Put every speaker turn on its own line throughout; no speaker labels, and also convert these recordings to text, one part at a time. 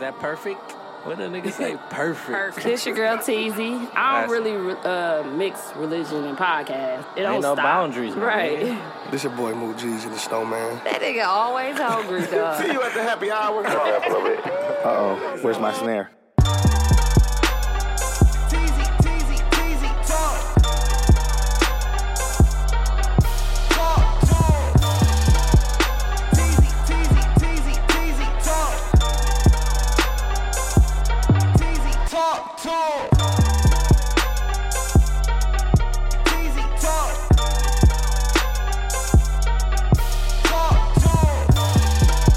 that perfect? What a nigga say? Perfect.
Perfect.
This your girl Teasy. I don't
That's-
really re- uh, mix religion and podcast. It don't
Ain't no
stop.
boundaries, man.
right?
This your boy Moo G's and the Snowman.
That nigga always hungry, dog.
See you at the happy hour.
Uh-oh, where's my snare?
Teasy, teasy, teasy, talk. Talk, talk. Teasy, teasy, teasy, teasy, talk. Teasy, talk, talk. Teasy, talk. Talk, talk.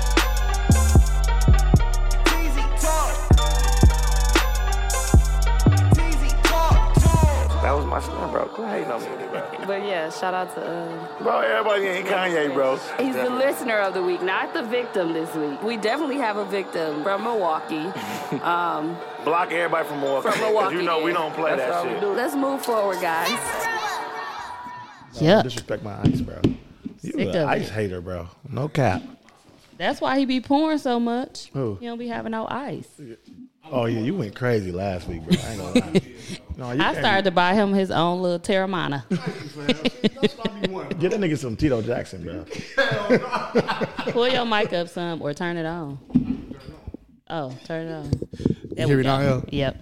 Teasy, talk. Teasy, talk, talk.
That was my snare, bro. Quit hating on me, bro.
But yeah, shout out to. Uh,
Bro, everybody ain't Kanye, bro.
he's the listener of the week, not the victim this week. We definitely have a victim from Milwaukee. Um,
Block everybody from Milwaukee.
From Milwaukee,
you know we
yeah.
don't play
That's all
that
we
shit.
do.
Let's move forward, guys.
Yup.
Disrespect my ice, bro. You
Sick
a
of
ice
it.
hater, bro. No cap.
That's why he be pouring so much.
Who?
He don't be having no ice.
Oh yeah, you went crazy last week, bro. I ain't gonna lie. No, you
I
can't-
started to buy him his own little Terramana.
Get that nigga some Tito Jackson, bro.
Pull your mic up some or turn it on. Oh, turn it on. There
hear
we
me now,
go.
yeah?
Yep.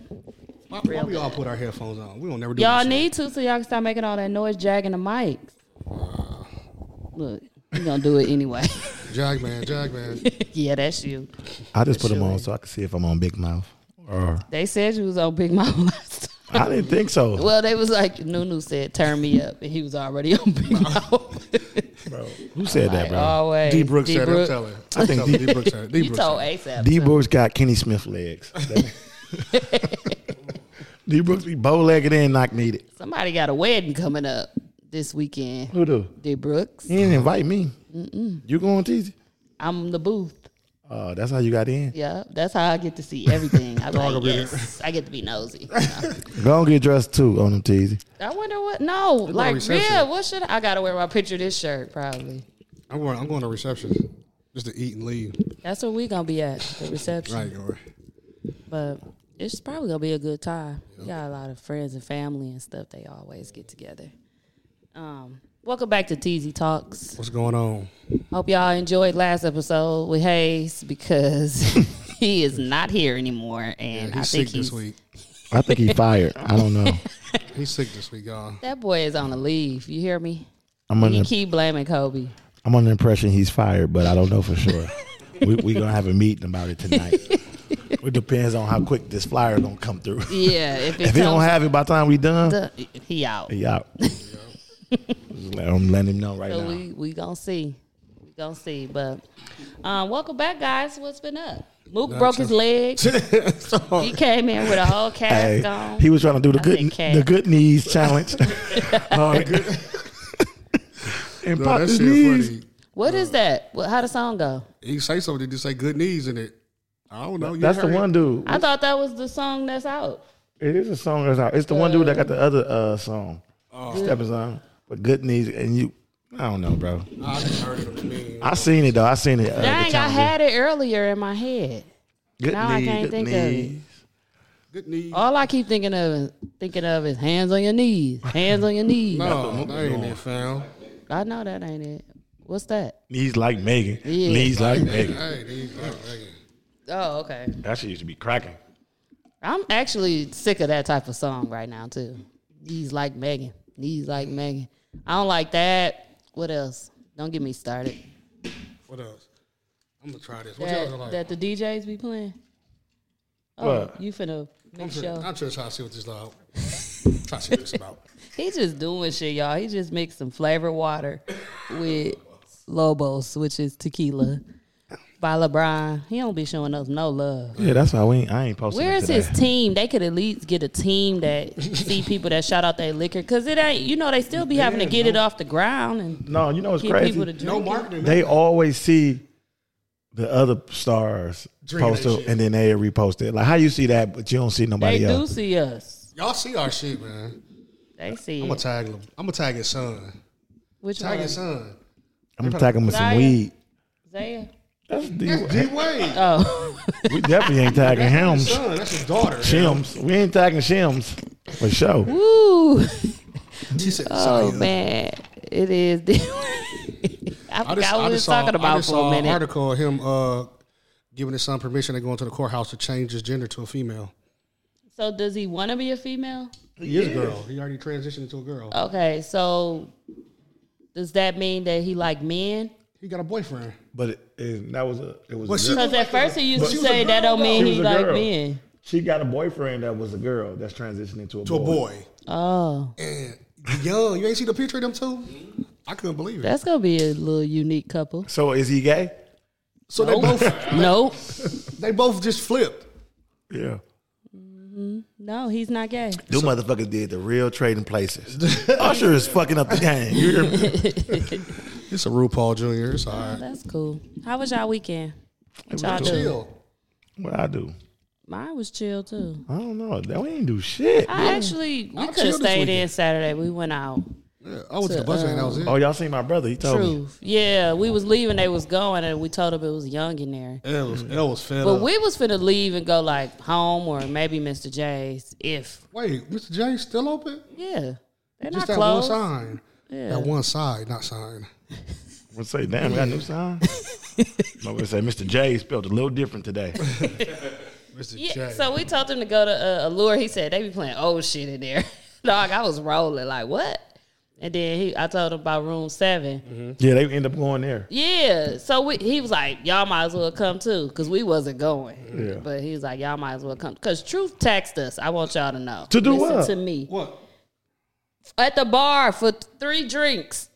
Why, why we all put our headphones on? We don't never do
Y'all
this shit.
need to so y'all can stop making all that noise jagging the mics. Look, you gonna do it anyway.
Jag man, jag man.
yeah, that's you.
I just put him on so I could see if I'm on Big Mouth. Or
They said you was on Big Mama last time.
I didn't think so,
Well, they was like Nunu said, "Turn me up," and he was already on Big Mouth.
bro. Who said that,
like,
bro?
always.
D Brooks said it. I'm
Brooke-
telling.
I
I
think
uh,
think
D-
D Brooks said it. D
You
Brooks
told
said
ASAP.
it.
D Brooks got Kenny Smith legs. D Brooks be bow legged and knock needed.
Somebody got a wedding coming up this weekend.
Who do?
D Brooks.
He didn't invite me. You going Teasy?
I'm the booth.
Oh, that's how you got in.
Yeah, that's how I get to see everything. I'm
Dog
like,
will be there.
yes, I get to be nosy. you know.
Go and get dressed too on them Teasy.
I wonder what. No, like,
reception.
yeah, what should I, I got to wear my picture this shirt? Probably.
I'm going. I'm going to reception just to eat and leave.
That's where we gonna be at the reception.
Right. Or
But it's probably gonna be a good time. We got a lot of friends and family and stuff. They always get together. Um, welcome back to TZ Talks.
what's going on?
Hope y'all enjoyed last episode with Hayes because he is not here anymore, and
He's
I
sick
think
this
he's
week.
I think he fired. I don't know.
He's sick this week, y'all.
that boy is on a leave. You hear me?
I'm under
You keep blaming Kobe.
I'm under the impression he's fired, but I don't know for sure. we we gonna have a meeting about it tonight. it depends on how quick this flyer gonna come through.
Yeah, if it
If he don't have it by the time we done,
comes to- he out.
he out. Just let him let him know right
So
now.
we we gonna see, we gonna see. But um, welcome back, guys. What's been up? Mook broke his leg. he came in with a whole cast
Hey,
on.
he was trying to do the
I
good
think Cat-
the good knees challenge. Oh, and
No,
pop
that
his
shit
knees.
funny.
What is that? What, how the song go?
He say something. Did you say good knees in it? I don't know. Oh, You
That's the
heard it.
one dude.
I thought that was the song that's out.
It is a song that's out. It's the one dude that got the other uh song.
Oh.
Stepping on. But good knees and you I don't know, bro.
I just heard it. I mean,
I seen it though. I seen it. Uh, the
Dang, I
challenges.
had it earlier in my head.
Good
Now I can't think of it.
good knees.
All I keep thinking of is thinking of is hands on your knees, hands on your knees.
No, that ain't it, fam.
I know that ain't it. What's that?
Knees like Megan.
Yeah.
Knees like Megan.
Hey, these- oh, hey.
Oh, okay.
That shit used to be cracking.
I'm actually sick of that type of song right now too. Knees like Megan, knees like Megan. I don't like that. What else? Don't get me started.
What else? I'm gonna try this. What y'all
That,
like?
that the DJs be playing. Oh,
What?
you finna
I'm,
mix
sure,
your
I'm just trying to see what this about. try to see what this about.
He just doing shit, y'all. He just mixed some flavored water with Lobos, which is tequila, by LeBron. He don't be showing us no love.
Yeah, that's why we ain't, I ain't posting.
Where's
it today.
his team? They could at least get a team that see people that shout out their liquor because it ain't. You know, they still be having to get it off the ground and
No, you know what's
get
crazy?
people to drink.
No
it.
marketing.
they always see the other stars
Drinking
post
that
it
shit.
and then they repost it. Like how you see that, but you don't see
They
nobody
do
else.
see us.
Y'all see our shit, man.
They see.
I'm gonna
It.
tag him. I'm gonna tag his son.
Which
Tag
one?
his son.
I'm gonna tag him with some
Zaya.
weed.
Zaya.
That's D.
D Wade.
Oh,
we definitely ain't tagging Helms.
Son, that's his daughter.
Shims. We ain't tagging Shims for sure.
Ooh.
She said,
Oh
Saya.
man, it is. I
I
forgot what
just, I
we
just
was
saw,
talking
I
about
just
for
saw
a
an
minute.
article of him uh, giving his son permission to go into the courthouse to change his gender to a female.
So does he want to be a female?
He is a girl. He already transitioned into a girl.
Uh, Okay, so does that mean that he like men?
he got a boyfriend.
But it, it- that was a. It was.
Well,
a
she
girl.
Because at first he used
But
to
she
was a
say that
girl,
don't mean
though. She
he
was a
like
girl.
men.
she got a boyfriend that was a girl that's transitioning to a
To a boy.
Oh,
And yo, you ain't see the picture of them two? I couldn't believe it.
that's gonna be a little unique couple.
So is he gay?
So they both
Nope,
they both just flipped.
Yeah.
no, he's not gay.
Them motherfuckers did the real trading places. Usher is fucking up the game. You hear me?
It's a RuPaul Jr. It's all right.
That's cool. How was y'all weekend? What y'all do?
Chill.
What I do?
Mine was chill too.
I don't know. That we ain't do shit.
I actually we
I
could have
chilled this
stayed in
weekend.
Saturday. We went out.
Yeah, I went to the
uh,
bus and that was it.
Oh, y'all seen my brother? He told me.
Truth. Yeah, we was leaving. They was going, and we told them it was young in there.
That was that was fed
But
up.
we was finna leave and go like home or maybe Mr. J's if
Wait, Mr. J still open?
yeah. They're
Just
not
that
closed.
one sign.
Yeah.
That one side, not sign.
I say, damn, we got a new sign. I'm gonna say, Mr. J spelled a little different today.
Mr.
Yeah. So we told him to go to uh, Allure. He said they be playing old shit in there. Dog, I was rolling like what? And then he, I told him about room 7
yeah, they end up going there.
Yeah. So we, he was like, y'all might as well come too, because we wasn't going.
Yeah.
But he was like, y'all might as well come, because Truth texted us. I want y'all to know.
To do
Listen
what?
To me.
what?
at the bar for three drinks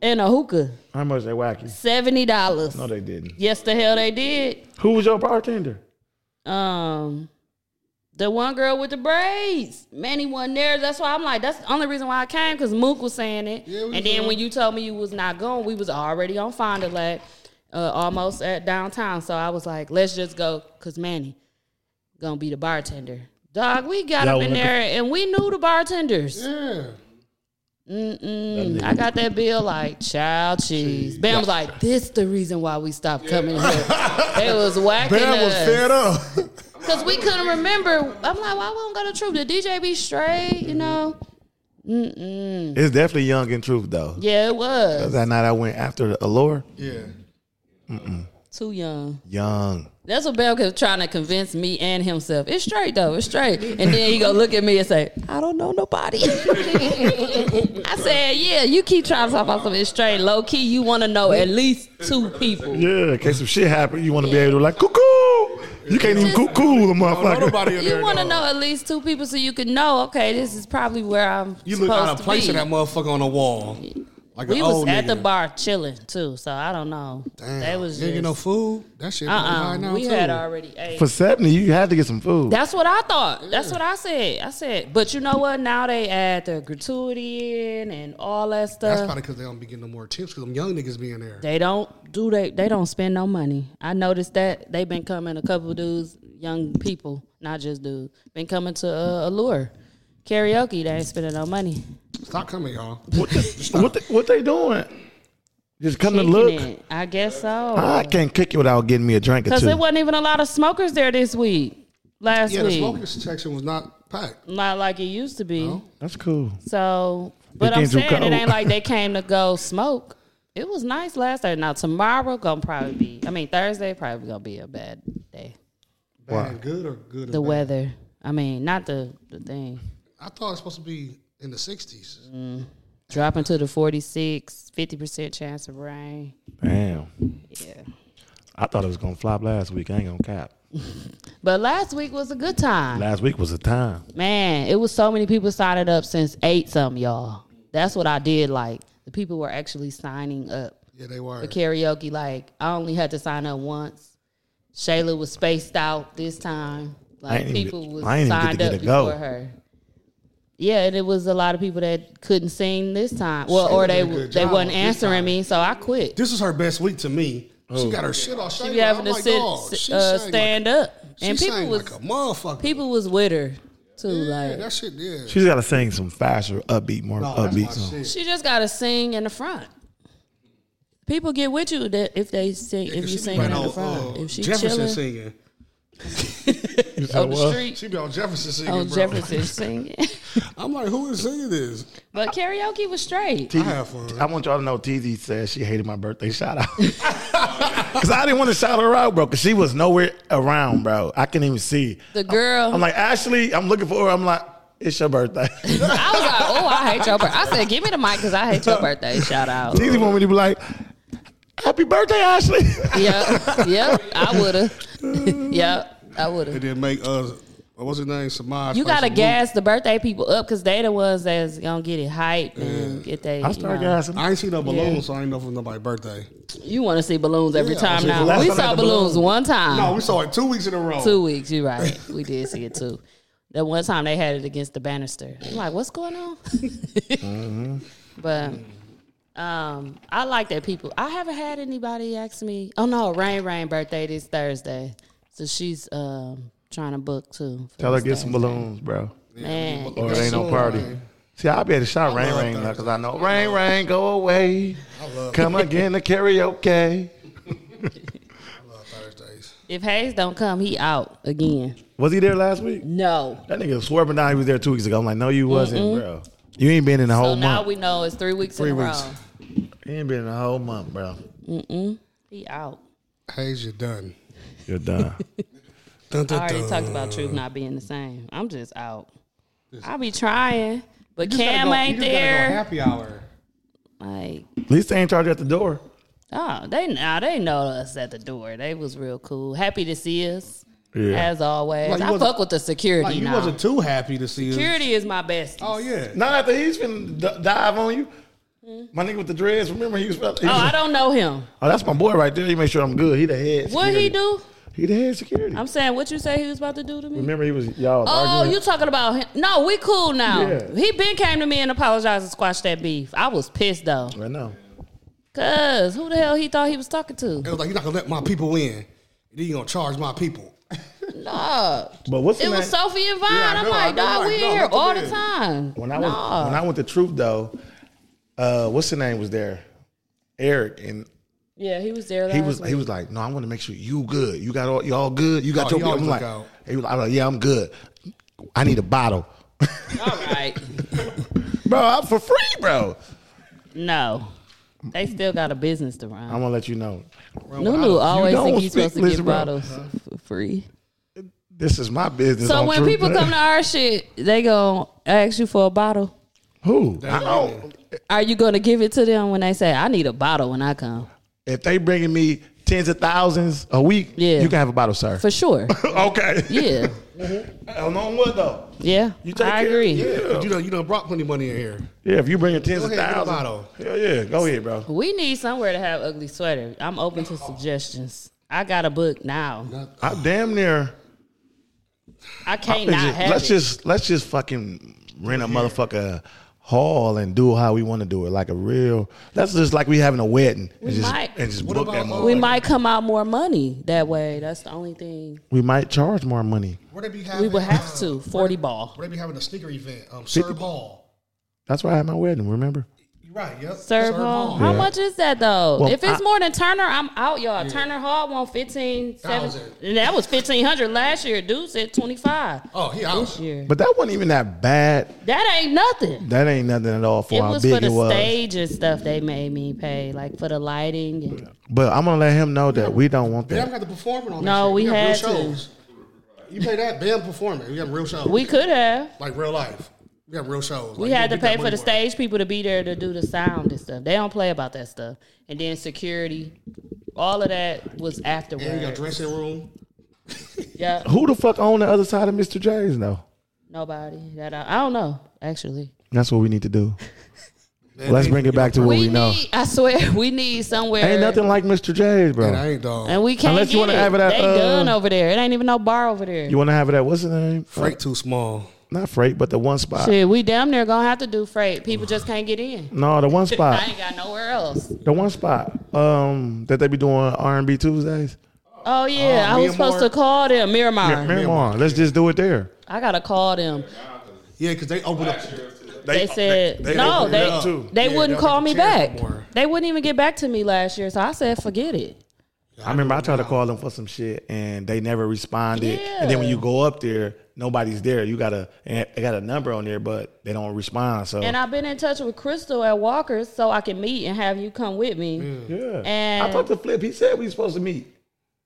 and a hookah.
How much they wacky?
Seventy dollars.
No, they didn't.
yes, the hell they did.
Who was your bartender?
Um, the one girl with the braids, Manny wasn't there. That's why I'm like, that's the only reason why I came because Mook was saying it.
Yeah, we
and
was
then
on-
when you told me you was not going, we was already on Fond du Lac, uh, almost at downtown. So I was like, let's just go because Manny gonna be the bartender. Dog, we got
Y'all
up in
went to-
there and we knew the bartenders.
Yeah.
Mm, I got that bill like child cheese. Bam was like, this the reason why we stopped coming here. they was whacking
Bam was
us
fed up.
because we couldn't remember. I'm like, why won't go to troop? The DJ be straight, you know?
It's definitely Young and Truth though.
Yeah, it was
That night I went after the Allure.
yeah.
too young.
Young.
That's what Bam kept trying to convince me and himself. It's straight though. It's straight. And then he go look at me and say, I don't know nobody. I said, yeah, you keep trying to talk about something. It's straight. Low key, you want to know at least two people.
Yeah, in case some shit happen, you want to be able to like cuckoo. You can't even cuckoo the motherfucker.
Nobody in there.
You want to
though.
know at least two people so you can know. Okay, this is probably where I'm.
You
supposed
look out of
to
place
be.
in that motherfucker on the wall. Like
We
an
was
old
at
nigga.
the bar chilling too, so I don't know.
Damn.
That was
you
just
ain't get no food. That shit.
uh
high
uh
now
We
too.
had already ate.
For seventy, you had to get some food.
That's what I thought. That's what I said. I said, but you know what? Now they add the gratuity in and all that
That's
stuff.
probably because they don't be getting no more tips because them young niggas be in there.
uh, They don't do they. They don't spend no money. I noticed that they've been coming. A couple dudes, young people, not just dudes, been coming to uh, Allure karaoke. They ain't spending no money.
Stop coming, y'all.
what, the- what, they, what they doing? Just come to
Kicking
look.
it. I guess so.
Ah,
I can't kick it without getting me a drink or
Because
two.
it wasn't even a lot of smokers there this week, last
Yeah, the
week.
smoking section was not packed.
Not like it used to be.
That's cool.
So, but I'm
came too
saying it
cold.
ain't like they came to go smoke. It was nice last Thursday. Now tomorrow gonna probably be. I mean Thursday probably gonna be a bad day.
Bad, good or good.
The
or bad?
weather. I mean, not the the thing.
I thought it was supposed to be in the sixties.
Mm. Dropping to the 46, 50% chance of rain.
Damn.
Yeah.
I thought it was gonna flop last week. I ain't gonna cap.
But last week was a good time.
Last week was a time.
Man, it was so many people signing up since eight something, y'all. That's what I did. Like the people were actually signing up
Yeah, they were.
for karaoke. Like I only had to sign up once. Shayla was spaced out this time.
I
Like
ain't even
people
get-
was
I ain't even
signed
get
up
to
before
get a go.
her. Yeah, and it was a lot of people that couldn't sing this time. Well, or
Shayla
they
did a good
they
job
wasn't
this
answering
time.
me, so I quit.
This is her best week to me. She got her shit all
She
shaky.
be having to
I'm like,
sit,
dog,
sit-
she
uh,
sang
stand up,
Like,
and
she
people
sang
was
like a motherfucker.
people was with her too.
yeah,
like
that shit. Yeah,
She's gotta sing some faster, upbeat, more
No, that's my
upbeat songs.
shit.
She just got to sing in the front. People get with you that if they sing, if you sing
Right
around the
on,
five,
uh,
if she
Jefferson
chilling
singing.
You
up
said
Oh, the
what?
street,
She be on Jefferson singing.
oh
bro.
Jefferson singing.
I'm like, who is singing this?
but karaoke was straight.
I have fun.
I want y'all to know TZ said she hated my birthday shout out. Cause I didn't want to shout her out, bro. Cause she was nowhere around, bro. I couldn't even see.
The girl,
I'm like, Ashley, I'm looking for her. I'm like, it's your birthday.
I was like, oh, I hate your birthday. I said, give me the mic because I hate your birthday. Shout out.
TZ want me to be like, Happy birthday, Ashley.
Yep, yep, I would have. yep, I would
And
have.
then make uh, what was his name? Samaj.
You
play
gotta
some
gas the birthday people up because they the ones that's gonna get it hype and get they.
I started
you know.
gassing.
Luke. I ain't seen no balloons,
Yeah.
so I ain't know from nobody's birthday.
You want to see balloons every
Yeah,
time
see,
the
now.
last
We
time I
saw
had the balloon-
balloons one time.
No, we saw it two weeks in a row.
Uh-huh. two weeks. You're right. We did see it too. That one time they had it against the banister. I'm like, what's going on? But um, I like that people. I haven't had anybody ask me. Oh no, Rain Rain birthday this Thursday, so she's um, trying to book too. for
Tell her
this
get some
Thursday.
balloons, bro.
Man,
Or it ain't no
Sure,
party.
man.
See, I'll be able to shout Rain
love
Rain
that.
because I know Rain Rain, go away. Come again to karaoke.
Uh, Thursdays.
if Hayes don't come, he out again.
Was he there last week?
No.
That nigga was swerving down. He was there two weeks ago. I'm like, no, you wasn't, bro. You ain't been in a
So
whole
now
month.
we know it's three weeks
Three
in a
weeks.
row.
you ain't been in a whole month, bro.
He out.
Hayes, you're done.
You're done.
Dun, dun,
I already
dun.
talked about truth not being the same. I'm just out. I be trying, but
You just gotta
Cam
go- you
ain't
just gotta go
there.
happy hour.
Like,
At least they ain't charged you at the door.
oh, they now they know us at the door. They was real cool. Happy to see us
Yeah.
as always.
Like, you
I
wasn't-
fuck with the security
Like you
now.
wasn't too happy to see us.
security is my best. Oh,
Oh yeah.
Not after he's finna d- dive on you. My nigga with the dreads. Remember he was. Oh,
I don't know him.
oh, that's my boy right there. You make sure I'm good. He the head.
What he
security.
do?
He the head security.
I'm saying what you say he was about to do to me.
Remember he was y'all. was
Oh,
arguing.
you talking about him? No, we cool now.
Yeah.
He been came to me and apologized and squashed that beef. I was pissed though,
I know.
cause who the hell he thought he was talking to?
It was like you're not gonna let my people in. Then you gonna charge my people.
Nah.
But what's the
It was
name?
Sophie and Vine.
Yeah, I
I'm
know, I
like,
know,
dog,
like,
we in
no,
here
let them
all the
in."
time.
When I was
Nah.
when I went to Truth though, uh, what's the name was there? Eric and
yeah, he was there. Last
he was he was like, no, I want to make sure you good. You got all you all good. You got
Oh,
your.
he
I'm
always
like,
look out.
he was like, I'm like, yeah, I'm good. I need a bottle,
all right.
bro. I'm for free, bro.
No, they still got a business to run.
I'm gonna let you know.
Nulu always
don't
think he's
speak
supposed to
English,
get
bro.
bottles for free.
This is my business.
So
on
when
Truth.
people come to our shit, they gonna ask you for a bottle.
who I don't.
Are you gonna give it to them when they say, "I need a bottle when I come"?
If they bringing me tens of thousands a week,
Yeah.
you can have a bottle, sir.
For sure.
okay.
Yeah.
I know what though.
Yeah.
You take
I
care-
agree.
Yeah.
You know you done brought plenty of money in here.
Yeah, if you bring in tens
Go
of
ahead, get a
thousands.
bottle.
Hell yeah, go ahead, bro.
We need somewhere to have ugly sweater. I'm open to suggestions. I got a book now.
I damn near.
I can't
Let's
not
just-
have
let's
it.
just let's just fucking rent a motherfucker hall and do how we want to do it, like a real. That's just like we having a wedding and just
might.
and just
What
book that
about, uh,
motherfucker.
we might come out more money that way. That's the only thing
We might charge more money.
Where they be having?
we would have
uh,
to. Forty ball,
Where they be having a sneaker event? Um, Sir Ball.
That's why I had my wedding. Remember?
You're right. Yep.
serve hall. How much is that though?
Well,
if it's
I-
more than Turner, I'm out, y'all. Turner Hall won fifteen seven.
Thousand.
And that was fifteen hundred last year. Dude said twenty five
Oh, he out.
this year.
But that wasn't even that bad.
That ain't nothing.
That ain't nothing at all for
It
how
was
big
for the
it was.
stage and stuff. They made me pay like for the lighting. And,
But I'm gonna let him know that we don't want
Bam
that.
got the performing on.
No,
that shit.
we
got real
had to.
shows. You play that Bam performing. We got real shows.
we could have.
like real life. We got real shows.
We had to pay for the stage people to be there to do the sound and stuff. They don't play about that stuff. And then security, all of that was
And you got
afterwards.
dressing room.
Yeah,
Who the fuck on the other side of Mr. J's though?
nobody that I, I don't know actually.
That's what we need to do. Let's bring it back to what we,
We
know.
need, I swear, we need somewhere.
Ain't nothing like Mr. J's, bro.
And I ain't dog.
and we can't.
Unless you
get
wanna
it.
have it at,
they
uh,
done over there. It ain't even no bar over there.
You want to have it at what's the name? Uh,
Freight too small.
Not freight, but the one spot.
Shit, we damn near gonna have to do freight. People just can't get in.
No, the one spot.
I ain't got nowhere else.
The one spot um, that they be doing R and B Tuesdays.
Oh yeah,
Uh,
I was supposed to
Miramar.
call them Miramar.
Miramar. Let's just do it there.
I gotta call them.
Yeah, because they open up.
They, said
they- they
no.
opened it up,
They
too.
they
Yeah,
wouldn't
they
call
don't
me
have to cheer
back.
no more.
They wouldn't even get back to me last year. So I said, forget it.
I remember I tried to call them for some shit and they never responded. And then when
Yeah.
you go up there, nobody's there. You got a and they got a number on there, but they don't respond. So
And I've been in touch with Crystal at Walker's so I can meet and have you come with me.
Mm. yeah, I
And-
talked to Flip. He said we supposed to meet.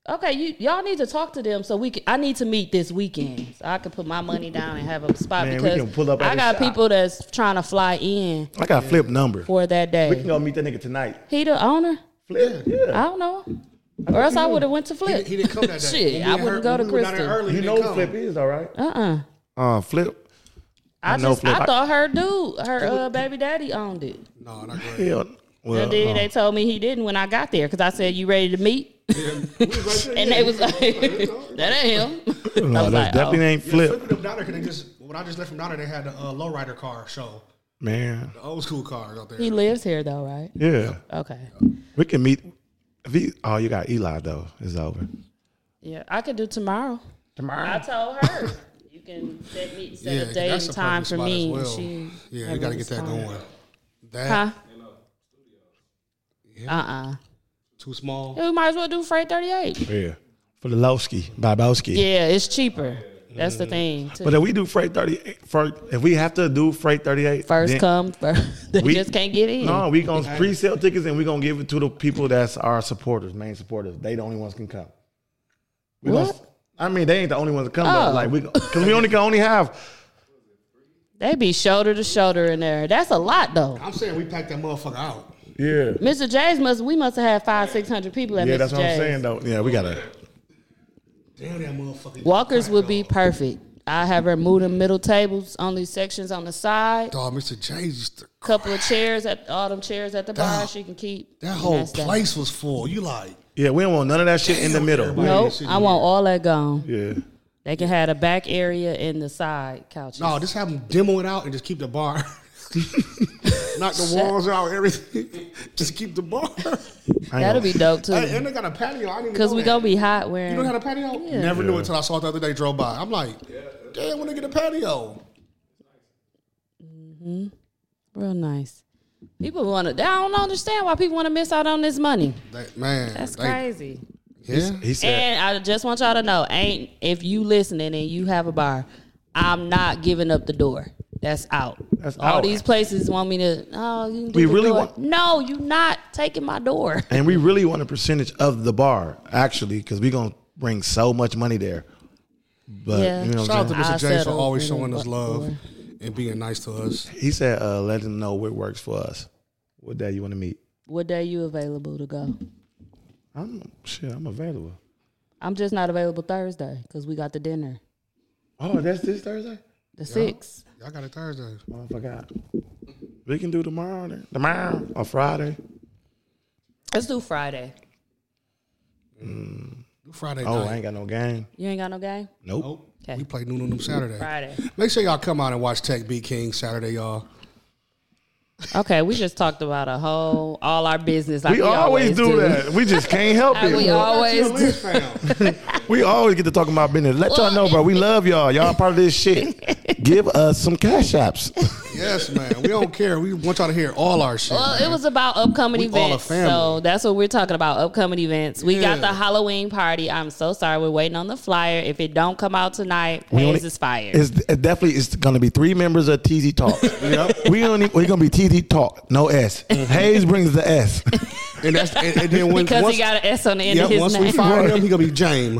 Okay, you y'all need to talk to them so we can. I need to meet this weekend so I can put my money down and have a spot
Man, we
because
can pull up at
I
his
got
shop.
people that's trying to fly in
I got Flip number.
for that
We
day.
can go meet that nigga tonight.
He the owner?
Flip, yeah.
I don't know. Or else I would have went to
He,
Flip.
he didn't come that day.
Shit,
When we
I
had
wouldn't
her-
go to
when we were down there
Crystal.
early, he
you
didn't
know
come.
Flip is all right.
Uh uh
Uh, Flip,
I,
I know
just
Flip.
I
I-
thought her dude, her uh, baby daddy owned it.
No, not great.
hell. Well,
and then
uh,
they told me he didn't when I got there because I said, "You ready to meet?" and they was like, "That ain't him." I
no,
was like,
that definitely
oh.
ain't
Yeah,
Flip,
flipping them down there, 'cause they just when I just left from down there, they had the uh, lowrider car show,
man.
the old school cars out there.
He lives here though, right?
Yeah,
Okay.
we can meet. If he, oh, you got Eli though. It's over.
Yeah, I could do tomorrow.
Tomorrow.
I told her you can set me set
yeah,
a day
that's
and
a
time
perfect
for
spot as
me. and
well.
She
yeah, you
haven't
got to get that
responded.
going. That
Huh? Uh
too small.
uh We might as well do Freight 38.
Yeah. For the Lowski, Babowski.
Yeah, it's cheaper. That's
Mm.
the thing. too.
But if we do freight 38, freight, if we have to do freight 38,
first
then
come, first, they just can't get in.
No, we going to pre sale tickets and we're going to give it to the people that's our supporters, main supporters. They the only ones can come. We gonna-
What?
I mean, they ain't the only ones that come,
Oh.
though. Like, we, because we only can only have,
They be shoulder to shoulder in there. That's a lot though.
I'm saying we packed that motherfucker out.
yeah.
Mr. J's must we must have had five six hundred people at
Yeah,
Mr.
that's what I'm
J's.
saying, though. Yeah, we got to.
Damn that motherfucker.
Walkers would be
Dog,
perfect. I have her move the middle tables, only sections on the side,
Dog, Mr. J's used to.
couple of chairs at all them chairs at the bar she can keep.
That
And
whole
that's
place was full. You like
Yeah, we don't want none of that shit in the middle.
everybody-
Nope,
Sitting
I want all that gone.
Yeah.
They can have the back area and the side couches.
no? Just have them demo it out and just keep the bar. Knock the walls out, everything. Just keep the bar.
that'll be dope
hey,
too.
and they got a patio. I didn't even
Cause
know
we
that.
gonna be hot
You
wearing.
don't have a patio?
Yeah.
Never knew
Yeah.
until I saw it the other day. Drove by. I'm like, damn, when they get a patio?
Real nice. People want to. I don't understand why people want to miss out on this money.
That, man,
That's
they-
crazy.
Yeah.
He said,
And I just want y'all to know, ain't if you listening and you have a bar, I'm not giving up the door. That's out.
That's
All
out.
these places want me to. Oh, you can do
We
the
really
door.
want-
No, you not taking my door.
and we really want a percentage of the bar, actually, because we're going to bring so much money there. But,
Yeah.
you know what
Shout
I'm
out to
saying?
I
Mr. J for
settled
always
for the
showing us
bu-
love
door.
and being nice to us.
He said, uh, let him know what works for us. What day you want to meet?
What day you available to go?
I'm shit, I'm available.
I'm just not available Thursday because we got the dinner.
Oh, that's this Thursday?
The six.
Y'all got it Thursday.
Oh, I forgot. We can do tomorrow then. Tomorrow or Friday.
Let's do Friday.
Do Friday
Oh, I
night.
ain't got no game.
You ain't got no game.
Nope.
Nope.
Okay.
We play noon on them Saturday.
Friday.
Make sure y'all come out and watch Tech B King Saturday, y'all.
Okay, we just talked about a whole all our business. Like
We, always, do, that. We just can't help it.
We always
Y'all Lynch fam.
We always get to talking about business. Let y'all know, bro. We love y'all. Y'all part of this shit. Give us some cash apps.
yes, man. We don't care. We want y'all to hear all our shit.
Well,
man.
it was about upcoming
We all a
events.
family.
So that's what we're talking about. Upcoming events. We got the
Yeah.
Halloween party. I'm so sorry. We're waiting on the flyer. If it don't come out tonight,
We only-
Hayes is fired.
It's it definitely it's gonna be three members of TZ Talk. We only we're gonna be TZ Talk, no S. Hayes brings the S.
and that's and, and then when
because
once,
he got an S on the end
yeah,
of his
once
name.
we find him, he gonna be James.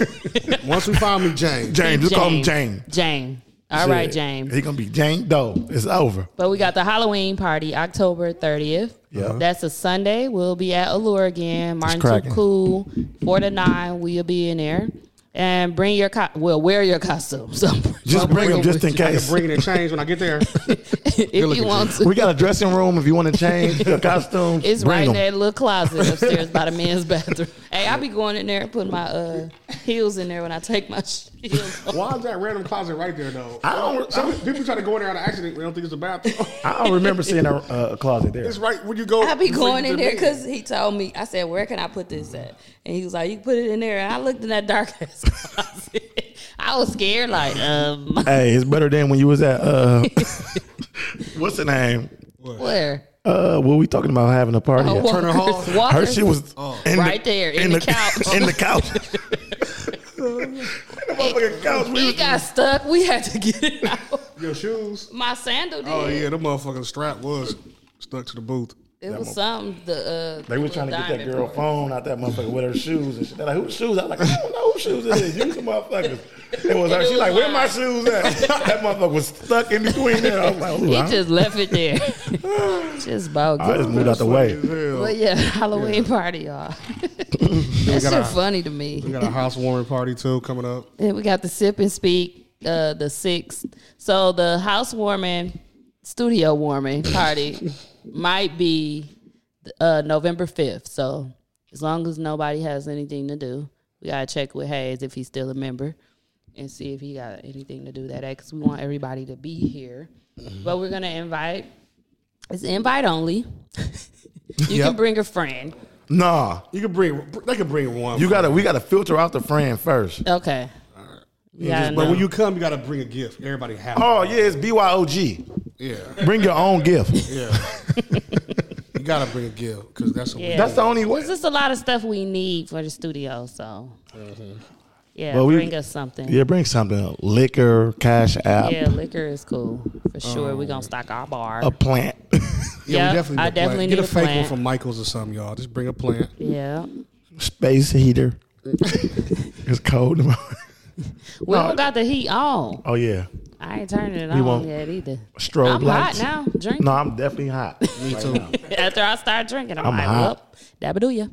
once we find me James.
James, just call him James.
Jane. All right, James.
He gonna be Jane Doe. It's over.
But we got the Halloween party October 30th.
Yeah.
That's a Sunday. We'll be at Allure again. Martin
cracking.
Cool, 4 to 9. We'll be in there. And bring your, co- well, wear your costume. So
Just bring him just in
I can
case.
bring it in change when I get there.
if you
looking
want to.
We got a dressing room if you want to change the costumes.
It's
bring
right
'em.
in that little closet upstairs by the men's bathroom. Hey, I be going in there and putting my uh, heels in there when I take my sh- heels off.
Why is that random closet right there though?
I don't-
Some people try to go in there on an accident. They don't think it's a bathroom.
I don't remember seeing a, a closet there.
it's right when you go.
I be
before you
going
get
in
to
there
bed.
because he told me. I said, "Where can I put this at?" And he was like, "You can put it in there." And I looked in that dark ass closet. I was scared, like, um,
Hey, it's better than when you was at uh, What's the name?
Where?
Uh, what we talking about having a party?
Oh,
at?
Walker's-
Turner Hall?
Walker's.
Her shit was in
Right there, in the couch.
in the couch. In the motherfucking couch. We
It got stuck. We had to get it out.
Your shoes?
My sandal did.
Oh yeah, the motherfucking strap was stuck to the booth.
It was something. The uh,
They were trying to get that girl phone out that motherfucker with her shoes and shit. They're like, whose shoes? I'm like, I don't know whose shoes it is. You some motherfuckers. It was her. She's like, where my shoes at? That motherfucker was stuck in between there. I was like, ooh,
He
I-
just left it there. just about
I
good.
just moved out the way.
Hell,
But yeah, Halloween party, y'all. That's
got
so
our-
funny to me.
we got a housewarming party too coming up.
Then we got the sip and speak, uh, the sixth. So the housewarming, studio warming party might be uh, November fifth. So as long as nobody has anything to do, we gotta check with Hayes if he's still a member and see if he got anything to do that day because we want everybody to be here. But we're gonna invite. It's invite only. you can
Yep.
bring a friend.
Nah,
You could bring, they could bring one.
you gotta. We gotta filter out the friend first.
Okay. We
Just-
gotta
but when
know.
you come, you gotta bring a gift. Everybody has.
Oh yeah, it's BYOG.
Yeah,
Bring your own gift.
yeah. you gotta bring a gift because that's what we
Yeah.
That's the only way.
It's just a lot of stuff we need for the studio, so yeah,
Well, we-
bring us something.
Yeah, bring something. Liquor, cash app,
Yeah, liquor is cool for sure. We're gonna stock our bar.
a plant.
Yeah,
Yeah,
we definitely
I
need a plant.
definitely
get
need
a
a
fake one
plant.
from Michaels or something, y'all. Just bring a plant.
yeah,
Space heater. it's cold. in my-
we don't got the heat on.
oh yeah.
I ain't turning it
We
on
won't.
yet either.
Strobe
I'm
lights.
hot now. Drink
No, I'm definitely hot. Me too.
after I start drinking. I'm,
I'm
like,
hot.
well, dabba ya.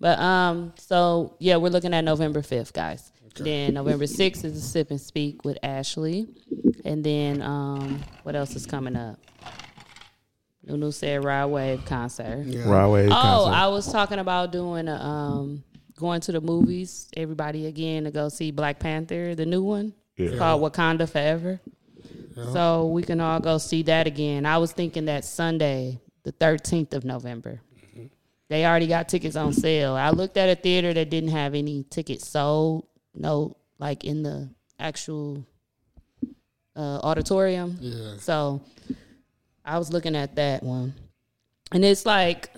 But um, so yeah, we're looking at November fifth, guys. Then November sixth is a sip and speak with Ashley, and then um, what else is coming up? Nunu said Ride Wave concert.
Raw wave
Oh,
concert.
I was talking about doing a, um going to the movies, everybody again to go see Black Panther, the new one. It's
Yeah.
called Wakanda Forever. So we can all go see that again. I was thinking that Sunday, the thirteenth of November. They already got tickets on sale. I looked at a theater that didn't have any tickets sold, no like in the actual uh, auditorium.
Yeah.
So I was looking at that one. And it's like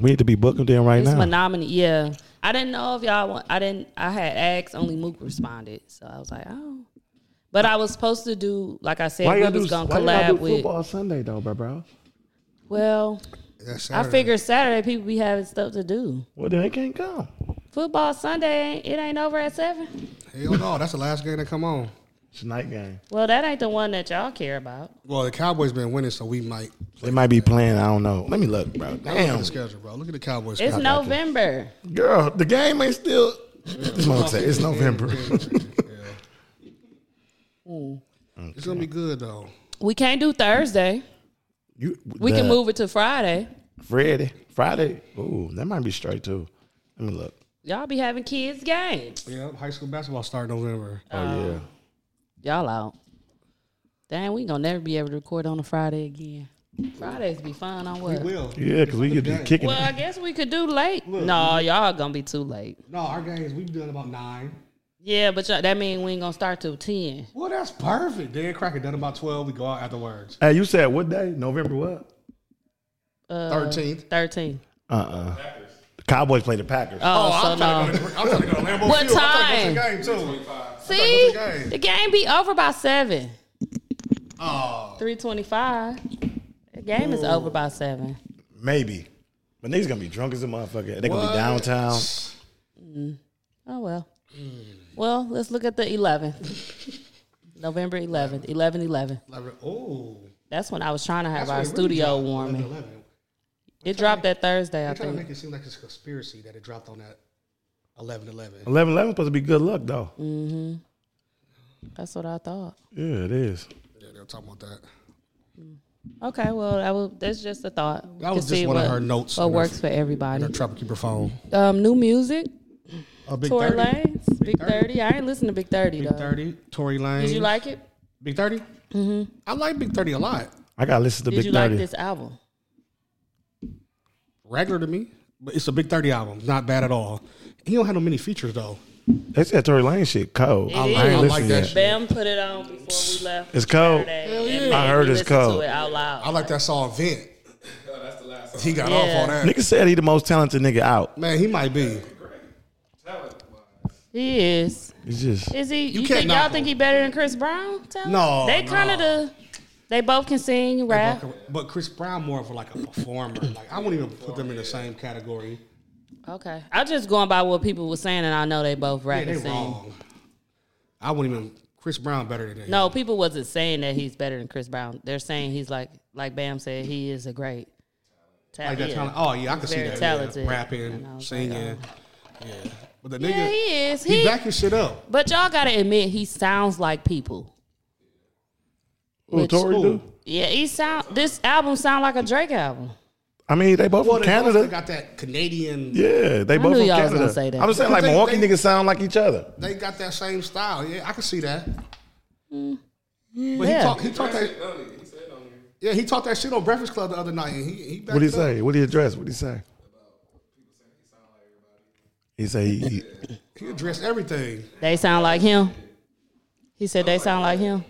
we need to be booking them right
it's
now.
Menominee, yeah. I didn't know if y'all want. I didn't. I had asked. Only Mook responded, so I was like, oh. But I was supposed to do, like I said, we was gonna collab with.
Sunday though, bro, bro?
Well,
That's
I figured Saturday people be having stuff to do.
Well, then they can't come.
Football Sunday, ain't- it ain't over at seven.
Hell no, that's the last game that come on.
It's a night game.
Well, that ain't the one that y'all care about.
Well, the Cowboys been winning, so we might.
They might be playing. I don't know. Let me look, bro.
Look at
Damn,
the schedule, bro. Look at the Cowboys.
It's
schedule.
November.
girl, the game ain't still. This motherfucker said It's November.
It's gonna be good though.
We can't do Thursday.
You,
We can
the-
move it to Friday.
Friday. Friday. Ooh, that might be straight too. Let me look.
Y'all be having kids games.
Yeah, high school basketball start November.
Oh yeah.
Y'all out. Dang, we gonna never be able to record on a Friday again. Fridays be fun on what?
Will
Yeah, because we could be kicking.
Well, I guess we could do late. No, y'all gonna be too late.
no, our games we've done about nine.
Yeah, but y'all, that mean we ain't gonna start till ten.
Well, that's perfect. Dan Cracker done about twelve. We go out afterwards.
hey, you said what day? November what?
Uh,
Thirteenth.
Thirteen.
Uh uh The Cowboys play the Packers.
Oh, so
trying
no.
to go to- I'm trying to go to Lambeau
What
Field. I'm trying to go to the game too.
See,
go to the game.
the game be over by seven.
Oh,
Three twenty-five. The game is over by seven.
Maybe. But niggas gonna be drunk as a motherfucker. They gonna
What?
be downtown.
Oh well. Well, let's look at the eleventh. November eleventh. Eleven eleven.
Like, oh,
That's when I was trying to have
That's
our
when it really
studio
dropped,
warming.
11.
It dropped that Thursday, I
They're trying to
think.
make it seem like it's a conspiracy that it dropped on that 11 11.
11 11 supposed to be good luck though.
That's what I thought.
Yeah, it is.
Yeah, they're talking about that.
Okay, well, I will, that's just a thought. We
That was
can see
just one of
what-
her notes
What
on her-
works for
And her
everybody?
Trapper Keeper phone.
Um, new music,
Uh, Big
Tory
30.
Lanez, Big 30. I ain't listen to Big 30,
Big
though.
30, Tory Lane.
Did you like it?
Big 30? Mm-hmm. I like Big 30 a lot.
I gotta listen to
Did
Big
you
30.
like this album?
Regular to me, but it's a Big 30 album. Not bad at all. He don't have no many features, though.
That's that Tory Lane shit cold.
It
I
is.
ain't
I
like
listening
that
yet.
shit.
Bam put it on before we left.
It's cold.
Saturday,
Hell
and
yeah.
made
I heard
me
it's
listen to
cold.
it out loud.
I like that song Vent. He got
Yeah.
off on that.
Nigga said he the most talented nigga out.
Man, he might be.
He is.
It's just
Is he? You,
can't
think y'all
knock
think
him.
he better than Chris Brown? Tell me.
No,
they
no.
kind of the. They both can sing, rap.
But Chris Brown more of like a performer. Like I wouldn't even put them in the same category.
Okay, I'm just going by what people were saying, and I know they both rap
Yeah, they
and sing.
wrong. I wouldn't even. Chris Brown better than that.
No, people wasn't saying that he's better than Chris Brown. They're saying he's like, like Bam said, he is a great.
like
talent.
that talent. Oh yeah, I can see
Very
that.
talented.
Yeah.
And I
Rapping,
was like, oh.
singing. Yeah, but the nigga,
yeah, he is.
he,
He,
backing shit up.
but y'all gotta admit, he sounds like people.
what Tory do.
Yeah, he sound. This album sound like a Drake album.
I mean, they both
Well,
from
they
Canada.
also got that Canadian.
yeah, they both
knew
from
y'all was
Canada.
gonna say that.
I'm just saying, like
They-
Milwaukee
they-
niggas sound like each other.
They got that same style. Yeah, I can see that. But
Mm. Yeah.
he talked. He talked that. Yeah, he talked that shit on Breakfast Club the other night, and he he.
What do he
backed up.
say? What do he address? What do he say? He say he, he-
He addressed everything.
They sound like him. He said they sound like him.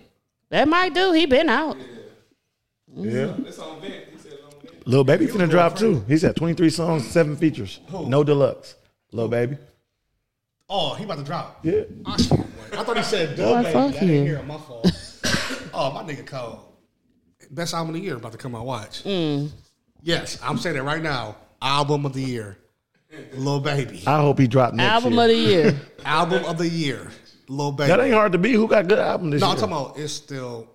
That might do. He been out.
yeah. Little baby finna drop too. He said 23 songs, seven features, no deluxe. Little baby.
Oh, he about to drop.
Yeah.
I, can't wait. I thought he said
Why
Doug. Baby.
fuck
I didn't
you.
hear it, my fault. oh, my nigga cold. Best album of the year about to come out. Watch.
Mm.
Yes, I'm saying it right now. Album of the year, Lil Baby.
I hope he dropped next
album
year.
of the year.
album of the year, Lil Baby.
that ain't hard to be. Who got good album this
No, I'm
year?
talking about it's still.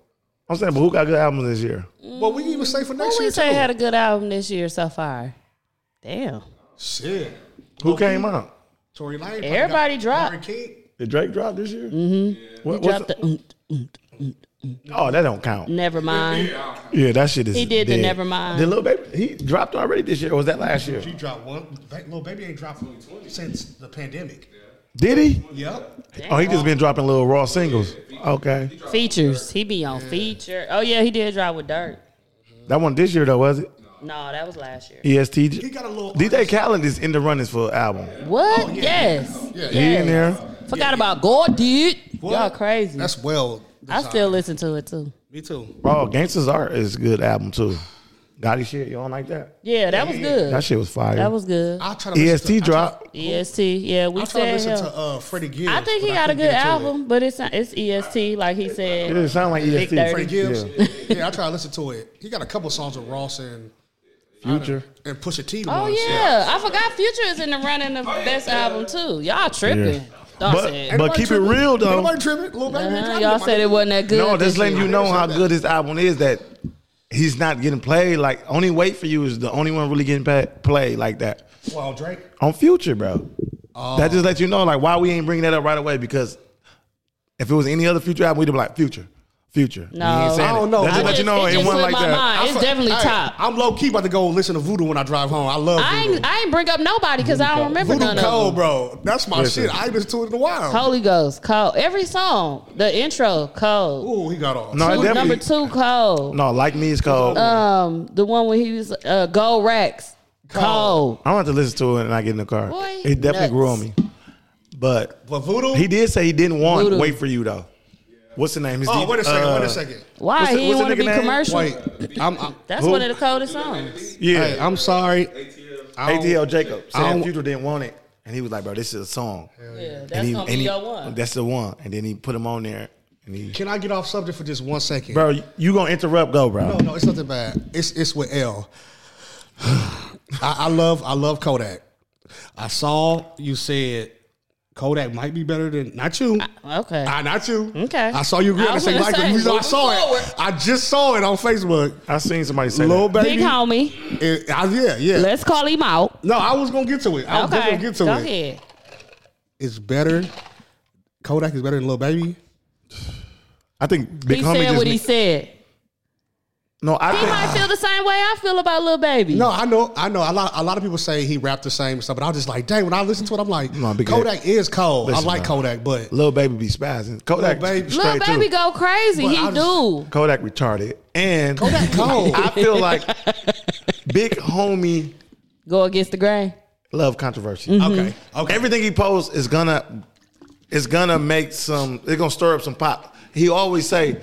I'm saying, but who got good albums this year?
Well, we can even say for next
Who Mm. we
year
say
too.
had a good album this year so far? Damn.
Shit,
Who
Oh,
came out?
Tory Lane. probably got
Everybody dropped.
Larry King.
Did Drake drop this year? Mm-hmm. What, what's
Dropped the, mm, mm,
the- oh, that don't count.
never mind.
Yeah, that shit is.
He did the
dead.
Nevermind.
Did Lil Baby? He dropped already this year, or was that last year?
She dropped one. Ba- Lil Baby ain't dropped since the pandemic.
Did he?
Yep.
Oh, he just been dropping little raw singles. Okay,
Features. He be on feature. Oh yeah, he did drive with Dirt.
that one this year though, was it? E
No, that was last year.
EST.
He got a little.
DJ Khaled is in the runnings for an album.
What? Yes.
Yeah,
He in there.
Forgot about God, dude.
What?
Y'all crazy.
That's well.
I still listen to it too.
Me too.
Oh, Gangsta's Art is a good album too. Gotti shit, you don't like that?
Yeah, that was good.
That shit was fire. E
That was good.
I try to listen
EST
to,
drop.
EST. Yeah,
I
we
try, I try to
said
listen
him.
to uh, Freddie Gibbs.
I think he
but
got a
couldn't
good
get to
album,
it.
but it's not, it's EST like he said.
It didn't sound like EST.
Dirty.
Freddie Gibbs.
Yeah.
Yeah. I try to listen to it. He got a couple songs with Ross and
Future.
and Pusha T.
Oh
ones.
yeah, I forgot Future is in the running
Oh,
of best album too. Y'all tripping? Y'all said-
But, but keep it
tripping?
real though.
Nobody tripping. Lil Baby. ain't
Uh-huh,
dropping
y'all
my
said
nigga.
it wasn't that good.
No, just letting you know how
said that.
good this album is that he's not getting played. Like, Only Wait For You is the only one really getting pa- played like that
Well, Drake.
on Future, bro. That
Oh.
just lets you know, like, why we ain't bringing that up right away because if it was any other Future album, we'd be like, Future, Future.
No.
He ain't saying
I
it.
don't know.
That just
I
let you
just-
know
it
it
just
wasn't
slipped
like
my
that.
mind. It's
fu-
definitely
Hey,
top.
I'm low key about to go listen to Voodoo when I drive home. I love
I
Voodoo.
ain't, I ain't bring up nobody because I don't remember
Voodoo
none of
Cold,
them.
bro. That's my
Listen.
shit. I ain't listened to it in a while.
Holy Ghost, cold. Every song, the intro, cold.
Ooh, he got off.
No, it
Ooh, number two,
definitely.
cold.
No, Like Me is cold.
Um, the one where he was uh, gold racks, cold.
I want to listen to it and I get in the car.
Boy,
it definitely
nuts.
grew on me. But
But Voodoo.
he did say he didn't want
Voodoo.
Wait For You, though. What's the name? His
Oh,
D-
wait a second. wait
uh,
a second.
Why
What's the-
he
what's
didn't want to
the nigga
be
name?
commercial?
Wait, I'm. I'm
That's
Who?
one of the coldest songs.
Yeah.
hey, I'm sorry. I don't-
ATL Jacob
I
said
don't-
Future didn't want it, and he was like, "Bro, this is a song."
Yeah, that's
and he,
gonna
and
be
he-
your one.
That's the one. And then he put him on there, and he,
Can I get off subject for just one second?
bro, you- you gonna interrupt? Go, bro.
No, no, it's nothing bad. It's it's with L. I, I love I love Kodak. I saw you said Kodak might be better than not you.
Okay.
I not you.
Okay.
I saw you agree
I
on the
was
same
gonna
Michael.
say,
music. I
moving
saw
forward.
it. I just saw it on Facebook.
I seen somebody say
Lil
that.
baby.
Big homie.
It- I- yeah, yeah.
Let's call him out.
no, I was gonna get to it. I was
okay.
gonna get to
Go
it.
ahead.
It's better. Kodak is better than Lil Baby.
I think Big
He
Homie
said
just
what he said.
no. I
He might
think
feel the same way I feel about little baby.
No, I know, I know. A lot, a lot of people say he rapped the same stuff, but I was just like, dang. When I listen to it, I'm like,
No, big
Kodak
head.
is cold.
Listen,
I like
man.
Kodak, but
Lil Baby be spazzing. Kodak
Lil Baby-
little
straight
baby
too.
go crazy.
But
he
I
do.
just-
Kodak retarded, and
Kodak cold.
I feel like Big Homie
Go against the grain.
love controversy.
Mm-hmm.
okay, okay.
Everything he posts is gonna it's gonna make some. It's gonna stir up some pop. He always say,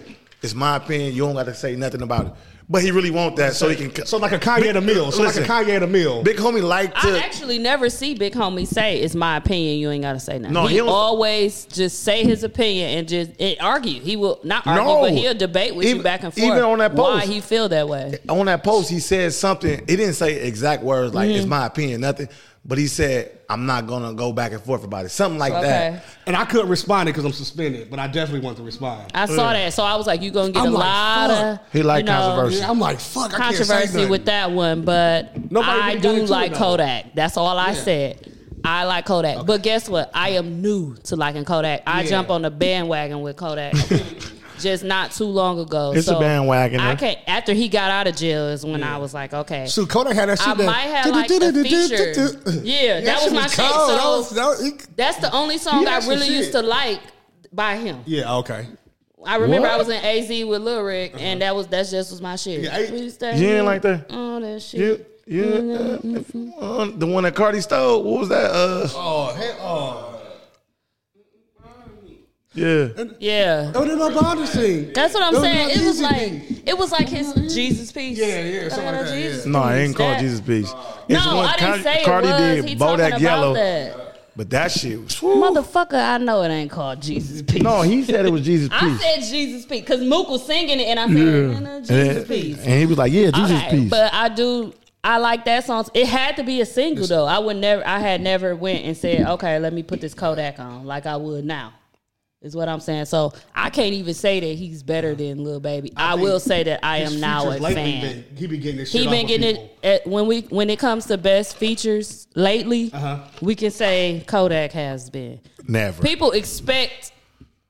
"It's my opinion. You don't got to say nothing about it." But he really want that, so he can.
So like a Kanye at a meal. So
Listen,
like a Kanye at a meal.
Big homie like to.
I actually never see Big Homie say it's my opinion. You ain't gotta say nothing.
No,
he,
he don't-
always just say his opinion and just and argue. He will not argue,
No.
but he'll debate with
Even-
you back and forth.
even on that
why
post.
he feel that way.
on that post, he said something. He didn't say exact words like
Mm-hmm.
"it's my opinion," nothing. But he said, "I'm not gonna go back and forth about it." Something like
Okay,
that.
and I couldn't respond it because I'm suspended, but I definitely want to respond.
I saw that, so I was like, you gonna get
I'm
a
like,
lot of
fuck.
He
you
like
know,
controversy.
Yeah, I'm like, fuck, I can't say
controversy
nothing.
with that one, but
Nobody
I
really got
do
into it,
like
though.
Kodak. That's all I
Yeah.
said. I like Kodak, but guess what? I am new to liking Kodak. I
Yeah.
jump on the bandwagon with Kodak. Just not too long ago.
It's a
So
bandwagon,
I
huh?
can't. After he got out of jail is when I was like, okay,
So Kodak had that shit.
I
that,
might have liked the feature. Yeah, that was
shit
my shit.
cold.
So-
That was- that was- it-
that's the only song
He
I
had some
really
shit.
used to like by him.
yeah, okay.
I remember I
What?
was in AZ with Lil Rick, and
Uh-huh.
that was that's just was my shit.
Yeah, I-
We stay
You ain't like that?
All that shit.
You, you, uh, uh, the one that Cardi stole. What was that? Uh,
Oh, hey, oh.
yeah.
Yeah.
Oh, then my body thing.
That's what I'm
Those
saying.
are
It was
easy
like
beats.
it was like his Jesus piece.
Yeah, yeah, something like that, yeah.
No, I ain't called
That-
Jesus Peace.
No, I didn't say it was. he talking about that.
but that shit was. whew.
Motherfucker, I know it ain't called Jesus Peace.
No, he said it was Jesus
I
Peace.
said Jesus Peace because Mook was singing it, and I said "Nah, nah, Jesus
and,
Peace.
and he was like, "Yeah, Jesus
Okay,
Peace."
But I do. I like that song. It had to be a single though. I would never. I had never went and said, "Okay, let me put this Kodak on," like I would now. Is what I'm saying. So I can't even say that he's better than Lil Baby. I, will say that I am now a fan.
Been, he been getting this shit.
he
off
been
of
getting
people.
it at, when we when it comes to best features lately.
Uh-huh.
We can say Kodak has been.
Never.
People expect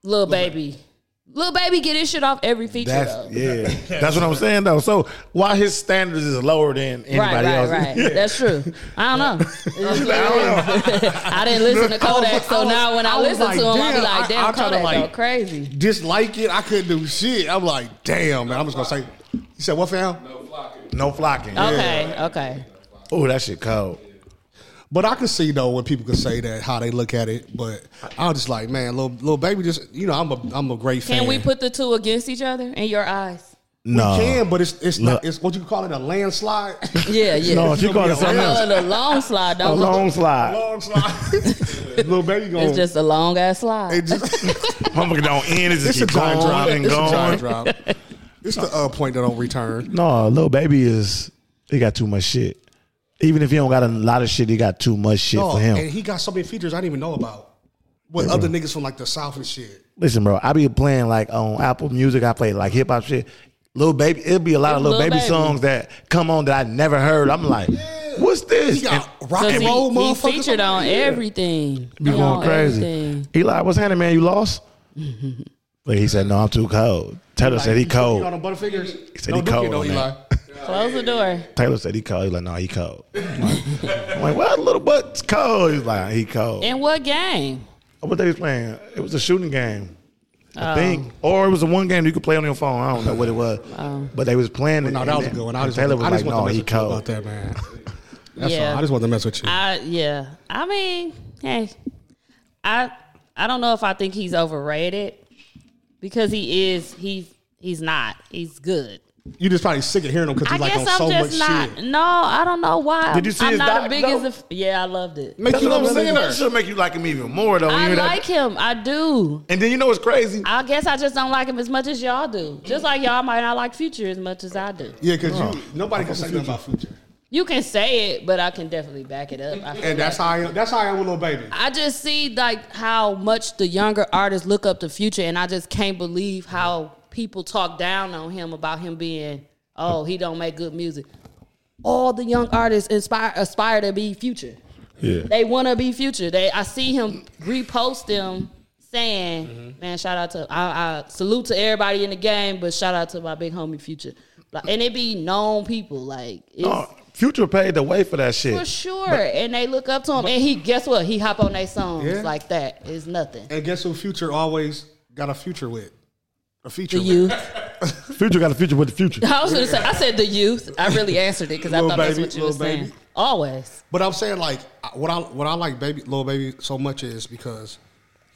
Lil Baby. Lil Baby get his shit off every feature though.
That's yeah. That's what I'm saying though. So why his standards is lower than anybody
Right, right,
else?
right. That's true. I don't know. I didn't listen to Kodak, so now when I,
I was
listen to
like,
him, I be
damn,
like,
I-
damn,
I kinda
Kodak go
like-
crazy.
dislike it. I couldn't do shit. I'm like, damn, man. I'm just gonna say. You said what, fam?
No flocking.
Okay, okay.
Oh, that shit cold.
But I could see though when people could say that how they look at it. But I was just like, man, little little baby, just you know, I'm a I'm a great fan.
Can we put the two against each other in your eyes?
No.
Can, but it's it's
Look.
not. It's what you call it a landslide.
Yeah, yeah.
No, she called it something else.
Uh, the long slide,
A
don't
long slide.
Long slide. little baby going.
It's just a long ass slide.
It just-
Motherfucker don't end. It just
it's a
keep
dry drop.
going and
It's a dry
going.
drop. It's the uh, point that don't return.
No, little baby is he got too much shit. Even if he don't got a lot of shit, he got too much shit
No,
for
and
him.
he got so many features I didn't even know about. With other niggas from like the south and shit.
Listen, bro, I be playing like on Apple Music. I play like hip hop shit. Little baby, it'll be a lot of
Lil
little baby,
Baby.
songs that come on that I never heard. I'm like, what's this?
He got
And
rock
Cause
and roll
he, he
motherfuckers.
featured on everything.
be
He
going
on
crazy.
everything.
Eli, what's happening, man? You lost? but he said, no, I'm too cold. Taylor said he
You still eat all
cold.
them Butterfingers. He
said he cold on that.
Close the door.
Taylor said he cold. He's like, no, he cold. I'm like, I'm like, what? Little butt's cold. He's like, he cold.
In what game?
What they was playing? It was a shooting game,
Oh.
I think, or it was a one game you could play on your phone. I don't know what it was, but they was playing. it,
No,
and
that was a
then-
good one. I
and
just,
Taylor was
want, I just
like,
want
"No,
to
he
mess with you about
cold."
that, man. That's
Yeah.
all. I just want to mess with you.
I yeah. I mean, hey, I I don't know if I think he's overrated because he is he's he's not he's good.
you just probably sick of hearing him because
I
he's like
guess
on
I'm
so
just
much
not.
shit.
No, I don't know why.
Did you see
I'm
his
not
doc,
the biggest.
though?
Of, yeah, I loved it.
Make
That's
you
what I'm
love
saying.
him.
That should make you like him even more though. when you
I
hear that.
like him. I do.
and then you know what's crazy?
I guess I just don't like him as much as y'all do. Just like y'all might not like Future as much as I do.
Yeah, because you nobody can say nothing about future.
You can say it, but I can definitely back it up. I feel
And that's
like-
how I am. That's how I am with little baby.
I just see like how much the younger artists look up to Future, and I just can't believe how people talk down on him about him being, oh, he don't make good music. All the young artists inspire aspire to be Future.
Yeah.
They want to be Future. They I see him repost them saying, man, shout out to I, I salute to everybody in the game, but shout out to my big homie Future. Like, and it be known people like it's,
No, Uh, Future paved the way for that shit.
for sure, and they look up to him, and he guess what? He hop on their songs
Yeah.
like that. It's nothing.
And guess who future always got a future with? A feature
The
with.
youth.
Future got a future with the future.
I was gonna say. I said the youth. I really answered it because I
Lil
thought that's
baby,
what you were
lil baby.
saying. Always.
But I'm saying like I- what I what I like baby little baby so much is because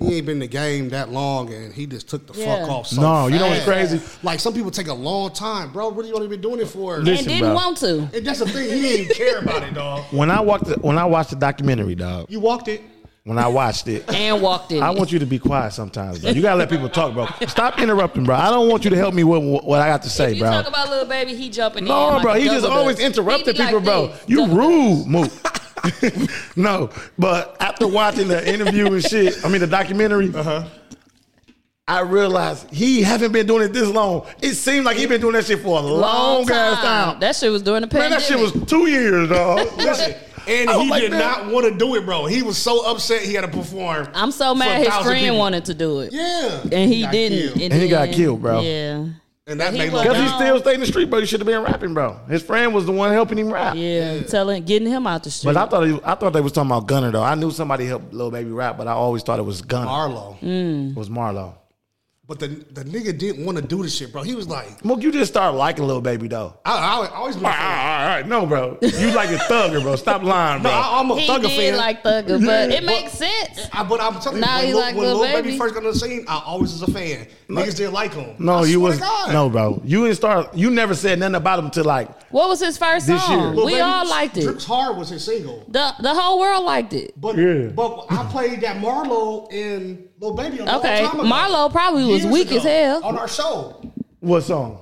he ain't been in the game that long, and he just took the
Yeah.
fuck off. So
No, you know what's
fast.
crazy?
Like some people take a long time, bro. What are you only been doing it for?
Listen,
and didn't
bro.
want to.
And that's the thing. He didn't even care about it, dog.
When I walked, the, when I watched the documentary, dog.
You walked it.
When I watched it,
And walked in.
I want you to be quiet sometimes, bro. You gotta let people talk, bro. Stop interrupting, bro. I don't want you to help me with what- what I got to say,
you
bro.
talk about little baby, he jumping in.
No,
like
bro.
a
He just
double
always
dutch. He
interrupted
be like
people, bro.
this,
You
double
rude, move. no, but after watching the interview and shit, I mean the documentary, I realized he haven't been doing it this long. It seemed like he been doing that shit for a long,
dutch.
ass time.
That shit was during the
Man,
pandemic.
that shit was two years, dog. Listen,
And
I was
he
like,
did
man.
not want to do it, bro. He was so upset he had to perform.
I'm so mad
for a
his
thousand
friend
people.
wanted to do it.
Yeah,
And he
got
didn't.
killed.
And he got
then-
killed, bro.
Yeah.
And that
He
made
was-
no
Because he
No.
still stayed in the street, bro. He should have been rapping, bro. His friend was the one helping him rap.
Yeah. Telling getting him out the street.
But I thought he, I thought they was talking about Gunner though. I knew somebody helped Lil Baby rap, but I always thought it was Gunner.
Marlo.
Mm.
It was Marlo.
But the the nigga didn't want to do this shit, bro. He was like,
Mook, you just start liking Lil Baby though.
I, I always been. a
All
fan.
right, all right, no, bro. You like a thugger, bro. Stop lying,
No,
bro.
I, I'm a
he
thugger
did
fan.
like Thugger, but
Yeah,
it makes sense.
I, but I'm telling you,
Now
when,
he
Lil,
like
when
Lil
Lil Baby.
Baby.
first got on the scene, I always was a fan. Niggas didn't like him.
no,
I
you
swear
was
to God.
no, bro. You didn't start. You never said nothing about him till like
What was his first
This year.
song?
Lil
we
Baby,
all liked it.
Drips Hard was his single,
The the whole world liked it.
but
Yeah.
but I played that Marlo and Lil Baby. A long
Okay.
time ago.
Marlo probably was
Years
weak
ago
as hell.
on our show.
what song?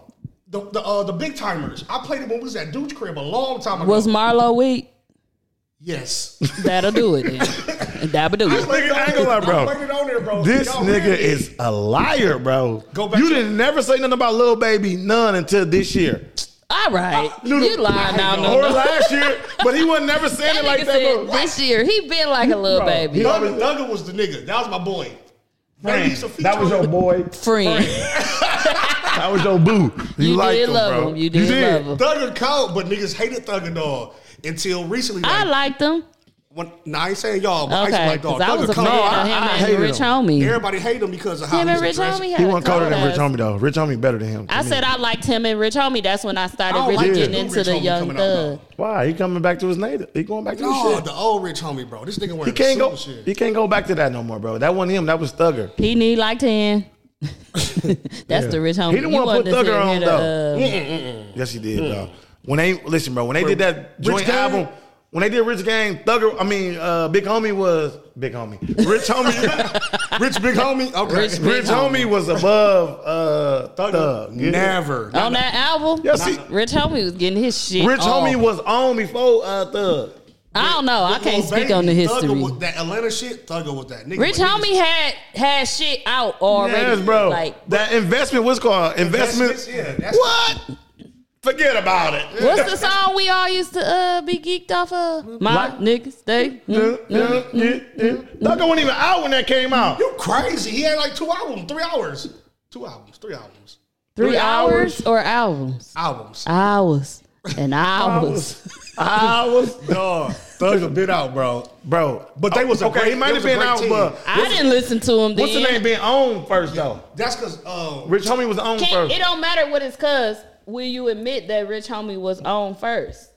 The the, uh, the big timers. I played it when we was at Dude's crib a long time ago.
Was Marlo weak?
yes.
That'll do it then. That'll do it.
Nigga, I ain't gonna lie, bro.
I played it on there, bro.
This
Y'all heard
nigga
it.
is a liar, bro.
Go back
you
to-
didn't never say nothing about Lil Baby, none until this year.
All right.
No, no,
you lying now, no,
or
no.
last year, but he wasn't never saying
That
it like
nigga
that,
said
bro.
this year he been like a little
Bro,
baby
he-
Thugger, Thugger was the nigga. That was my boy. Baby used to feature
That was
on
your
it.
boy.
friend.
That was your boo. You,
You
liked
did
him,
love
bro.
him. You did love him.
Thugger count, but niggas hated Thugger dog until recently. Like,
I liked him.
when, nah, I ain't saying y'all, but I
Okay,
used to like
because
dog.
I was
Thugger
a fan
count.
of him
I- I
and
hated
Rich
him.
Homie.
Everybody hated him because of how
Him
he
and
was
Rich
dressed.
Homie had
He
a
wasn't colder than
cold
Rich
ass.
Homie though. Rich Homie better than him. Oh,
I
to me.
said I liked him and Rich Homie. That's when I started
I don't
really
like
the
getting
new
into
Rich
the
Homie
young
coming out,
thug.
Why? He coming back to his native. He going back to
No,
his shit.
the old Rich Homie, bro. This nigga wearing
He can't go.
suit and
He
shit.
can't go back to that no more, bro. That wasn't him. That was Thugger.
He need like ten. That's the Rich Homie.
He didn't
You
want
wasn't
to put Thugger
necessarily
on
here to, um,
though. Yes, he did. Though. When they listen, bro. When they did that
Mm. Rich
joint
Gang?
album, when they did Rich Gang, Thugger. I mean, uh, Big Homie was Big Homie. Rich Homie. Rich Big Homie. Okay. Rich, homie. was above uh, Thugger. Yeah.
Never.
uh, on that album.
Yeah, see-
Rich Homie was getting his shit.
Rich
off.
homie was on before uh, Thug.
I don't know. I can't speak on the history.
Thugger was that Atlanta shit, Thugger was that nigga.
Rich
When niggas-
homie had had shit out already.
Yes, bro.
Like
that investment was called investment.
Investments, yeah, that's-
what? Forget about it.
What's the song we all used to uh, be geeked off of? My
Like-
niggas, they. mm, mm.
Thugger wasn't even out when that came out.
You crazy. He had like two albums, three hours. Two albums, three albums.
Three
Three
hours
hours?
or albums?
Albums.
Hours and hours.
I was,
Dog, Thug's a bit out, bro.
bro.
But they was a
okay.
great-
he might
they
have
was a
been
great
out,
team.
but
I didn't listen to him.
what's the
then.
name being on first though?
That's because uh,
Rich homie was on
Can't,
first.
it don't matter what it's cuz. Will you admit that Rich Homie was on first?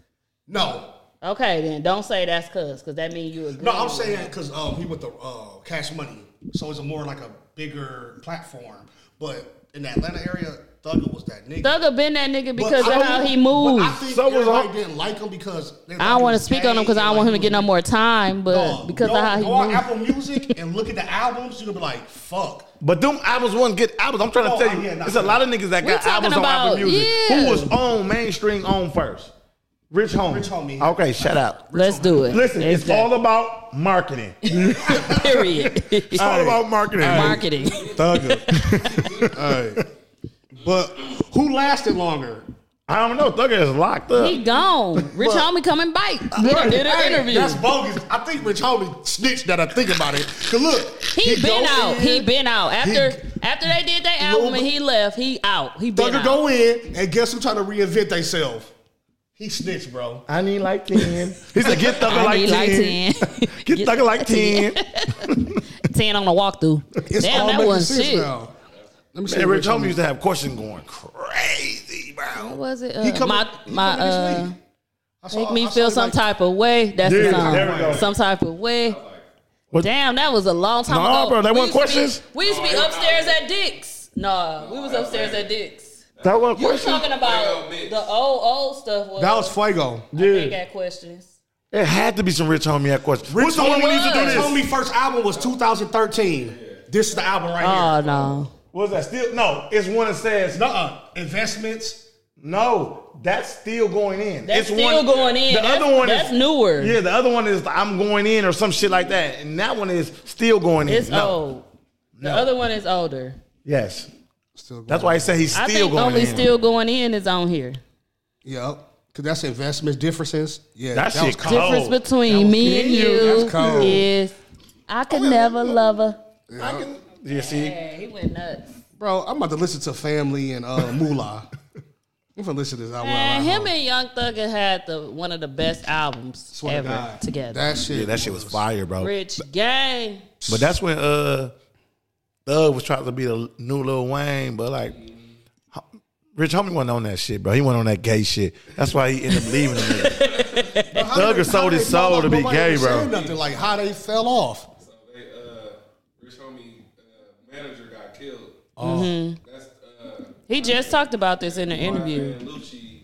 no,
Okay, then don't say that's cuz, because that means you agree.
no, I'm saying because um, he went to uh, Cash Money, so it's a more like a bigger platform. But in the Atlanta area, Thugger was that nigga.
Thugger been that nigga
But
because
I
of
don't-
how he
But
moved.
I think
So was
everybody
all-
didn't like him because they
I
thought
don't
he
want to
was
speak on him
gay
because I don't
and,
want him
like,
to get no more time, but
Dog,
because
dog,
of how he
go on
moved.
Apple Music and look at the albums, you're gonna be like, fuck.
But them albums wasn't good albums. I'm trying
Oh,
to tell you,
yeah, nah,
it's a
nah.
lot of niggas that
We
got
talking
albums on
about-
Apple Music.
yeah.
Who was on mainstream on first? Rich homie.
Rich Homie.
Okay, shut up.
Let's do it.
Listen, it's all
Exactly.
about marketing. It's
period.
all about marketing.
Marketing.
Thugger.
But who lasted longer?
I don't know. Thugger is locked up.
He gone. Rich homie come and bite. He done did an
Hey,
interview.
That's bogus. I think Rich Homie snitched that I think about it. Cause look,
He, been
go
out.
in,
He been out. After
He-
after they did their album and he left, he out. He been
Thugger
out.
go in, and guess who trying to reinvent themselves? He snitched, bro.
I need like 10. He said, get Thugger
I
like,
need
10.
like 10.
Get, Thugger like 10.
10 on the walkthrough.
It's
Damn,
all
that
making
wasn't
sense
shit.
now. Let me see.
And Rich Homie used to have question going crazy, bro.
Was it?
He
Uh,
coming-
my
he
my
coming this
uh,
week. I saw-
make
Oh, I
me
saw
feel
he
some
like-
type of way. That's the
Yeah,
song.
there we go.
Some type of way.
What-
Damn, that was a long time
Nah,
ago.
bro, that
We
wasn't
used to be-
questions?
we used to be upstairs at Dick's. Nah, we was upstairs at Dick's.
That one
You were
question.
talking about the old old stuff. Was,
That was Fuego.
They
Yeah.
got questions.
It had to be some Rich Homie had questions. What's the one we need to do
was.
this?
Homie first album was 2013. This is the album right
Oh no,
Was that still no? It's one that says
Nuh-uh. Investments.
no. That's still going in.
that's
it's
still
one,
going in.
The
That's-
other one
that's
is
newer.
Yeah, the other one is I'm going in or some shit like that, and that one is still going in.
it's
No.
old. The other one is older.
Yes,
Still
that's why he said he's
I
still
think
going
only
in.
still going in is on here.
Yep. Cause that's investments differences. Yeah,
That shit
cold.
cold.
Difference
Oh,
between me and
you.
you
That's cold.
is I could never love her.
yeah, see,
Hey, he went nuts.
Bro, I'm about to listen to Family and uh, Moolah. I'm gonna listen to this album.
Man,
right
him
now.
and Young Thugger had the one of the best albums
Swear to
ever
God.
together.
That shit.
yeah, that shit was fire, bro.
Rich Gang.
But that's when uh, Thug was trying to be the new Lil Wayne, but like. ho- Rich homie wasn't on that shit, bro. He wasn't on that gay shit. That's why he ended up leaving the nigga.
How they-
Thugger sold
how
his
they fell
soul
off,
to be
nobody
gay,
even
bro.
said Nothing like how they fell off.
So they, uh, Rich Homie uh, manager got killed.
Oh. Mm-hmm.
That's uh,
He just talked about this in the interview.
Ben Lucci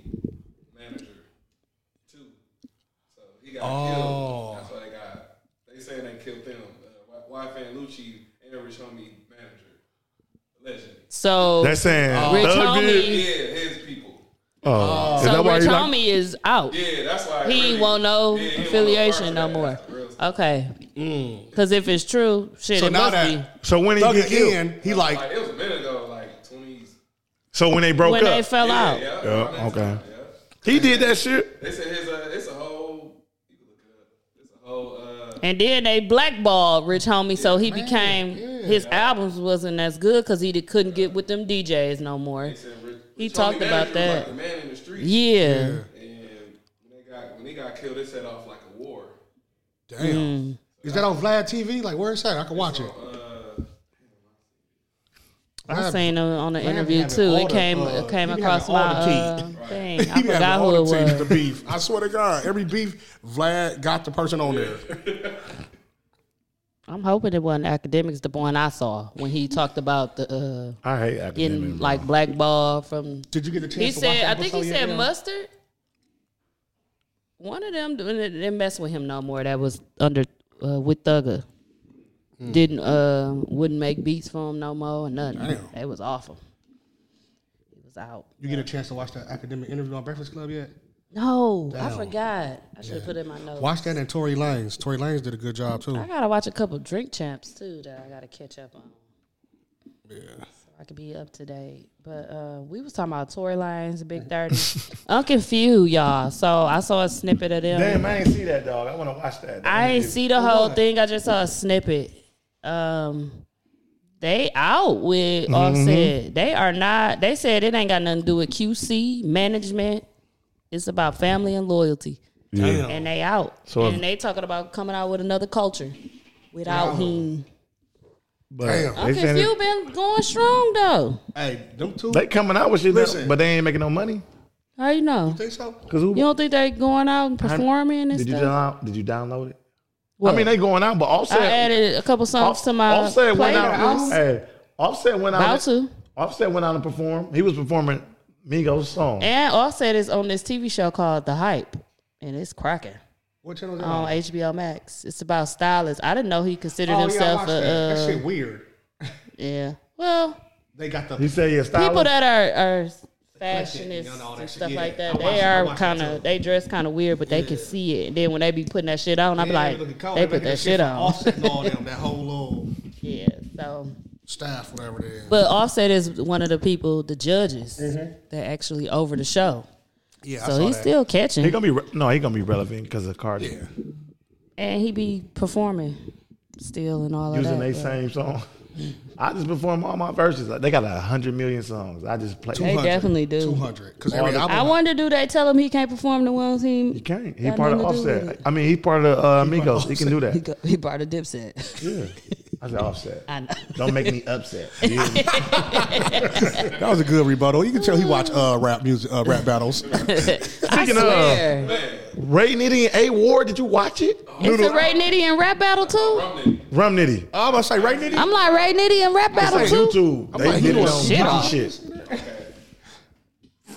manager too. So he got
Oh.
killed. That's why they got. They saying they killed them. Uh, Wife and Lucci and Rich Homie manager, legend.
So
That's saying
Oh. Rich
Thug
Homie,
did.
Yeah, his people.
Oh, is
so
that why
Rich
he like-
Homie is out.
Yeah, that's why
He
really-
won't know
Yeah, he won't
affiliation no
know
more.
parts of that. That's the real stuff.
Okay. Because if it's true, shit,
So
it
now
must
that
So when he
Thugger
get killed?
in, he like
Like it was a minute ago, like twenties.
So when they
be
broke
when
up,
they fell out.
Yeah,
Yeah,
around that
okay.
time, yeah.
he did that shit.
They said his. Uh, it's a whole. You can look it up. It's a whole. Uh,
And then they blackballed Rich Homie, so he became his albums wasn't as good because he did, couldn't get with them DJs no more.
they said Rich-
He
Rich Homie
talked about
Manager was
that.
Like the man in the street.
Yeah,
And when they got when they got killed, it set off like a war.
Damn.
Mm.
Is that on Vlad TV? Like, where is that? I can watch it.
I seen him on the
Miami
interview
having
too.
all
It
the,
came
uh,
it came
he be
across my
having all the
uh,
tea.
thing.
He
I
be having
forgot
all
who it
the teams
was.
to beef. I swear to God, every beef, Vlad got the person on there.
I'm hoping it wasn't academics. The one I saw when he talked about the uh,
I hate
getting
academic.
like blackball from.
Did you get a chance
He
to watch
said, I
that
think he
episode yet,
said
Dan?
mustard. One of them didn't didn't mess with him no more. That was under uh, with Thugger.
Hmm.
Didn't uh wouldn't make beats for him no more or nothing.
Damn.
It was awful. He was out.
You get a chance to watch that academic interview on Breakfast Club yet?
No, I
Damn.
forgot. I should have put it in my notes.
Watch that and Tory Lanez. Tory Lanez did a good job too.
I gotta watch a couple drink champs too that I gotta catch up on.
Yeah.
so I could be up to date. But uh, we was talking about Tory Lines, Big Dirty. I'm confused, y'all. So I saw a snippet of them.
Damn, I ain't see that dog. I want to watch that.
I ain't see the whole thing. I just saw a snippet. Um, they out with
Mm-hmm.
Offset. They are not. They said it ain't got nothing to do with QC management. It's about family and loyalty.
Damn.
And they out.
Oh. So if-
and they talking about coming out with another culture without him.
But
Damn.
They,
I'm
saying
confused.
it-
Been going strong though.
Hey, them two.
they coming out with shit,
Listen.
but they ain't making no money.
How you know?
think so?
Cause who,
You don't think they going out and performing and
did you
stuff?
download? Did you download it?
What?
I mean, they going out, but Offset.
I added a couple songs
Off-
to my
Offset went out.
playlist.
Hey, Offset went out.
About to.
Offset went out and performed. He was performing Migos' song.
And Offset is on this TV show called The Hype, and it's cracking
What channel is that?
on HBO Max. It's about stylists. I didn't know he considered
oh, yeah, I
himself
watched
a
that. that
uh,
shit weird.
yeah. Well,
They got the
he said, "Yeah, style."
people that are are
Click it, you know,
fashionists
all
and
that shit.
stuff
Yeah,
like
I
that.
watched
They
it, I
are
watched it
kind
too.
of they dress kind of weird, but they can see it. And then when they be putting that shit on, I'm
Yeah,
like,
look at Cole.
they
Look
put
at
that
the
shit
from
on.
Offset and all them, that whole little
Yeah. So
staff, whatever it is.
But Offset is one of the people, the judges
Mm-hmm.
that actually over the show.
yeah, I
So
saw
he's
that.
still
he
catching,
gonna be re- no, he gonna be relevant because of Cardi
Yeah.
and he be performing still and all
using
of that.
they
but-
same song. I just perform all my verses. Like, they got a hundred million songs. I just play.
They
200,
definitely do.
200. Because
All
every
the-
album.
I wonder, do they tell him he can't perform the ones
He
he
can't. He
Got
part of
nothing to do with
Offset. I mean, he part of uh, Amigos. He can do that.
he, go, he brought a dipset?
Yeah. I said Offset.
I know.
Don't make me upset.
That was a good rebuttal. You can tell he watched uh, rap music, uh, rap battles.
I
Speaking of-
swear,
Ray Nitty and A Ward. Did you watch it?
It's a Ray Nitty and rap battle too.
Rum Nitty.
Oh, I'm about to say right nitty.
I'm like Ray Nitty and rap battle
It's
too.
on YouTube.
I'm
They
like,
did it
he was
on
shit
YouTube
off.
shit.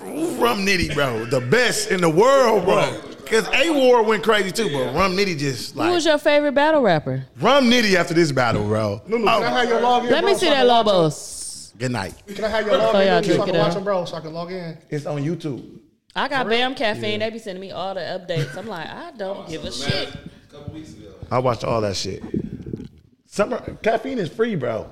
Rum Nitty, bro, the best in the world, bro. Cause A Ward went crazy too, but Rum Nitty just
Who
like
was your favorite battle rapper?
Rum Nitty after this battle, bro. Oh,
Can I have your login?
Let me
bro,
see
so I
that
can watch
Lobos.
Good night.
them? Can I have your login?
Oh, yeah,
so I
check
can
it
watch
out.
them, bro, so I can log in.
It's on YouTube.
I got Bam Caffeine. They be sending me all the updates. I'm like, I don't give a shit.
A couple weeks ago.
I watched all that shit. Summer caffeine is free, bro.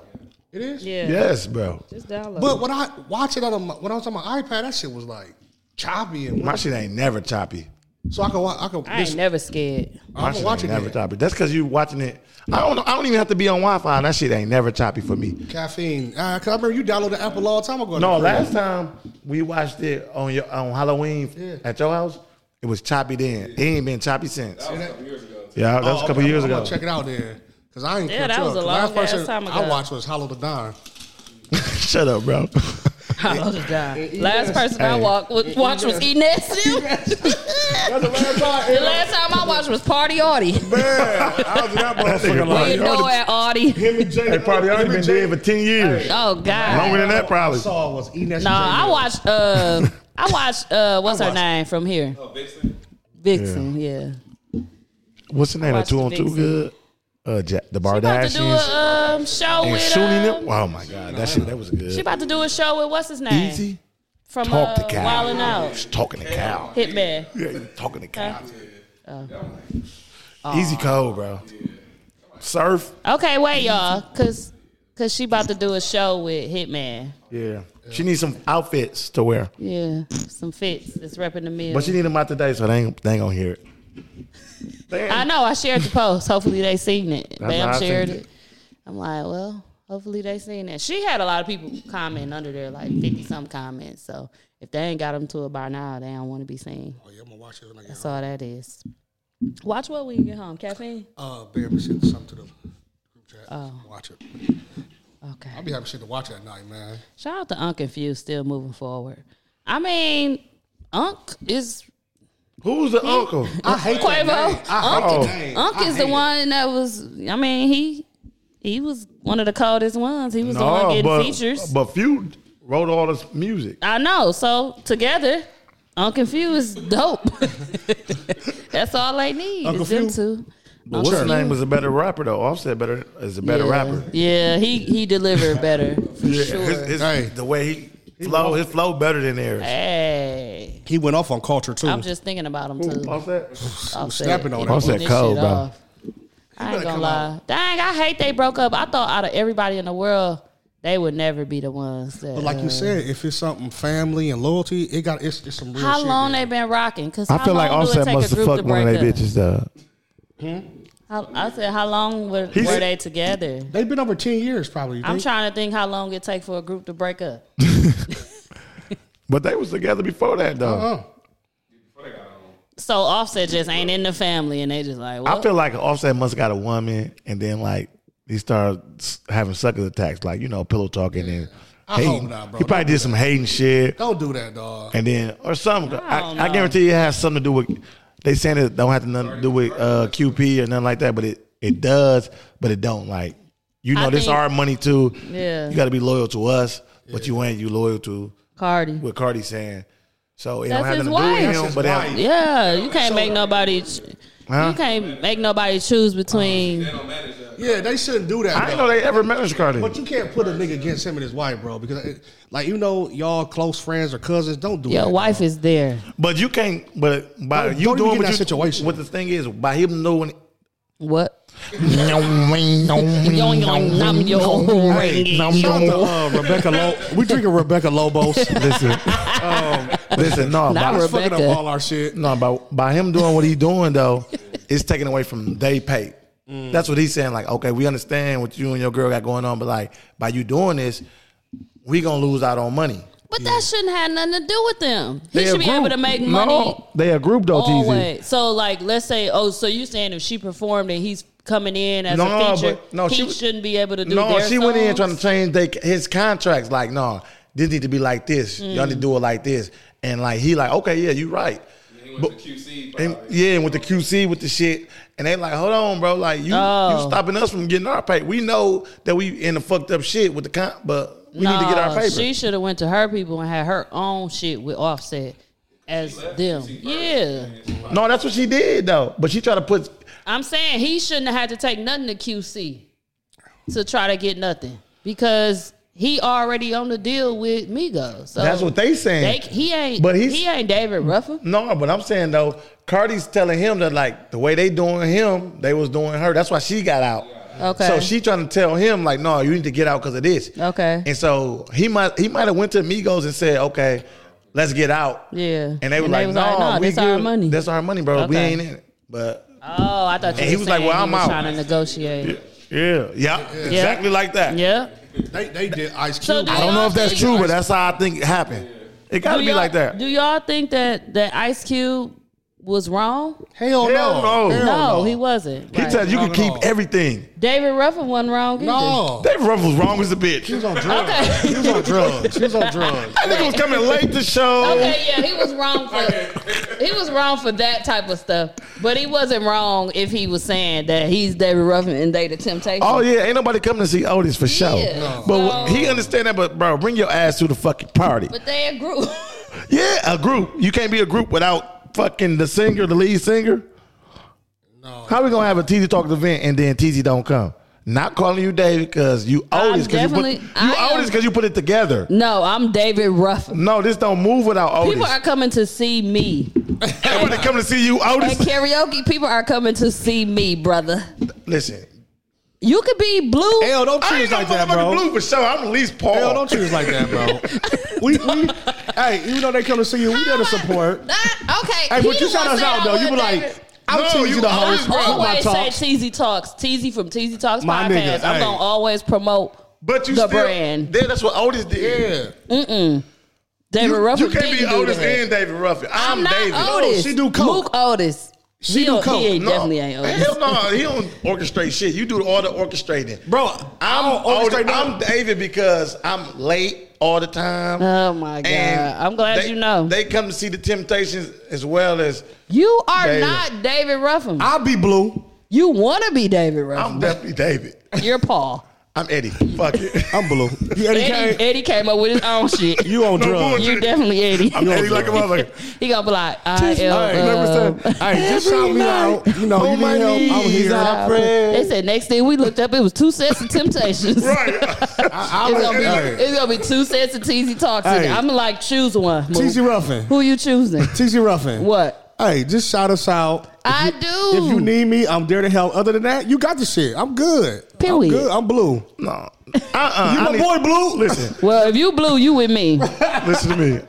It is.
Yeah.
Yes, bro.
Just download.
But when I watch it on my, when I was on my iPad, that shit was like choppy and
My shit ain't never choppy.
so I can watch. I can.
I ain't
this-
never scared.
My
I'm
shit ain't
watching
never
it.
choppy. That's because you watching it. I don't. I don't even have to be on Wi Fi. That shit ain't never choppy for me.
Caffeine. Uh, Cause I remember you downloaded the app a long time ago.
No, last time we watched it on your on Halloween
Yeah.
at your house, it was choppy then. It ain't been choppy since.
That was a couple years ago. too.
Yeah, that
Oh,
was a couple years
Oh, I'm
ago.
Gonna check it out then. Cause I ain't.
Yeah,
kept
that was
up.
a
'Cause
long
last
ass
person
time ago.
I watched was Hollow the Don.
Shut up, bro.
Hollow to die. Last person I walked was, watched was Eating The
the last time.
last time I watched was Party Audie.
I was that motherfucker
We know at Audie.
Him and Jay.
They probably already
him
been
and Jay-
dead for ten years.
Oh
Longer
God.
than that, probably.
Saw was Enes.
No, I watched. Uh, I watched. Uh, what's
I
her
watched-
name from here?
Oh, Vixen.
Vixen. Yeah.
What's the name?
I
The
watched
two on two
Vixen.
good. Uh, Ja-
She about
the
to do a
Bardashians
um, show
and
with.
shooting them.
Um,
Oh my god, that shit that was
she
good.
about to do a show with what's his name
Easy.
from
Talk
uh,
to Cal.
Wildin' Out.
Just talking to Cal.
Hitman.
Yeah, you talking to Cal. Easy cold, bro.
Oh.
Surf.
Okay, wait, y'all, cause cause she about to do a show with Hitman.
Yeah. She needs some outfits to wear.
Yeah, some fits that's repping the mill.
But she need them out today, so they ain't, they ain't gonna hear it.
I know. I shared the post. Hopefully they seen it.
That's how I
Bam
seen
shared
it.
it. I'm like, well, hopefully they seen that. She had a lot of people comment under there, like fifty some comments. So if they ain't got them to it by now, they don't want to be seen.
Oh yeah, I'm gonna watch it when I get
That's all that is. Watch what when you get home. Caffeine.
Uh, Bam, we sent something to the group chat.
Oh.
Watch it.
Okay.
I'll be having shit to watch at night, man.
Shout out to Unc and Fuse still moving forward. I mean, Unc is
Who's the uncle?
I hate that name.
Quavo.
I hate
Oh.
that name.
Unc
I
is the
hate it.
one that was. I mean, he he was one of the coldest ones. He was the one
No,
getting
but,
features.
but few wrote all this music.
I know. So together, Uncle Few is dope. That's all they need.
Uncle
is them
Few?
two.
But what's her
Uncle
name was a better rapper though. Offset better is a better
yeah.
rapper.
Yeah, he he delivered better for
Yeah,
sure.
his- his-
Hey.
the way he flow, his flow better than theirs.
hey,
He went off on culture too.
I'm just thinking about him too.
Offset,
I'm
snapping on it.
Offset cold, bro.
I ain't
better
gonna
come
lie. Dang, I hate they broke up. I thought out of everybody in the world, they would never be the ones that.
but like you
uh,
said, if it's something family and loyalty, it got it's, it's some real
how
shit.
long
there.
they been rocking? Because
I feel like Offset must have fucked one of they
up?
bitches though.
How, I said, how long were,
He's-
were they together?
They've been over ten years probably.
I'm
They-
trying to think how long it take for a group to break up.
But they was together before that though.
Uh-uh.
Before they got on.
So Offset just ain't in the family, and they just like, well,
I feel like Offset must have got a woman, and then like he started s- having sucker attacks, like you know, pillow talking and
I
hating.
hope not, bro.
He probably
Don't do
did some hating shit,
Don't do that, dog.
and then or something.
I
I,
don't
I,
know.
guarantee you it has something to do with. They saying it don't have to nothing to do with uh, QP or nothing like that, but it it does, but it don't. Like you know,
I
this
think-
our money too.
Yeah.
you got to be loyal to us, but you ain't. You loyal to
Cardi.
what Cardi saying. So it
That's his
don't have nothing to
wife.
do
That's
with
his
him, but it-
wife.
Yeah, you can't make nobody. ch-
Huh?
You can't make nobody choose between.
They don't manage that.
Yeah, they shouldn't do that.
I didn't
dog.
know they ever managed Cardi.
But you can't put a nigga against him and his wife, bro, because it, like you know y'all close friends or cousins, don't do
Your
that.
wife is there.
But you can't. But by
Don't-
you
don't
doing
even get
what
in that
you,
situation.
What the thing is, by him knowing.
What?
Shout out to uh, Rebecca Lobo. We drinking Rebecca Lobos.
listen, Um, listen, no,
Not
by,
Rebecca.
fucking up all our shit.
no, by, by him doing what he doing though, it's taken away from they pay. That's what he's saying. Like, okay, we understand what you and your girl got going on, but like by you doing this, we gonna lose out on money.
But that shouldn't have nothing to do with them. He
They a
should be able
group.
to make money.
No, Oh, they a group though, TZ.
Always. So like, let's say, oh, so you saying if she performed and he's coming in as
No,
a feature,
but- no,
he
she-
shouldn't be able to do.
No,
their
she went in
songs?
trying to change they, his contracts. Like,
Mm.
no, this need to be like this. Y'all need to do it like this. And like he like, okay, yeah, you right.
went
But-
to QC.
And
probably.
yeah, and with the QC with the shit, and they like, hold on, bro, like you,
Oh.
you stopping us from getting our pay. We know that we in the fucked up shit with the comp, but we need to get our
No,
paper.
Uh, She should have went to her people and had her own shit with Offset as them. Yeah,
no, that's what she did though. But she tried to put.
I'm saying he shouldn't have had to take nothing to QC to try to get nothing because he already on the deal with Migos. So
that's what they saying.
Oh. They, he ain't.
But
But
he's-
he ain't David Ruffin.
no, but I'm saying though, Cardi's telling him that like the way they doing him, they was doing her. That's why she got out.
Okay.
So she trying to tell him like, no, you need to get out because of this.
Okay.
And so he might he might have went to Migos and said, okay, let's get out.
yeah.
And they were like,
was
"No,
"Nah,
we
this our
good.
money."
That's our money, bro. We
Okay.
ain't in it." But
oh, I thought you
And he
was
was like,
saying
"Well,
he
I'm
was
out."
trying to negotiate.
yeah, yeah, exactly like that.
Yeah.
They, they did Ice Cube.
So do
I don't
y'all
know if that's
think-
true, but that's how I think it happened. It got to
Do
be
y'all-
like that.
Do y'all think that that Ice Cube was wrong?
Hell,
Hell no.
no. Hell
No, he wasn't.
He
Right.
said you can
Not at
keep
all.
everything.
David Ruffin wasn't wrong. Either.
No.
Dave Ruff was wrong as a bitch.
She was
That
on drugs.
Okay.
She was on drugs. She was on drugs.
nigga was coming late to show.
Okay, yeah, he was wrong for he was wrong for that type of stuff, but he wasn't wrong if he was saying that he's David Ruffin and they the Temptations.
Oh yeah, ain't nobody coming to see Otis for sure.
Yeah. No.
But
So-
he understand that. But bro, bring your ass to the fucking party.
but they a group.
yeah, a group. You can't be a group without fucking the singer, the lead singer.
No.
How we gonna have a TZ talk event and then TZ don't come? Not calling you David because you
I'm
Otis because you put
definitely-
you
I am-
Otis because you put it together.
no, I'm David Ruffin.
No, this don't move without Otis.
People are coming to see me
Everybody coming to see you,
at
Otis.
karaoke. People are coming to see me, brother.
Listen,
You could be blue.
Hell, don't
I ain't
choose
no
like that,
motherfucking
bro.
blue for sure. I'm at least Paul.
Hell, don't choose like that, bro. We, we, hey, even though they come to see you, we there to support.
Not- okay.
Hey,
he
but you
the
shout
one
us
said
out
I
though. You be
wasn't
like,
David-
I'm
No,
choosing
you
the host.
always-
Fuck my
always say
talks.
TZ Talks. TZ from TZ Talks
My
podcast.
nigga,
I'm
hey.
gonna always promote
But you
The
still
brand.
Yeah, that's what Otis did.
Yeah.
David
You,
Ruffin.
you can't be
didn't do
Otis
that.
and David Ruffin.
I'm,
I'm,
not
David.
Otis.
she do coke.
Mook Otis. She
do
don't-
coke.
He ain't
No.
definitely ain't Otis.
Hell no, he don't orchestrate shit. You do all the orchestrating,
Bro,
I'm
I don't orchestrate
Otis,
nothing.
I'm David because I'm late all the time.
Oh my god! I'm glad
they,
you know.
They come to see the Temptations as well as
you are
David.
not David Ruffin.
I'll be blue.
you want to be David Ruffin.
I'm definitely David.
You're Paul.
I'm Eddie. Fuck it.
I'm blue. You Eddie
Eddie,
K.
Eddie came up with his own shit.
You on
No
drugs.
bullshit.
You definitely Eddie.
I'm Eddie like a motherfucker.
he gonna be like, I
Hey,
am.
remember,
uh,
son, hey, just shout me out. You know, you
On my
need help. I'm
knees,
here.
I
I,
pray.
They said next thing we looked up, it was two sets of Temptations.
Right.
I,
It's gonna, be,
hey,
it's gonna be two sets of TZ Talks.
Hey.
I'm like, choose one. Mook.
TZ Ruffin.
Who you choosing?
TZ Ruffin.
what?
Hey, just shout us out.
I do.
If you need me, I'm there to help. Other than that, you got the shit. I'm good. I'm
Period.
good. I'm blue.
no. Uh uh
You my boy, blue. Uh-uh. Listen,
Well, if you blue, you with me.
Listen to me.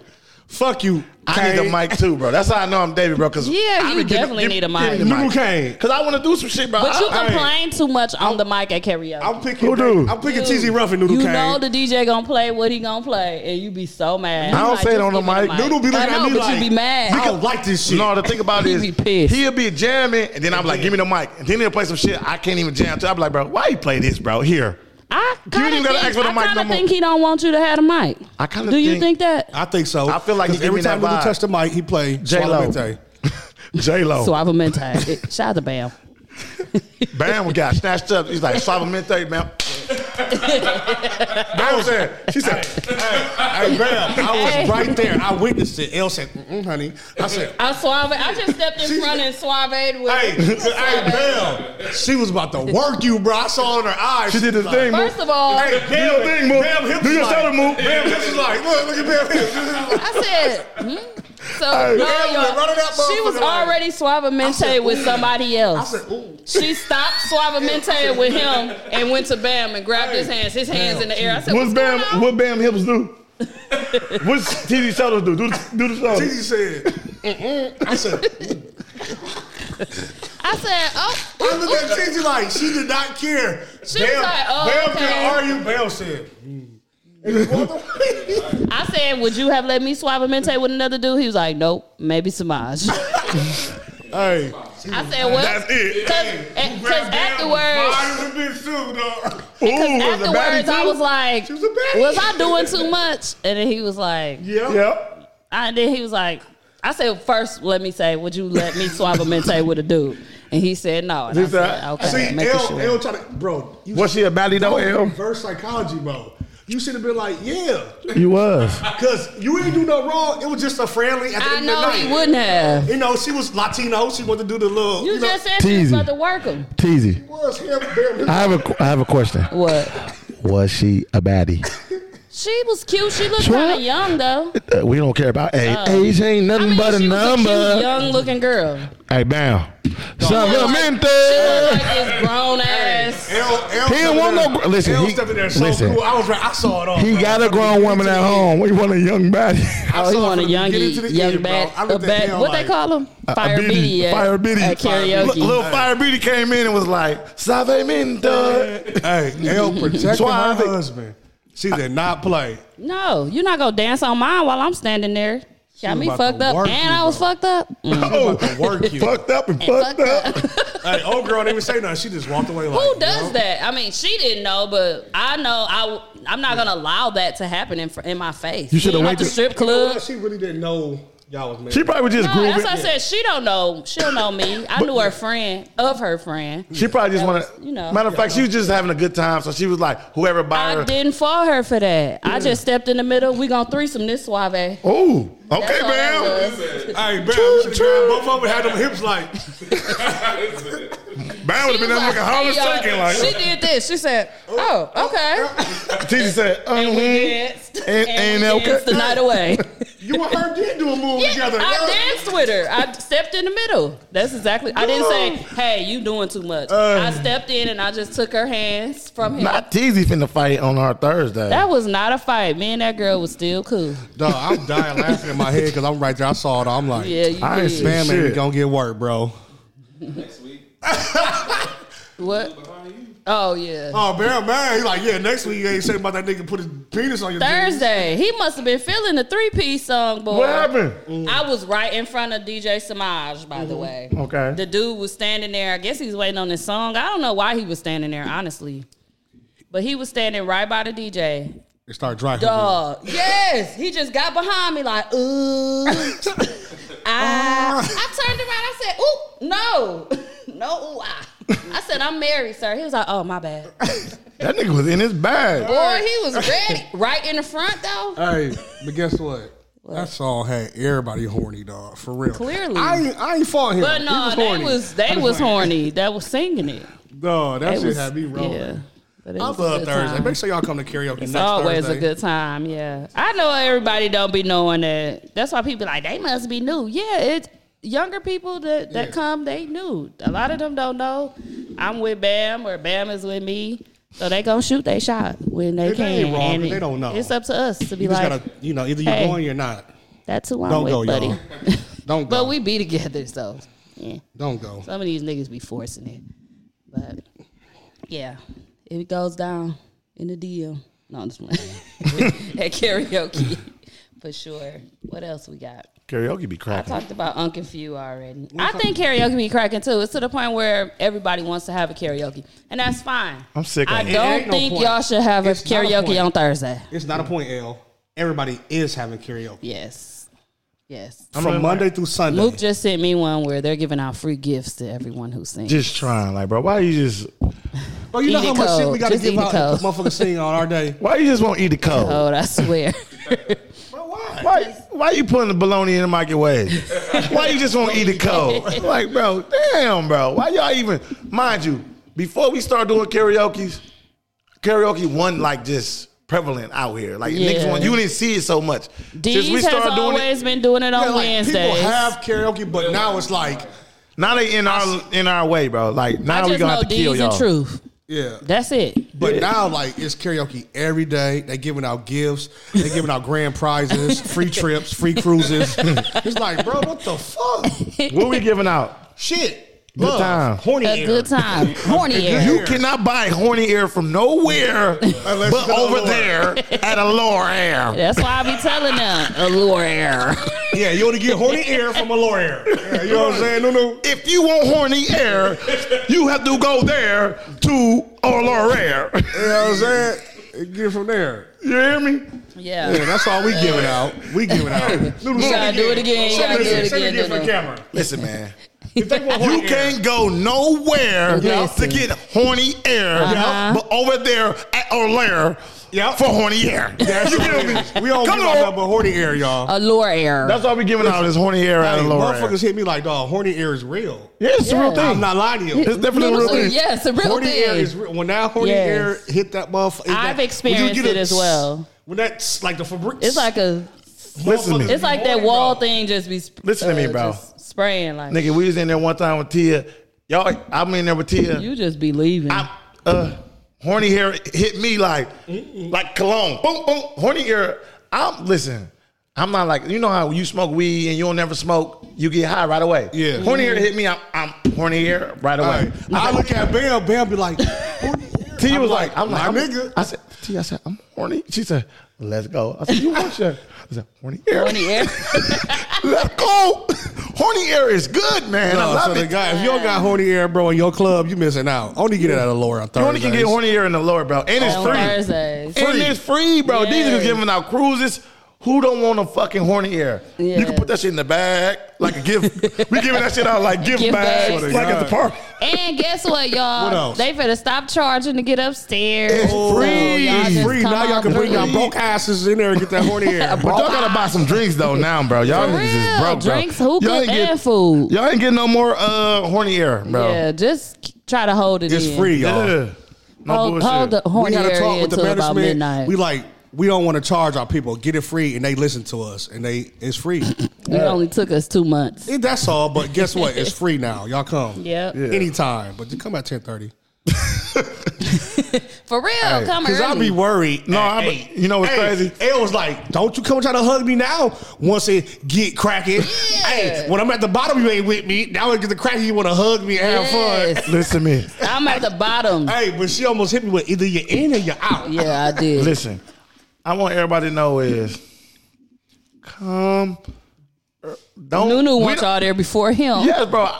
fuck you.
I need
Kane.
a mic too, bro. That's how I know I'm David, bro. Cause
Yeah,
I
you
be getting-
definitely
give-
need a
give
mic.
me the
You Kane.
Cause I want to do some shit, bro.
But you
I- I-
complain too much on the mic at karaoke.
I'm picking.
Who do?
I'm picking
You-
TZ Ruffin Noodle
You
Kane.
know the DJ gonna play what he gonna play, and you be so mad.
I don't
Like,
say it
just
on the
give me
mic.
Noodle be looking
I
at
know,
me
but
like,
you be mad.
I don't like this shit.
No, the thing about it
He
is
be pissed.
he'll be jamming, and then I'm like, "Give me the mic," and then he'll play some shit I can't even jam to. I'm like, "Bro, why you play this, bro?" Here,
I
You
kind
ain't
of
gotta
think,
ask for the
I
mic
kinda
no more.
think he don't want you to have the mic.
I kinda
do. You
think-
think that?
I think so.
I feel like he
'Cause
give
every
me that
time Noodle
vibe.
touch the mic, he play
J Lo,
Suavemente.
J Lo,
Suavemente. Shout out to Bam.
Bam got snatched up. He's like, "Suavemente, man." Bam said, "She said,
Hey, Bam, I was
Hey.
right there. I witnessed it. El said, mm honey. I said,
I suave. I just stepped in front and suave with.
hey, hey, Bam. She was about to work you, bro. I saw in her eyes.
she did the thing, man."
First of all,
Hey,
Do your thing, move.
Bam, hips
Do your
like-
shoulder move.
Bam, hips is like, look, look at Bam. hips.
I said, hmm? so no,
Bam,
y'all,
run it up,
she was
motherfucker, like-
already suavemente with somebody else.
I said, ooh.
She stopped suavemente with him and went to Bam and grabbed his hands. His hands in the air. I said, "What's
What's
going
Bam?
on?"
What Bam hips do? What's TD shoulders do? Do the, do the
TZ
shoulders.
said, mm-mm. I said,
I said, "Oh,
I looked at Gigi like she did not care.
She was like, oh,
Bam
okay.
can argue. Bam said, mm.
I said, would you have let me suavemente with another dude?" He was like, "Nope, maybe Samaj."
hey,
I said, "Well,
That's it.
Because afterwards,
Ooh,
because
was it baddie
afterwards, I
too?
was like,
was
was,
a baddie.
I doing too much?" And then he was like,
yeah.
Yep.
I, and then he was like, I said, first, let me say, would you let me suavemente with a dude? And he said, no. And I
This
said,
how-
okay.
See,
making
L,
sure.
L try to, bro. You
Was she a baddie though,
you
L?
Reverse psychology, bro. You should have been like, yeah,
You was.
because you ain't do no wrong. It was just a friendly. At the
I
end of the
know
night.
he wouldn't have.
You know, she was Latino. She wanted to do the little.
You,
You, know,
just said she was
Teasy.
about to work him.
Teasy.
was him. barely-
I have a qu- I have a question.
What?
Was she a baddie?
She was cute. She looked
Sure.
kind of young, though.
Uh, we don't care about age. age ain't
Oh. I
nothing
mean,
but a
she was a cute,
number.
young looking girl.
hey, bam.
She looked
Supplemented.
like this grown ass.
L, L
He didn't want no gr- listen,
L
he-
stepped in there so
listen.
cool. I was right. I saw it all.
He
bro.
got a grown woman at home. What you want a young body?
I
Oh, he
saw it
want a
from the
young,
beginning to the
young
end, bro.
bad,
I
a
looked at
bad.
L
What
like-
they call him? Fire biddy. at-
Fire biddy.
At karaoke.
Little fire biddy came in and was like, Saveminta.
Hey, L protected her
Suave.
husband. She did not play.
No, you're not gonna dance on mine while I'm standing there. Got
was
me
about to
fucked up,
work
and
you,
I was
bro.
fucked up. Mm.
About to work you.
Fucked up and fucked up.
Hey, old girl didn't even say nothing. She just walked away like.
Who does
you know?
that? I mean, she didn't know, but I know. I I'm not gonna allow that to happen in fr- in my face.
You shoulda
At
waited-
the strip
You know what?
club.
She really didn't know y'all was married.
She probably was just
No,
grooving.
that's what I said. She don't know. She don't know me. I knew her friend of her friend.
She probably just
That
wanted.
was, you know.
matter of fact, she was just having a good time, so she was like, whoever buy
I
her.
didn't fall her for that. I just stepped in the middle. We gonna threesome this suave. Okay,
Oh, okay, ma'am.
Hey, bam, you should have grabbed both of them had them hips like.
Bam would have been there looking harmless chicken. Like,
she did this. She said, "Oh, okay."
Tizzy said,
And we
mm
danced.
And- and
we
okay.
danced the night away.
You and her did do a move
Yeah,
together.
I danced with her. I stepped in the middle. That's exactly. I didn't say, "Hey, you doing too much." I stepped in and I just took her hands from him.
Uh. Not Teasy finna fight on our Thursday.
that was not a fight. Me and that girl was still cool.
Dog, I'm dying laughing in my head because I'm right there. I saw it. all. I'm like,
Yeah, you
I ain't
did.
seen-
man, man, we
Shit.
gonna get work, bro.
Next week,
What?
behind you.
Oh yeah.
Oh, man, man. He like, yeah, next week you ain't saying about that nigga put his penis on your jeans.
Thursday. He must have been feeling the three piece song, boy.
what happened?
I was right in front of DJ Samaj, by
Mm-hmm.
the way.
Okay.
The dude was standing there. I guess he was waiting on this song. I don't know why he was standing there, honestly. But he was standing right by the DJ.
It started dry.
Dog. Yes. He just got behind me like, ooh. I, I turned around. I said, ooh, no. No, ooh, I. I said, I'm married, sir. He was like, oh, my bad.
that nigga was in his bag.
Boy, he was ready. Right in the front, though.
Hey, but guess what? That song had everybody horny, dog. For real.
Clearly.
I ain't, I ain't fought him.
But
He
no, they
horny.
was they was horny. That was singing it.
Dog, that
It
shit
was-
had me rolling.
Yeah. But it
I
was a
love
good
Thursday.
time.
Make sure y'all come to karaoke
It's
next
always
Thursday.
a good time, yeah. I know everybody don't be knowing that. That's why people like they must be new. Yeah, it's younger people that, that
Yeah.
come, they new. A lot of them don't know. I'm with Bam or Bam is with me. So they gonna shoot they shot when they
If they
can.
ain't wrong,
and
they don't know.
It's up to us to be
You just
like,
gotta, you know, either you
hey.
going or not.
that's who I'm
Don't
with,
go,
buddy.
y'all. Don't go.
but we be together, so yeah.
don't go.
Some of these niggas be forcing it. But yeah, it goes down in the DM. No, I'm just playing. At karaoke, for sure. What else we got?
Karaoke be
I
cracking.
talked about Unc and Few already. I think karaoke be cracking too. It's to the point where everybody wants to have a karaoke, and that's fine.
I'm sick of
I
it. It
don't
ain't no
think
point.
y'all should have
It's
a
not a
karaoke
point.
on Thursday.
It's
Mm.
not a point, L. Everybody is having karaoke
Yes, yes.
from Monday through Sunday.
Luke just sent me one where they're giving out free gifts to everyone who sings.
Just trying, like, bro. Why you just?
Bro, Oh, you
Eat
know
it
how much shit
cold.
we gotta
Just eat
give
it
out to
cold.
motherfuckers sing on our day.
Why you just won't eat the cold?
Oh, I swear.
Bro, why?
Why? Why you putting the bologna in the microwave? why you just won't eat the cold? Like, bro, damn, bro. Why y'all even? Mind you, before we start doing karaoke's, karaoke wasn't like just prevalent out here. Like
Yeah.
niggas, want, you didn't see it so much.
D's has always been doing it on
Yeah, like,
Wednesdays.
People have karaoke, but now it's like,
now they in our in our way, bro. Like
I
now we
just
gonna
know
have to kill
D's
y'all.
and truth.
yeah.
That's it.
But now, like, it's karaoke every day. They giving out gifts. They giving out grand prizes, free trips, free cruises. it's like, bro, what the fuck?
What we giving out?
Shit.
Good
Love.
time.
Horny
A
air.
good time. Horny air.
You cannot buy horny air from nowhere
Unless
but
you go to
over
Allure.
there at a lower air.
That's why I be telling them allure air.
Yeah, you only get horny air from a lawyer. Yeah, you know what I'm saying? No, no.
If you want horny air, you have to go there to Allure air.
You know what I'm saying? and get it from there.
You hear me?
Yeah.
Yeah, that's all we giving out. We giving out. Noodle
You gotta
soup.
do it again. You gotta do it
Send
again.
it again for
Dodo.
the camera.
Listen, man.
If they want
You
hot air,
can't go nowhere
Listen.
to get horny air,
Uh-huh.
but over there at O'Lair
Yep.
for horny air.
That's
you
what
feel
it
me?
is. We don't
Come
give out
on.
nothing but horny air, y'all.
Allure air.
That's why we giving out is horny air out
Hey,
of lower air.
motherfuckers hit me like, dog, horny air is real.
Yeah, it's the
Yeah.
real thing.
I'm not lying to you.
It's definitely the real thing.
yeah, it's a real
horny
thing.
air is real. When that horny
Yes.
air hit that motherfucker,
I've experienced it as well.
When that's like the Fabric.
It's like a
Listen to me.
it's like that wall thing just be sp-
Listen to me,
uh,
bro.
just spraying like
Nigga, we was in there one time with Tia. Y'all, I'm in there with Tia.
you just be leaving.
I, uh, horny hair hit me like like cologne. Boom, boom. Horny hair. I'm listen. I'm not like you know how you smoke weed and you don't never smoke. You get high right away.
Yeah.
Horny hair hit me. I'm, I'm horny hair right away.
Right. I look at Bam, Bam be like,
T
I'm
was like,
like,
I'm like,
my
I'm-
nigga.
I said, T, I said, I'm horny. She said, let's go. I said, you want your? I said, horny hair.
Horny air.
let's go. horny air is good, man. I
no, uh, so
love
the
it.
guy, if you don't got horny air, bro, in your club, you missing out. Only get it out of Laura on
you
Thursdays.
only can get horny air in the lower belt, and it's
On
free.
Thursdays.
And it's free, bro. These
Yeah.
niggas giving out cruises. Who don't want a fucking horny air?
Yeah.
You can put that shit in the bag like a gift. we giving that shit out like gift,
Gift
bags,
bags.
like at the park.
and guess what, y'all?
What else?
They better stop charging to get upstairs.
It's free.
y'all
It's
just
free.
come
Now y'all
on
can bring
through.
y'all broke asses in there and get that horny air.
But y'all gotta buy some drinks though now, bro. Y'all
For
niggas
real.
is broke, bro.
Drinks, hookah,
Y'all ain't get-
and food.
Y'all ain't getting no more uh, horny air, bro.
Yeah, just k- try to hold it
It's
in.
free, y'all.
Yeah. No
Hold,
bullshit.
hold the
We
horny
had a
air
talk
in
with the
until about
management.
midnight.
We like, we don't want to charge our people. Get it free, and they listen to us, and they it's free.
it only took us two months.
Yeah, That's all. But guess what? It's free now. Y'all come.
Yep. Yeah.
Anytime, but you come at ten thirty.
For real, come
Because I'll
early.
be worried.
No, I be- you know what's crazy?
L was like, "Don't you come try to hug me now? Once it get cracking, hey, when I'm at the bottom, you ain't with me. Now it get the cracking, you want to hug me and have fun."
Yes.
Listen to me.
I'm at the bottom.
Hey, but she almost hit me with either you're in or you're out.
Yeah, I did.
Listen, I want everybody to know is come. er, Don't
Nunu
we
wants
don't-
y'all there before him.
Yes, bro. I-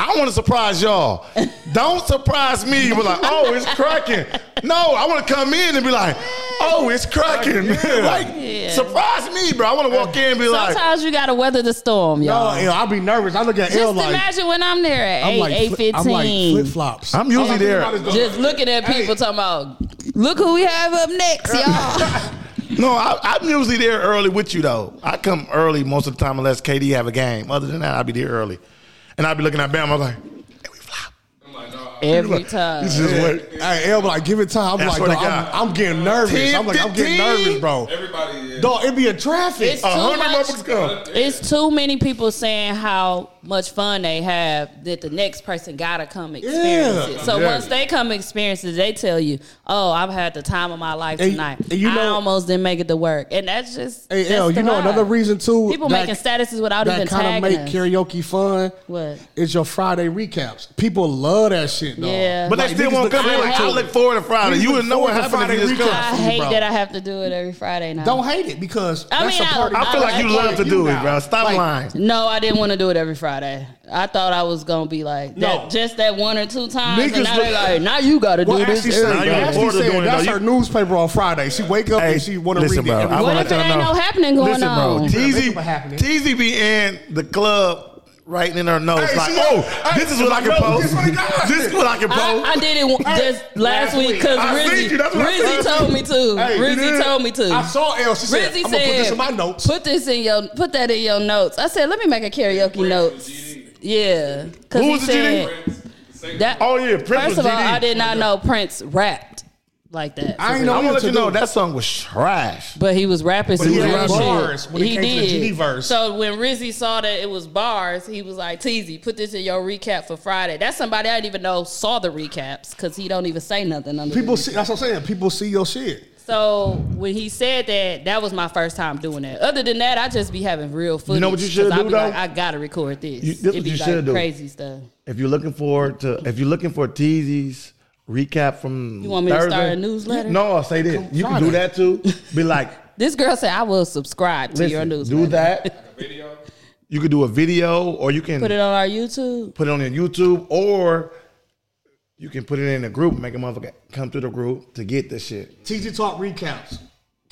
I want to surprise y'all. Don't surprise me with like, oh, it's cracking. No, I want to come in and be like, oh, it's cracking. like,
Yeah.
surprise me, bro. I want to walk in and be like,
Sometimes you gotta weather the storm,
No,
y'all.
L, I'll be nervous. I look at L
Just
like
imagine when I'm there at
I'm
eight,
like
eight
fli- I'm like flip
fifteen.
flops.
I'm usually there.
Just looking at people talking about, look who we have up next, y'all.
No, I, I'm usually there early with you though. I come early most of the time unless KD have a game. Other than that, I'll be there early, and I'll be looking at Bam. I'm like, hey, we flop.
I'm like, uh, no, I-
Every time.
This is what.
Hey, L, be like give it time. I'm
That's
like,
what
dog,
I got.
I'm, I'm getting nervous. I'm like, I'm getting
10,
nervous, bro.
everybody is.
Dog, it be a traffic.
It's
A
too
hundred
much-
motherfuckers come.
It's too many people saying how much fun they have that the next person gotta come experience it. So
Yeah.
once they come experience it, they tell you, "Oh, I've had the time of my life
And-
tonight.
and you
I
know-
almost didn't make it to work." And that's just
Hey,
that's
L,
the
you know
vibe.
another reason too.
People
that-
making statuses without even
that kind of
tagging
make
us.
karaoke fun.
What?
It's your Friday recaps. People love that shit, though.
Yeah.
But they
Like,
still
niggas
won't come.
look
They're
forward
Like,
to
I
it.
look forward to Friday.
We
You
look
wouldn't know what
forward to
happened if
Friday
you just
recap.
come.
I
Bro.
hate that I have to do it every Friday night.
Don't hate it because
I
that's
mean,
a
I-
part. of-
I feel like you
like
love to
you
do it,
now.
bro. Stop
Like,
lying.
No, I didn't want to do it every Friday. I thought I was gonna be like that,
No.
just that one or two times,
Niggas
and now they
look-
like, now you gotta
Well,
do
Ashley
this.
said,
every-
Now you
Ashley
order
said
doing it,
that's
though.
her
You-
newspaper on Friday. She wake up
Hey,
and she want to read
listen,
it.
bro,
every
I
what
wanna
if it
Friday.
let y'all
ain't
know.
no happening going
Listen, bro.
on?
Make
TZ,
it what happened.
TZ be in the club writing in her notes
Hey,
like,
she like,
oh,
hey,
this is what I can
no,
post.
this is what I got."
This is what I can
I,
post.
I did it one- just last,
last
week
week.
because
I
Rizzy,
seen you. That's what I
Rizzy
said.
told me to.
Hey, you
Rizzy
did?
told me to.
I saw L. She said,
Rizzy said,
"I'm gonna put this in my notes."
Put this in your put that in your notes." I said, "Let me make a karaoke notes." Yeah, because
Who
he
was the
said that.
Oh, yeah, Prince
First of
was
all,
GD.
I did not know Prince rapped like that.
I ain't
I
know
want to let you know
do.
that song was trash.
But he was rapping some
he
real
had
shit.
bars when it
he
came to the
did.
GD verse.
So when Rizzy saw that it was bars, he was like, "Teasy, put this in your recap for Friday." That's somebody I didn't even know saw the recaps because he don't even say nothing under. the
People
recap.
see. That's what I'm saying. People see your shit.
So when he said that, that was my first time doing that. Other than that, I just be having real footage.
You know what you should
'cause I
do,
be like,
though?
I gotta record this.
You- this
It'd
what
be
you
like
should do.
crazy stuff.
If you're looking for to, if you're looking for TZ's recap from
You want me to
Thursday-
start a newsletter?
No, I'll say this. You can do that too. Be like,
This girl said I will subscribe to your
listen,
newsletter.
do that.
Video.
You could do a video, or you can
Put it on our YouTube.
put it on your YouTube or You can put it in a group, make a motherfucker come through the group to get this shit.
TG Talk recaps,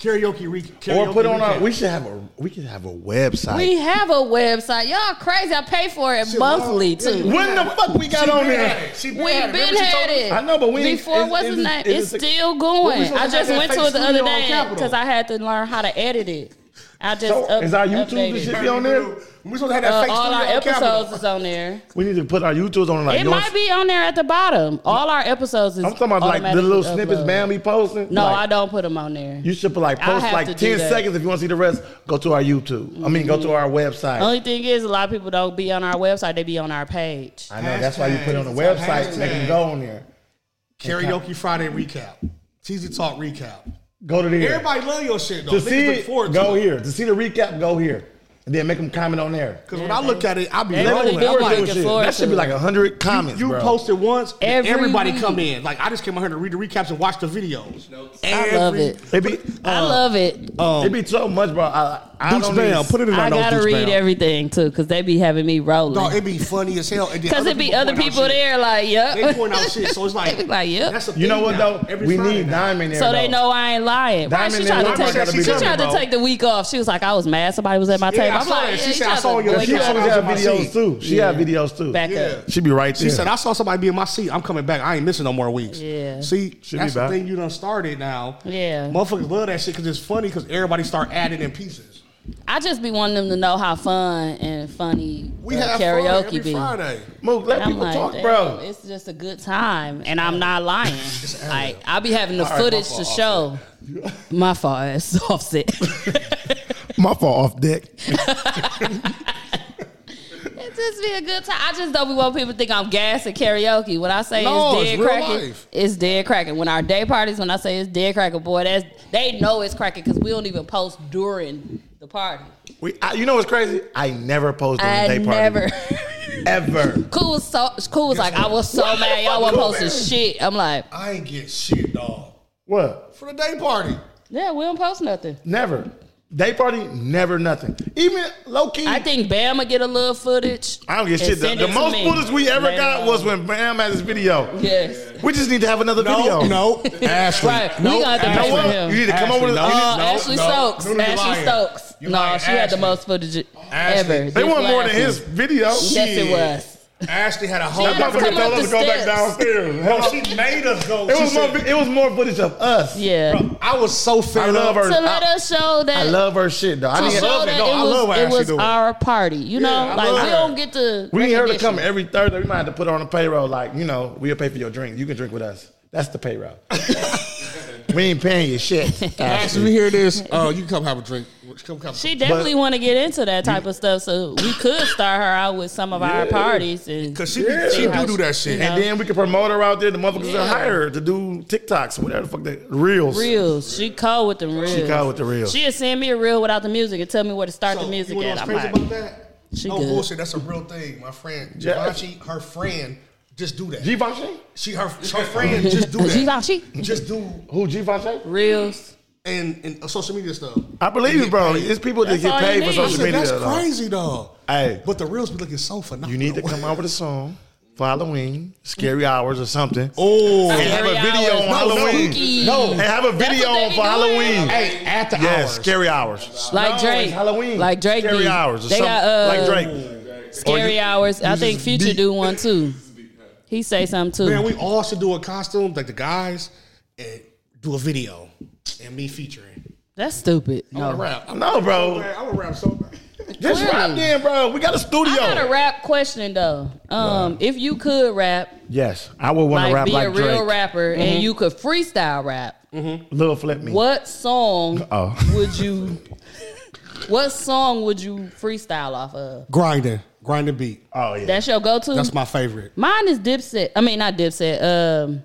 karaoke re- karaoke
Or put on
recap.
our. We should have a. We could have a website.
We have a website. Y'all crazy. I pay for it
Shit,
monthly
wow. Yeah,
too.
you-
when the fuck we got
She
on
been
there?
had it. She
We've
had
been
it. Remember she told
had
me-
it.
I know, but we ain't-
before
it's-
what's
it's-
his name?
it's-
It's still going.
supposed
I
to
just
have
went
that
to it the
fake
E
other
studio on
day
Capitol.
because I had to learn how to edit it. I just
So,
up,
is our YouTube and
updated.
shit be on there? E
We supposed to have that
Uh,
fake
all
studio
our
on Capitol.
episodes is on there.
We need to put our YouTubes on like.
it
yours-
might be on there at the bottom. All our episodes is.
I'm talking about like the little
automatically
snippets,
uploaded.
man. We posting.
No,
Like,
I don't put them on there.
You should put like
I
post
have
like
to do
ten
that.
seconds if you want to see the rest. Go to our YouTube. I mean, go to our
Mm-hmm.
website.
Only thing is, a lot of people don't be on our website. They be on our page.
I know that's why you put it on the website to make them go on there.
Karaoke Friday recap. TZ Talk recap.
Go to there.
Everybody love your shit though.
to
Niggas
see
look
it,
forward
go
to
here. To see the recap, go here, and then make them comment on there.
Because when I look at it, I be
They really
rolling.
do
I'm like,
looking
Shit,
forward
that should be
to it.
like hundred comments.
you
bro.
posted once, and
Every
everybody
week.
come in. Like I just came out here to read the recaps and watch the videos. um,
I love it.
It be,
I love it.
it be so much, bro. I, I
Dukes
don't
Bell.
even-
Put it in
I
our
gotta
notes, Dukes
read
Bell.
everything too, cause they be having me
No,
rolling.
it'd be funny as hell. And then
Cause it be other
point out
people
shit.
there, like
They
yep.
point out shit, so it's
They
like,
be like, yep.
That's a
You know
thing
what
now.
though?
Every
we
Friday
need
now.
Diamond there.
So they
though.
know I ain't lying. Right?
Diamond
She
and
tried to
Diamond
take
gotta be
she tried
coming,
to
bro.
take the week off. She was like, I was mad somebody was at my
Yeah,
table.
I
I'm
saw
like,
that. She
yeah, you
said, I
tried
saw
to
your-
Yeah, she
boycott.
always
Yeah.
have videos too. She have videos too.
back
Yeah.
up.
She be right
She
there.
said, I saw somebody be in my seat. I'm coming back. I ain't missing no more weeks.
Yeah.
See,
Should be
that's the
back.
thing you done started now.
Yeah.
Motherfuckers love that shit because it's funny because everybody start adding in pieces.
I just be wanting them to know how fun and funny
We
uh,
have
karaoke
fun every
be.
Friday.
Move, let
And I'm
people
like,
talk,
"Damn,
bro.
It's just a good time, and I'm not lying. like I'll be having the footage to show. My fault, it's offset.
My fault off deck.
It just be a good time. I just don't be want people to think I'm gas at karaoke. When I say
No,
it's
it's
dead
real
cracking,
life.
it's dead cracking. When our day parties, when I say it's dead cracking, boy, that's they know it's cracking because we don't even post during the party.
We, I, you know what's crazy? I never posted on a
I
day party.
never.
Ever.
cool was so cool was like I was so mad y'all were posting shit. I'm like,
I ain't get shit, dog.
What?
For the day party.
yeah, we don't post nothing.
Never. Day party, never nothing. Even low key.
I think Bama get a little footage.
I don't get
and
shit. The,
send
the
it to
most
me.
footage we ever
Later
got
on.
was when Bam had his video.
yes.
We just need to have another video.
no. Ashley.
Right, we gonna have to
You
pay
know
for
what?
him.
You need to come over to.
no.
you
Uh,
need-
Ashley Stokes.
no, no, you're
Ashley
lying.
Stokes.
You're
no,
lying,
she had the
Ashley.
most footage
Ashley.
ever.
they
This
want more
last
than his
one.
video.
Yes, it
Shit.
was.
Ashley had a whole.
That motherfucker
told
up
us
the
to go back
steps.
downstairs. Hell,
Bro,
she-
she made us go.
it
She
was more.
said-
vi- It was more footage of us.
Yeah.
Bro, I was so fed
I love
up.
her.
To let us show that.
I love her shit though. I
To
need
show that
No, I love how
it
she
was, it
do
was
it.
our party, you know,
I
like we
love her.
don't get to.
We need her to
recognition.
come every Thursday. We might have to put her on a payroll. Like, you know, we'll pay for your drink. You can drink with us. That's the payroll. we ain't paying you shit.
Ashley, you hear this? Uh, you can come have a drink. Come, come.
She definitely want to get into that type of stuff, so we could start her out with some of our parties and
Cause she
Yeah.
be she do do that shit.
And then we can promote her out there. The motherfuckers
Yeah.
that hire her to do TikToks, whatever the fuck that reels.
reels. She cold with them reels.
She called with the reels.
She'll send me a reel without the music and tell me where to start
So,
the music
you know
at.
what's
I'm
crazy
like,
about that?
She
no
good.
bullshit. That's a real thing. My friend
Yeah.
Givenchy, her friend, just do that.
Givenchy?
she her her friend just do that.
Givenchy
just do
Who Givenchy?
reels.
and and uh, social media stuff.
I believe you, bro.
They get
It's people that
That's all
get
you
paid for
need.
I
social
said,
media.
that's
though.
crazy though.
Hey.
but the reels be looking so phenomenal.
You need to come out with a song for Halloween, Scary Hours or something.
Oh,
and have a
Scary
video
Hours.
on
No,
Halloween.
spooky.
And have a
That's
video
what they
on
be
for
doing.
Halloween.
hey, after
Yeah,
hours.
scary hours.
Like
it's
Drake.
Halloween.
Like Drake
Scary
did.
hours. Or
They
something.
got, uh,
like Drake. Or
Scary
you-
hours. I
you
think
just
Future
beat-
do one too. He say something too.
Man, we all should do a costume like the guys and do a video and me featuring.
That's stupid.
I'm
No.
gonna rap. I'm
No,
so
bro.
bad. I'm gonna rap so bad.
Just
Clearly.
rap then, bro. We got a studio.
I got a rap question though. Um, if you could rap,
Yes, I would want to
like
rap
be
like
a real
Drake. Mm-hmm.
rapper, and you could freestyle rap,
Little flip me.
what song
Oh.
would you? What song would you freestyle off of?
Grinding, grinding beat.
Oh yeah.
That's your go-to.
That's my favorite.
Mine is Dipset. I mean, not Dipset. Um,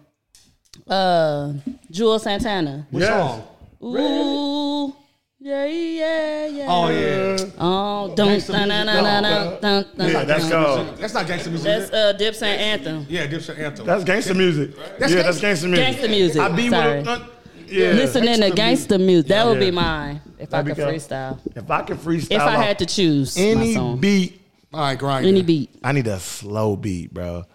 uh, Jewel Santana.
What
Yes.
song?
Ooh, yeah, yeah, yeah.
Oh yeah,
Oh, dun dun dun dun dun dun dun.
Yeah, that's
dun.
called.
that's not gangster music. is
That's
it?
uh, Dipset anthem.
yeah, Dipset anthem.
That's gangster music. yeah, that's gangster music.
Gangsta music.
I be
Sorry.
with. Uh, yeah.
Listening to gangster music. That would be
Yeah.
mine if
That'd
I
be
could
good.
freestyle.
If I could freestyle,
If I
off
had to choose my
any
song.
beat,
all right, grinding.
Any beat.
I need a slow beat, bro.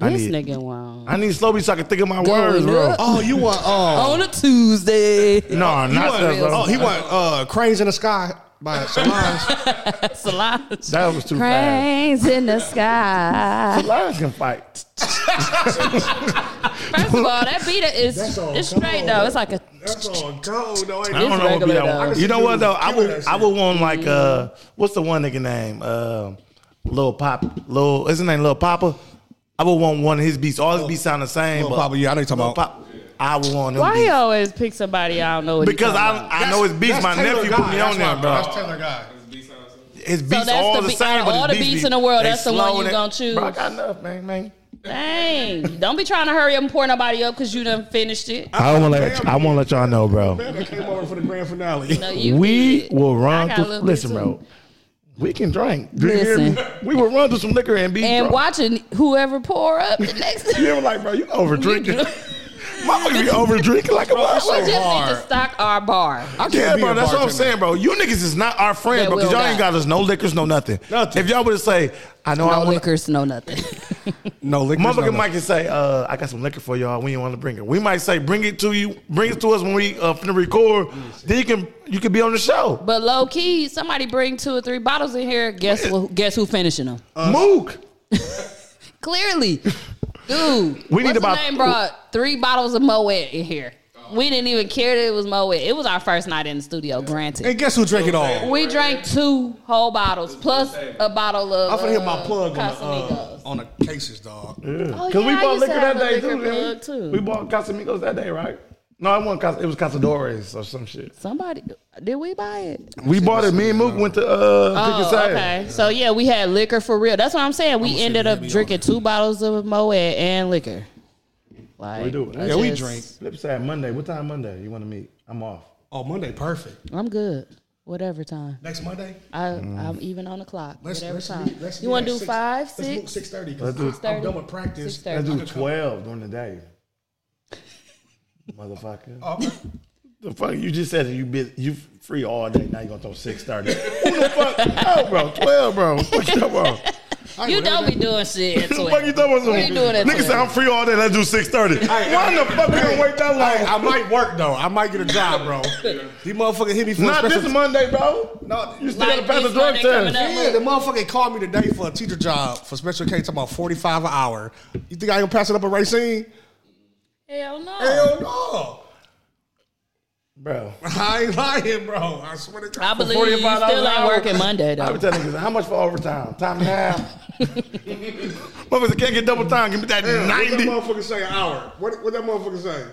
I
This
need-
nigga wild.
I need Slowby so I can think of my
Going
words, bro.
up. Oh, you want, oh. On a Tuesday.
No,
He
not
want-
that, bro.
uh, Oh, he want uh, cranes in the sky by Solange.
Solange.
That was too fast.
Cranes in the sky.
Solange can fight.
First of all, that beat is
That's on
it's straight though. It's like a
That's on gold. No,
I don't know what be
regular,
that
though. I
one.
can
You know
see
what
you
though? I
killing
would
that
I
shit.
would want like uh what's the one nigga name? Uh Lil Pop Lil is his name Lil Papa? I would want one of his beats. All his beats sound the same.
Lil
but
Papa, yeah, I know you're talking
Lil
about.
Pop, I would want him.
why he
beats.
always pick somebody I don't know what he
Because
talking
I
about?
I know his beats.
That's
My
Taylor
nephew
Guy.
put me
That's
on
why-
there, bro.
That's Taylor Guy.
His beats
that's
all
the
the,
beat- out
same.
of
but
all
his
the beats in the world,
they
that's the one
slow
you
and they-
gonna choose.
Bro, I got enough, man, man.
Dang. Don't be trying to hurry up and pour nobody up because you done finished it.
I don't want to let I want to let y'all know, bro.
That came over for the grand finale.
No, you
we
did.
will
I
run
got a
through.
little bit
Listen,
too.
bro. We can drink. Do you hear
Listen.
me? We will run through some liquor and be
And
drunk.
watching whoever pour up the next
You ever like, bro? You over drinking? Motherfucker be over drinking like a
We just
motherfucker.
need to stock our bar.
I can't
Yeah,
be a
bro, that's what I'm
bartender.
saying, bro. You niggas is not our friends,
That
bro, because
will
y'all ain't
not.
got us no liquors, no nothing. If y'all would say, I know I
No
want
liquors, no nothing.
No, liquor.
Motherfucker might can say, uh, I got some liquor for y'all. We ain't want to bring it. We might say, bring it to you, bring it to us when we uh, finna record. Then you can you can be on the show.
but low key, somebody bring two or three bottles in here. Guess who, guess who finishing them?
Mook.
Clearly, dude.
We need
what's
about-
his name brought three bottles of Moet in here. We didn't even care that it was Moet. It was our first night in the studio. Granted,
And guess who drank it all?
we drank two whole bottles plus a bottle
I'm
of.
finna hit my
uh,
plug on the, uh,
Casamigos.
on the cases, dog.
Oh,
Because
yeah, I
Hmm. we
used
bought
to
liquor
have
that
a
day
liquor
too, didn't
plug,
we?
too.
We bought Casamigos that day, right? No, I wasn't. Cas- It was Casadores or some shit.
Somebody did we buy it?
We bought it. Me and Mook went to uh, pick
Oh,
a side.
okay. So yeah, we had liquor for real. That's what I'm saying. We ended up drinking two bottles of Moet and liquor. Like,
We do it.
I
Yeah, we
just-
drink.
Flip side Monday. What time Monday you want to meet? I'm off.
Oh, Monday, perfect.
I'm good. Whatever time.
Next Monday.
I I'm even on the clock.
Let's,
Whatever
let's
time.
meet- let's
you
meet
want
at
to do
six-
five,
Let's book
six?
six thirty.
Let's do-
Because I'm
6:30.
done with practice.
6:30.
Let's
I
do twelve during the day. Motherfucker.
Okay.
The fuck you just said you bus- you free all day. Now you gonna throw six thirty. Who the fuck? No, bro. Twelve, bro. What you talking about?
You don't be doing shit. at
What the fuck you
12.
talking about?
What are you doing at
Nigga said
12?
I'm free all day. Let's do six thirty. Why the fuck you gonna wait that
Hey,
long?
I might work though. I might get a job, bro. These motherfucker hit me for
Not
a
this
special.
Monday, bro.
No,
You still
Like
gotta pass the
this
drug
Monday coming
test.
up.
yeah, the motherfucker called me today for a teacher job for special case. About forty five an hour. You think I gonna pass it up at Racine?
Hell no.
Hell no.
Bro.
I ain't lying, bro. I swear to
I
God.
believe you still
$45 an
ain't
hour.
working Monday
I be
though.
telling niggas how much for overtime? Time and a half. Motherfucker can't get double time. Give me that
Damn,
ninety.
What that motherfucker say an hour? What what that motherfucker say?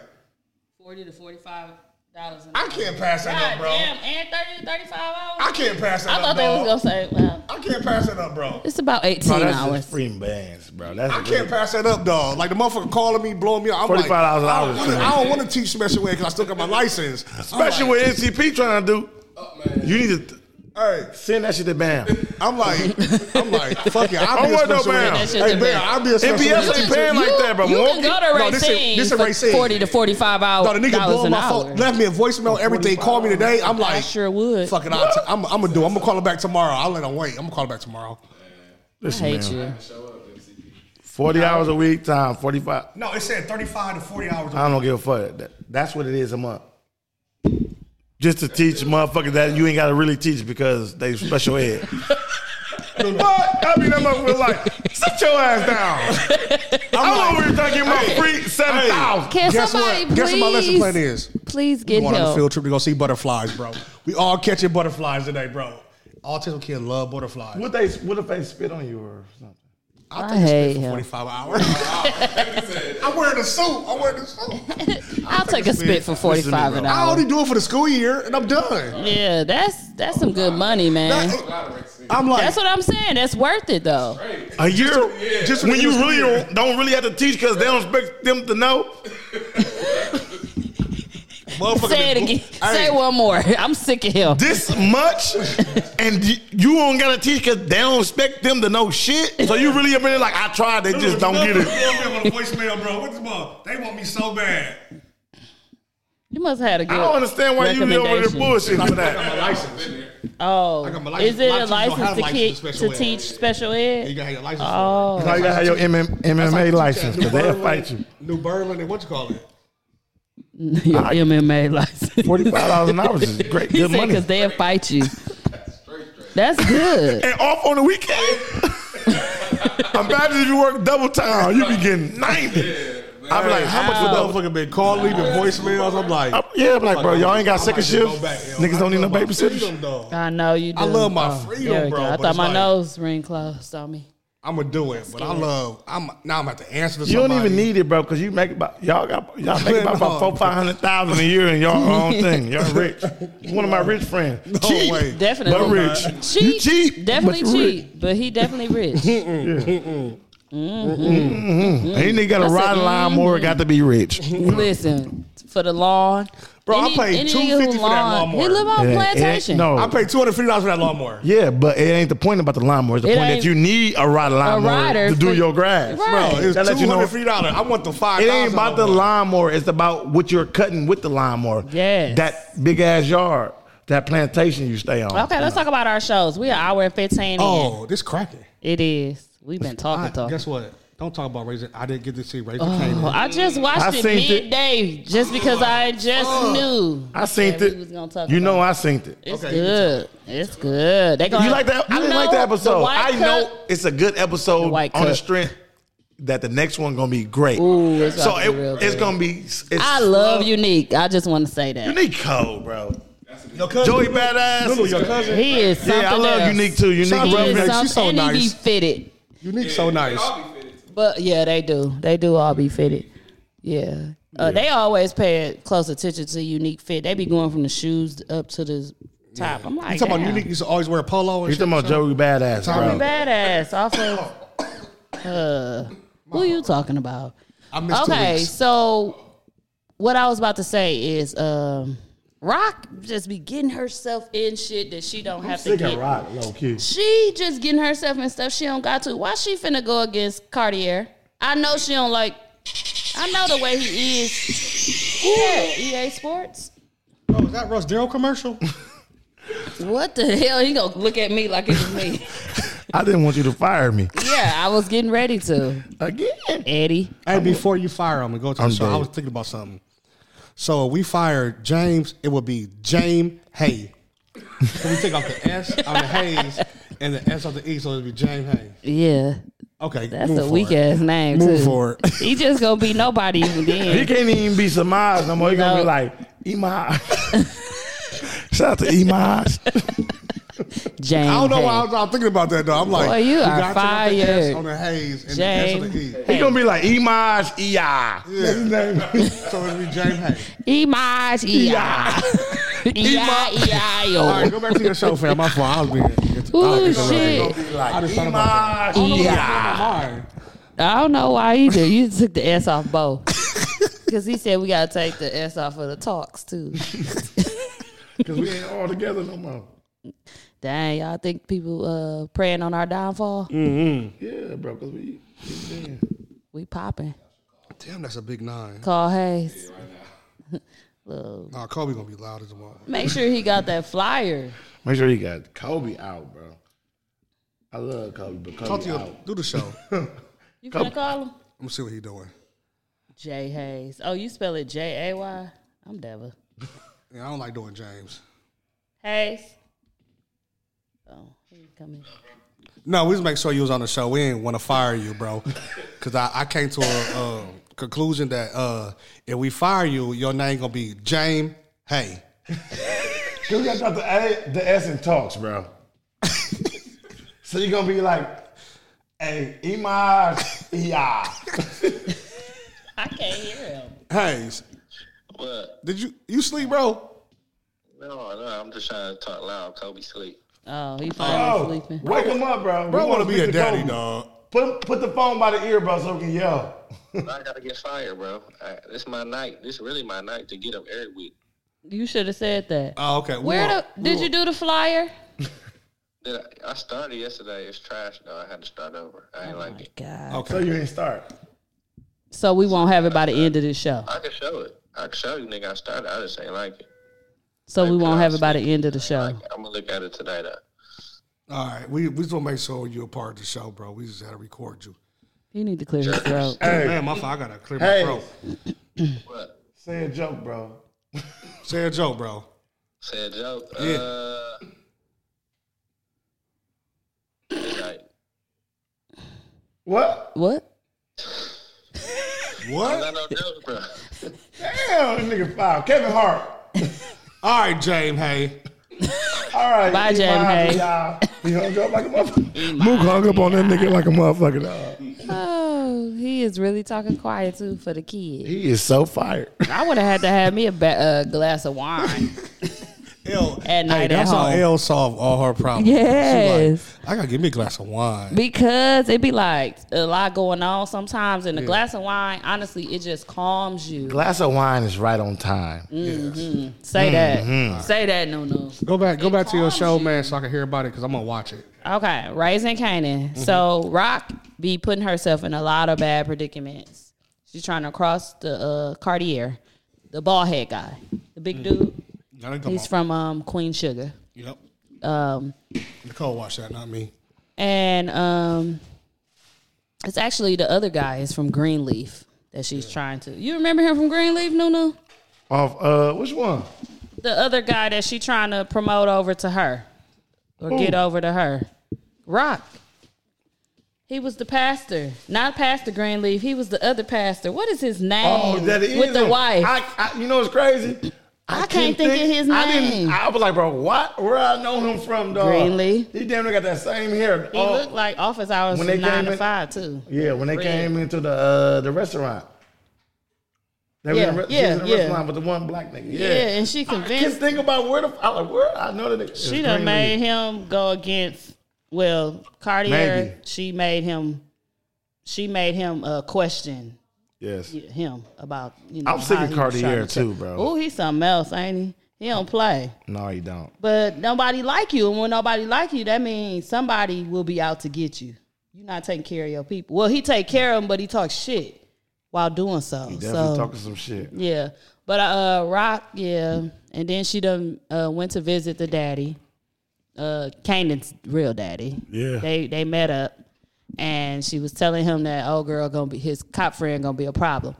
Forty to forty five dollars.
I can't pass that up, bro.
Damn, and thirty to thirty five hours.
I can't pass that
I
up.
thought they
dog.
was gonna say, well,
I can't pass that up, bro.
it's about eighteen
Bro, Oh, that's
hours.
just free bands, bro. That's
I can't pass that up, dog. Like the motherfucker calling me, blowing me up. I'm like,
$45 an
I
hour
don't
is
wanna-
crazy.
I don't want to teach special ed because I still got my license.
Especially
Oh,
what NCP trying to do. You need to
Hey,
send that shit to Bam.
I'm like, I'm like, fuck it. I'll
I
be a
want no
special ed.
Bam.
That shit
Hey,
to
Bam,
Bam.
I'll be a special
NPS
ed.
ain't paying like that, bro.
You can
Milwaukee-
go to
No, this
Racine,
is- this is
for
Racine.
forty to forty-five hours.
No, the nigga
dollars
blowing
an
my
hour.
phone, left me a voicemail, everything. Called me today. I'm
I
like,
sure would.
Fuck it. I'll t- I'm, I'm gonna do. it. I'm gonna call him back tomorrow. I'll let him wait. I'm gonna call him back tomorrow.
I hate
man.
you.
Forty hours a week, time forty five.
No, it said 35 to 40 hours.
I don't give a fuck. That- That's what it is a month. Just to teach motherfuckers that you ain't gotta really teach because they special ed. But I mean that motherfucker like, sit your ass down. I'm over here trying to get my free seven thousand.
Can
Guess
somebody
what?
please?
Guess what my lesson plan is?
Please get
going on a field
help.
trip to go see butterflies, bro. We all catching butterflies today, bro. Autism kids love butterflies.
What they what if they spit on you or something?
I,
I hate
for
him.
45 hours. I'm wearing a suit. I'm wearing a suit.
I'll take a spit for forty-five an
I
hour.
only do it for the school year, and I'm done.
Yeah, that's that's some good money, man.
I'm like,
That's what I'm saying. That's worth it though.
A year,
Just
just
for
when
the
you
end of
really
school year.
don't, don't really have to teach because they don't expect them to know.
motherfucker.
Say it
been-
again.
Hey,
Say it one more. I'm sick of him.
This much, and y- you don't gotta teach because they don't expect them to know shit. So you really up in there like I tried, they just don't get it.
They want me on a voicemail, bro. What the fuck? They want me so bad.
You must have had a good.
I don't understand why you be over there bullshitting
recommendation.
for
I got
that.
my license.
Oh,
I got my
is it a
license.
license
My teachers don't have
to, ki-
license for
to
special ed.
teach special ed?
Yeah, you gotta have your license for it.
Oh,
Now you gotta have your MM,
That's like
MMA
two
license
chains.
because they'll
New
fight you.
Berlin- New Berlin and what you call it?
your MMA license.
Forty five dollars an hour is great,
He
good
said
money.
because they'll fight you. That's good.
And off on the weekend. Imagine if you work double time, you be getting ninety. I'd be like, how much would double?
The motherfucker been calling, leaving voicemails. I'm like,
I- Yeah, I'm like, bro, y'all ain't got
I might
second
just go
shift.
back, yo.
Niggas
I
don't need no
love my
babysitters.
freedom, though.
I know you. Do.
I love my
Oh,
freedom,
there we go.
bro,
I
but
thought
it's
my
like-
nose ring closed on me.
I'm gonna do it, but I love. I'm now. I'm at the answer to
You don't
somebody.
even need it, bro, because you make about y'all got y'all make about, about
No.
four five hundred thousand a year in y'all own thing. Y'all rich. You one of my rich friends.
No
cheap,
way.
Definitely
but rich.
Cheap,
You cheap,
Definitely
but you rich.
cheap, but he definitely rich.
Any nigga got
I
to
said,
ride a lawnmower, got to be rich.
Listen for the lawn,
Bro, I paid
any nigga
$250
who
for that lawnmower.
He live
It
on
ain't- it ain't-
plantation.
No,
I paid two hundred fifty dollars for that lawnmower.
Yeah, but it ain't the point about the lawnmower. It's the
It
point
ain't
that you need a ride lawnmower
rider
to do
for-
your grass.
Right.
Bro, it's
That let you
two
know-
hundred fifty dollars. I want the five.
It ain't about the lawnmower. It's about what you're cutting with the lawnmower.
Yes.
That big ass yard, that plantation you stay on.
Okay, let's talk about our shows. We are hour and fifteen. in.
Oh, this cracking.
It is. We've been
I-
talking, talking.
Guess what? Don't talk about Razor. I didn't get to see Razor
Oh,
Kane.
I just watched
I
it
seen Oh. it.
midday just because I just knew.
I seen
that we was gonna
it.
talk
You know
about
I seen it.
It's
Okay, you
good. It's good. They gonna,
You like that? I didn't
know
like that
the
episode.
white
I
cut-
know it's a good
The
episode
white
on the
cut.
strength that the next one gonna be great.
Ooh, it's
so
about to be real
it, it's
good.
gonna be. It's
I love Unique. I just want to say that.
Unique Cole, bro.
Your cousin,
Joey Badass.
Lulu, your cousin.
He is something
yeah, I love
else.
Unique too. Unique,
He
bro,
is
She's
something,
so
and he be
nice.
fitted.
Unique, so nice.
But yeah, they do. They do all be fitted. Yeah. Uh, They always pay close attention to unique fit. They be going from the shoes up to the top. I'm like,
You talking about
damn.
Unique used to always wear a polo and
You
shit.
talking about Joey Badass,
Tommy
bro?
Bad-
badass off of uh, who you talking about?
I missed two
Okay,
weeks.
so what I was about to say is um, Rock just be getting herself in shit that she don't have to get.
rock, low key.
She just getting herself and stuff she don't got to. Why she finna go against Cartier? I know she don't like. I know the way he is. Yeah, EA Sports.
Oh, is that Russ Darrow commercial?
What the hell? He gonna look at me like it was me.
I didn't want you to fire me
yeah, I was getting ready to.
again.
Eddie.
Hey, before you fire him and go to the
I'm
show, I
dead.
was thinking about something. So if we fired James, it would be James Hay. so we take off the S on the Hayes and the S on the E, so it'd be James Hay.
Yeah,
Okay,
that's
move
a
forward.
weak ass name
Move
too.
forward.
He just gonna be nobody even
He
then.
can't even be surmised no more. He gonna
No.
be like Imaj. Shout out to Imaj.
James.
I don't know why I
Hayes.
was, I was thinking about that though. I'm like,
Boy, you
we
are
gotta take off the S
fired.
on the Hayes and the S on
James.
the E.
He gonna be like E Imaj Ei.
Yeah. so it'd be James Hay.
Imaj Ia.
All right,
Ia
go back to your show, fam. My fault. I was being.
Oh
I
shit.
Be like
I just thought about
Imaj
Oh, Yeah.
Mine.
I don't know why either. You took the S off Bo. Because he said we got to take the S off of the talks, too.
because we ain't all together no more.
Dang, y'all think people uh, praying on our downfall?
Yeah, bro, because we.
We popping.
Damn, that's a big nine.
Call Hayes. Look,
Nah, Kobe gonna be loud as a mother.
make sure he got that flyer.
Make sure you got Kobe out, bro. I love Kobe, but Kobe
Talk to your,
out.
do the show.
You finna call him?
Let me see what he doing.
J Hayes. Oh, you spell it J A Y? I'm Deva.
Yeah, I don't like doing James.
Hayes. Oh, he coming.
No, we just make sure you was on the show. We ain't want to fire you, bro, because I, I came to a uh, conclusion that uh, if we fire you, your name gonna be James Hay.
You got to drop the A, the S in talks, bro. so you're gonna be like, hey, E Imaj Ei.
I can't hear him.
Hayes,
What?
did you you sleep, bro?
No, no, I'm just trying to talk loud. Kobe sleep.
Oh, he finally sleeping.
wake him up, bro.
Bro,
We
want
wanna
to be
speak
a
to
daddy,
Kobe.
dog.
Put put the phone by the ear, bro, so we can yell.
I gotta get fired, bro. I, this my night. This really my night to get up every week.
You should have said that.
Oh, okay. we
Where
want-
the,
we
did
want-
you do the flyer?
Then I, I started yesterday. It's trash though. I had to start over. I ain't like it.
God.
So you ain't start.
so we won't have it by the end of this show.
I can show it. I can show you, nigga. I started. I just ain't like it.
So we won't have it by the end of the show.
I'm gonna look at it tonight. Uh,
All right, we we just want to make sure you're a part of the show, bro. We just had to record you.
You need to clear his throat.
man, my fault. I gotta clear
Hey.
my throat.
Say a joke, bro.
Say a joke, bro.
say a joke.
Yeah.
Uh, like,
What?
What?
I got no jokes, bro.
Damn, this nigga foul. Kevin Hart.
All right, James. Hey,
All right.
Bye,
he
James
vibing,
Hayes.
y'all. He hung up like a motherfucker.
Mook hung up on that nigga like a motherfucker. dog.
Oh, he is really talking quiet too for the kid.
He is so fired.
I would have had to have me a, ba- a glass of wine at night at
that's how
home
L solved all her problems. She like,
Yes.
Uh-huh. I gotta give me a glass of wine.
because it be like a lot going on sometimes. And a
Yeah.
glass of wine, honestly, it just calms you.
Glass of wine is right on time.
Mhm. Say that.
Mm-hmm.
Mhm.
Say that, Nunu.
Go back, go back to your show, man, so I can hear about it because I'm gonna watch it.
Okay, raising Canaan. So Rock be putting herself in a lot of bad predicaments. She's trying to cross the uh, Cartier, the bald head guy, the big dude.
Gotta come
He's
on.
from um, Queen Sugar.
Yep.
Um,
Nicole watched that, not me.
and um, it's actually the other guy is from Greenleaf that she's trying to. You remember him from Greenleaf, Nunu?
Off uh which one?
The other guy that she trying to promote over to her or
Who?
get over to her. Rock. He was the pastor, not Pastor Greenleaf. He was the other pastor. What is his name?
Oh, that is
with the
him.
wife.
I, I, you know what's crazy?
I
couldn't
can't think of his
I
name.
I was like, bro, what? Where I know him from, dog?
Greenlee.
He damn near got that same hair. Oh,
he
all-
looked like office hours
when
from
they
nine
came
to
in-
five too.
yeah, when they
Red.
came into the uh, the restaurant. They
Yeah,
were in the, re-
yeah,
she was in the
yeah.
restaurant with the one black nigga.
Yeah,
Yeah.
and she
Just
convinced
think about where the I like where I know that nigga.
she done made him go against. Well, Cartier,
Maybe.
she made him. She made him uh, question
Yes.
him about. You know,
I'm sick
how
of
he was trying
Cartier
to-
too, bro.
Oh, he's something else, ain't he? He don't play.
No, you don't.
But nobody like you, and when nobody like you, that means somebody will be out to get you. You're not taking care of your people. Well, he take care of them, but he talks shit while doing so.
You
so
definitely talking some shit.
yeah, but uh, Rock, yeah, and then she done uh, went to visit the daddy, uh, Kanan's real daddy.
Yeah.
they they met up, and she was telling him that old girl gonna be his cop friend gonna be a problem,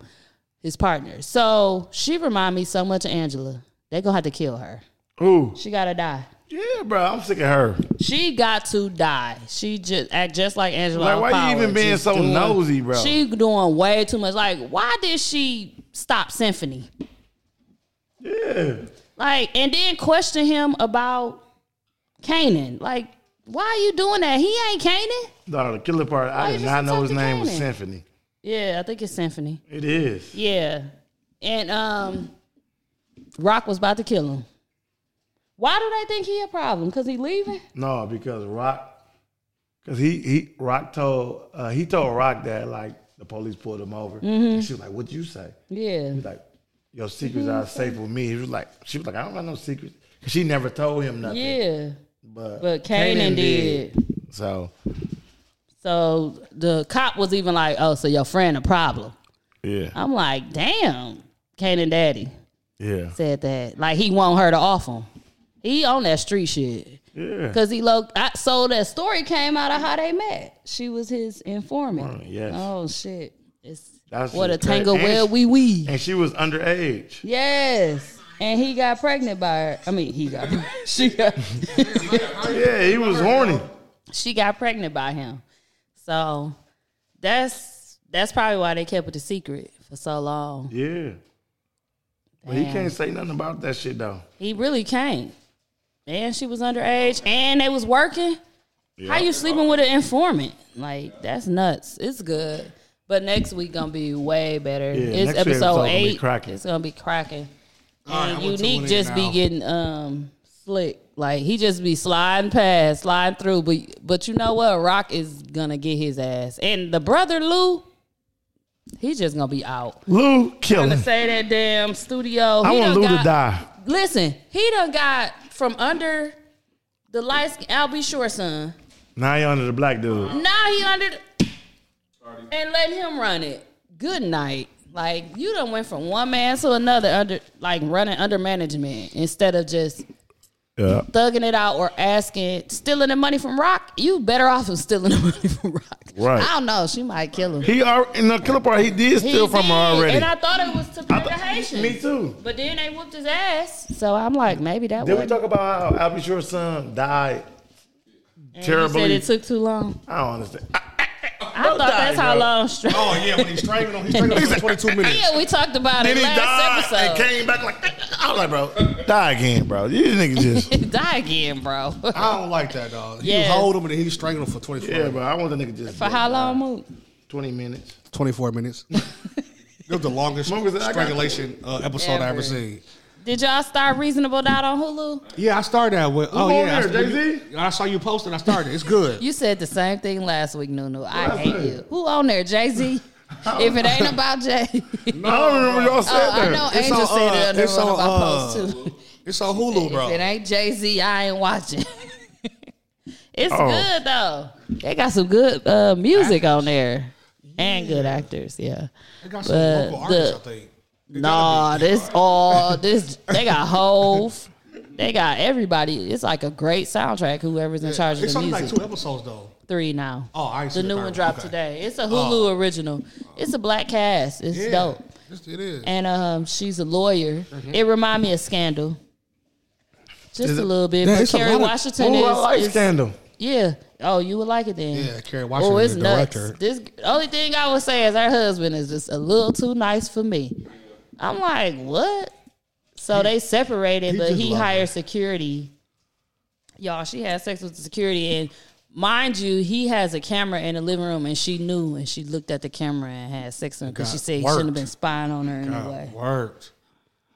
his partner. So she remind me so much of Angela. They gonna have to kill her.
Ooh.
She gotta die.
Yeah, bro, I'm sick of her.
She got to die. She just act just like Angela.
Like, why you
Power,
even being
just
so nosy, bro?
She doing way too much. Like, why did she stop Symphony?
Yeah.
Like, and then question him about Canaan. Like, why are you doing that? He ain't Canaan.
No, the killer part,
Why
I
you
did
just
not know his
attack
name was
Buchanan?
Symphony.
Yeah, I think it's Symphony.
It is.
Yeah, and um, Rock was about to kill him. Why do they think he a problem? Cause he leaving.
No, because Rock, because he he Rock told uh, he told Rock that like the police pulled him over.
Mm-hmm.
And she was like, "What'd you say?"
Yeah.
He's like, "Your secrets are safe with me." He was like, "She was like, I don't got no secrets." 'Cause she never told him nothing.
Yeah.
But
But Kanan did.
So
So the cop was even like, "Oh, so your friend a problem?"
yeah,
I'm like, "Damn, Kanan Daddy
yeah,
said that. Like he want her to off him. He on that street shit."
yeah.
Cause he low, I, so that story came out of how they met. She was his informant.
yes.
Oh shit! It's
That's
what a
just crazy.
tangle
And
web
she-
we weave.
And she was underage.
Yes, and he got pregnant by her. I mean, he got she got
Yeah, he was horny.
she got pregnant by him. So that's that's probably why they kept it a secret for so long.
Yeah. But he
Damn.
can't say nothing about that shit though.
He really can't. And she was underage, and they was working. How you sleeping with an informant? Like that's nuts. It's good, but next week gonna be way better.
Yeah,
it's
next
episode
week episode gonna be
eight.
cracking.
It's gonna be cracking.
All right,
And
I'm gonna tune
unique
in
just be
now.
getting um slick. Like he just be sliding past, sliding through. But but you know what? Rock is gonna get his ass, and the brother Lou, he just gonna be out.
Lou killing.
Gonna say that damn studio.
I
He
want
done
Lou
got-
to die.
Listen, he done got from under the lights. I'll be sure, son.
Now he under the black dude.
Now he under the- and let him run it. good night. Like you done went from one man to another under like running under management instead of just
Yeah.
thugging it out or asking stealing the money from Rock. You better off of stealing the money from Rock.
Right.
I don't know. She might kill him.
He already in the killer part. He did steal from her already.
And I thought it was to pay the Haitians.
me too.
But then they whooped his ass. So I'm like, maybe that
Did we
was.
talk about how Albie Short's son died terribly?
said it took too long.
I don't understand.
I thought that's how long. Straight.
Oh yeah, when he's strangling him, he's strangling him for twenty two minutes.
Yeah, we talked about
Then
it
he
last
died and
episode.
came back like I was like, bro, die again, bro. You niggas just
Die again, bro.
I don't like that, dog. He
Yes.
hold him and then he strangled him for twenty four.
yeah, bro. I want the nigga just
For how long, Mook?
Twenty minutes.
Twenty four minutes. it was the longest
I got-
strangulation uh, episode I ever
Ever.
seen.
Did y'all start Reasonable Doubt on Hulu?
Yeah, I started that with. oh
on
yeah,
there,
I-
Jay-Z?
I saw you posting. I started. It's good.
You said the same thing last week, Nunu. I hate you. Who on there, Jay Z? if it ain't about Jay,
I don't remember y'all said
oh, I
that.
know
It's
Angel
on, uh,
said it
it's
on one of my
on,
posts
uh,
too.
It's on Hulu,
If it
bro.
ain't Jay Z, I ain't watching. it's
Oh.
good though. They got some good uh, music on there and good actors. Yeah,
They got some
But
local artists,
the-
I think.
Nah, this all this they got Hove, they got everybody. It's like a great soundtrack. Whoever's in charge of
It's
the
only
music,
like two episodes though.
three now.
Oh, I ain't
the
seen
new
third
one dropped
Okay.
today. It's a Hulu
Oh.
original. It's a black cast. It's
Yeah.
dope.
It's- It is.
And um, she's a lawyer.
Mm-hmm.
It remind me of Scandal, just a little bit.
Yeah,
but
it's a
Kerry
lot of-
Washington
Ooh, I
is,
like
is-
Scandal.
Yeah. Oh, you would like it then.
Yeah, Kerry
oh,
Washington,
it's
the
nuts.
director.
This only thing I would say is her husband is just a little too nice for me. I'm like, what? So they separated,
he
but
just
he
love her.
hired security. Y'all, she had sex with the security, and mind you, he has a camera in the living room, and she knew, and she looked at the camera and had sex with him because she
God,
said he
worked.
shouldn't have been spying on her anyway.
God, worked.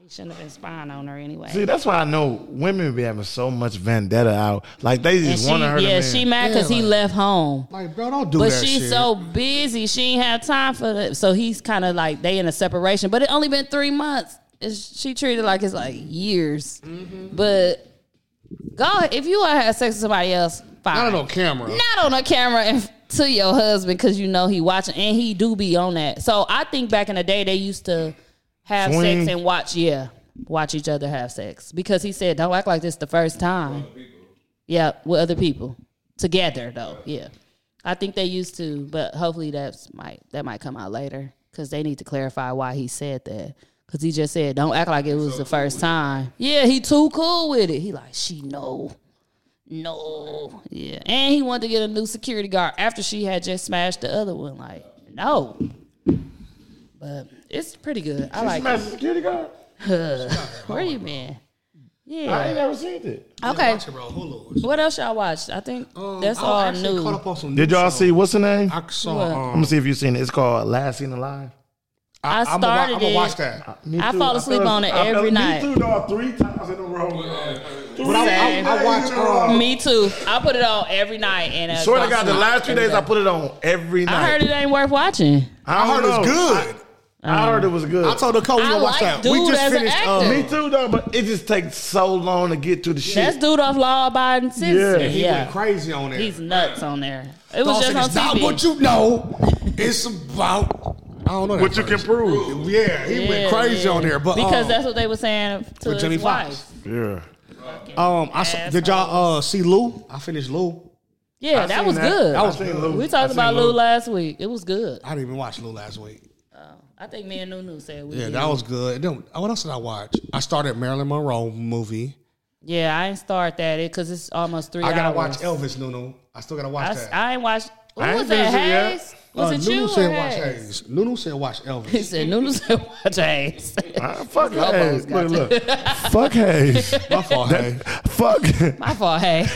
He shouldn't have been spying on her anyway.
See, that's why I know women be having so much vendetta out. Like they
and
just
she,
want to hurt
yeah,
a man.
she mad because
Yeah,
he
like-
left home.
Like, bro, don't do
but
that
she's
shit.
so busy, she ain't have time for that. So he's kind of like they in a separation, but it only been three months. It's, she treated like it's like years.
Mm-hmm.
But God, if you want to have sex with somebody else, fine.
not on camera.
Not on a camera and to your husband because you know he watching and he do be on that. So I think back in the day they used to have
Swing.
sex and watch. Yeah, watch each other have sex because he said don't act like this the first time. Yeah, with other people together though. Yeah, I think they used to, but hopefully that's might that might come out later because they need to clarify why he said that. Cause he just said, "Don't act like it was the first time." Yeah, he too cool with it. He like, she know. No. Yeah. And he wanted to get a new security guard after she had just smashed the other one. Like, no. But it's pretty good. I like
Smash the security guard.
it. Where you been?
I ain't
Yeah.
never seen it.
Okay.
Watch it, bro. Hulu.
What else y'all watched? I think
Um,
that's
I
all
actually
new.
Caught up on some
Did
new
y'all
shows.
see what's the name?
I
What?
saw.
I'm
Um,
gonna see if you've seen it. It's called Last Seen Alive.
I
I'm
started
gonna
it.
watch that.
Me
I
too.
fall asleep
fell-
on it
I fell-
every night.
Me too, dog. Three times in a row.
But I, I, I watch. Um,
Me too. I put it on every night. And uh,
Swear to God, the
goes
last three
every
days I
day.
put it on every night.
I heard it ain't worth watching.
I heard
don't
it's
know.
good.
I heard it was good.
I told the coach we
I
gonna watch
like
that.
Dude
we just
as an
finished.
actor.
me
Uh,
too, though. But it just takes so long to get to the shit.
That's dude off law abiding citizen.
Yeah,
Yeah,
he went crazy on there.
he's nuts on there. It was
Dawson,
just on
it's not
TV.
what you know. It's about. I don't know that
what you can
phrase.
prove.
Yeah, he
Yeah,
went crazy
yeah.
on there, but
because
uh,
um,
that's what they were saying to
with
his
Jimmy
wife.
Fox.
Yeah.
Um, I saw, did y'all uh see Lou? I finished Lou.
Yeah,
I
that
seen
was
that.
good.
I was seeing Lou.
We
I
talked
seen
about Lou
Lou.
last week. It was good.
I didn't even watch Lou last week.
I think me and Nunu said we.
Yeah,
did.
that was good. And then oh, what else did I watch? I started Marilyn Monroe movie.
Yeah, I didn't start that because it's almost three.
I gotta
hours.
watch Elvis Nunu. I still gotta watch
I,
that.
I ain't watched. Who
I ain't
was that?
finished it yet.
Hayes? Was
Uh,
it
Nunu
you
said
or
watch
Hayes?
Hayes. Nunu said watch
He
Elvis.
said Nunu said watch Hayes.
Ah, fuck
Lobos
Hayes.
got
Look, look. fuck Hayes.
My fault, hey.
fuck E
My fault, Hayes.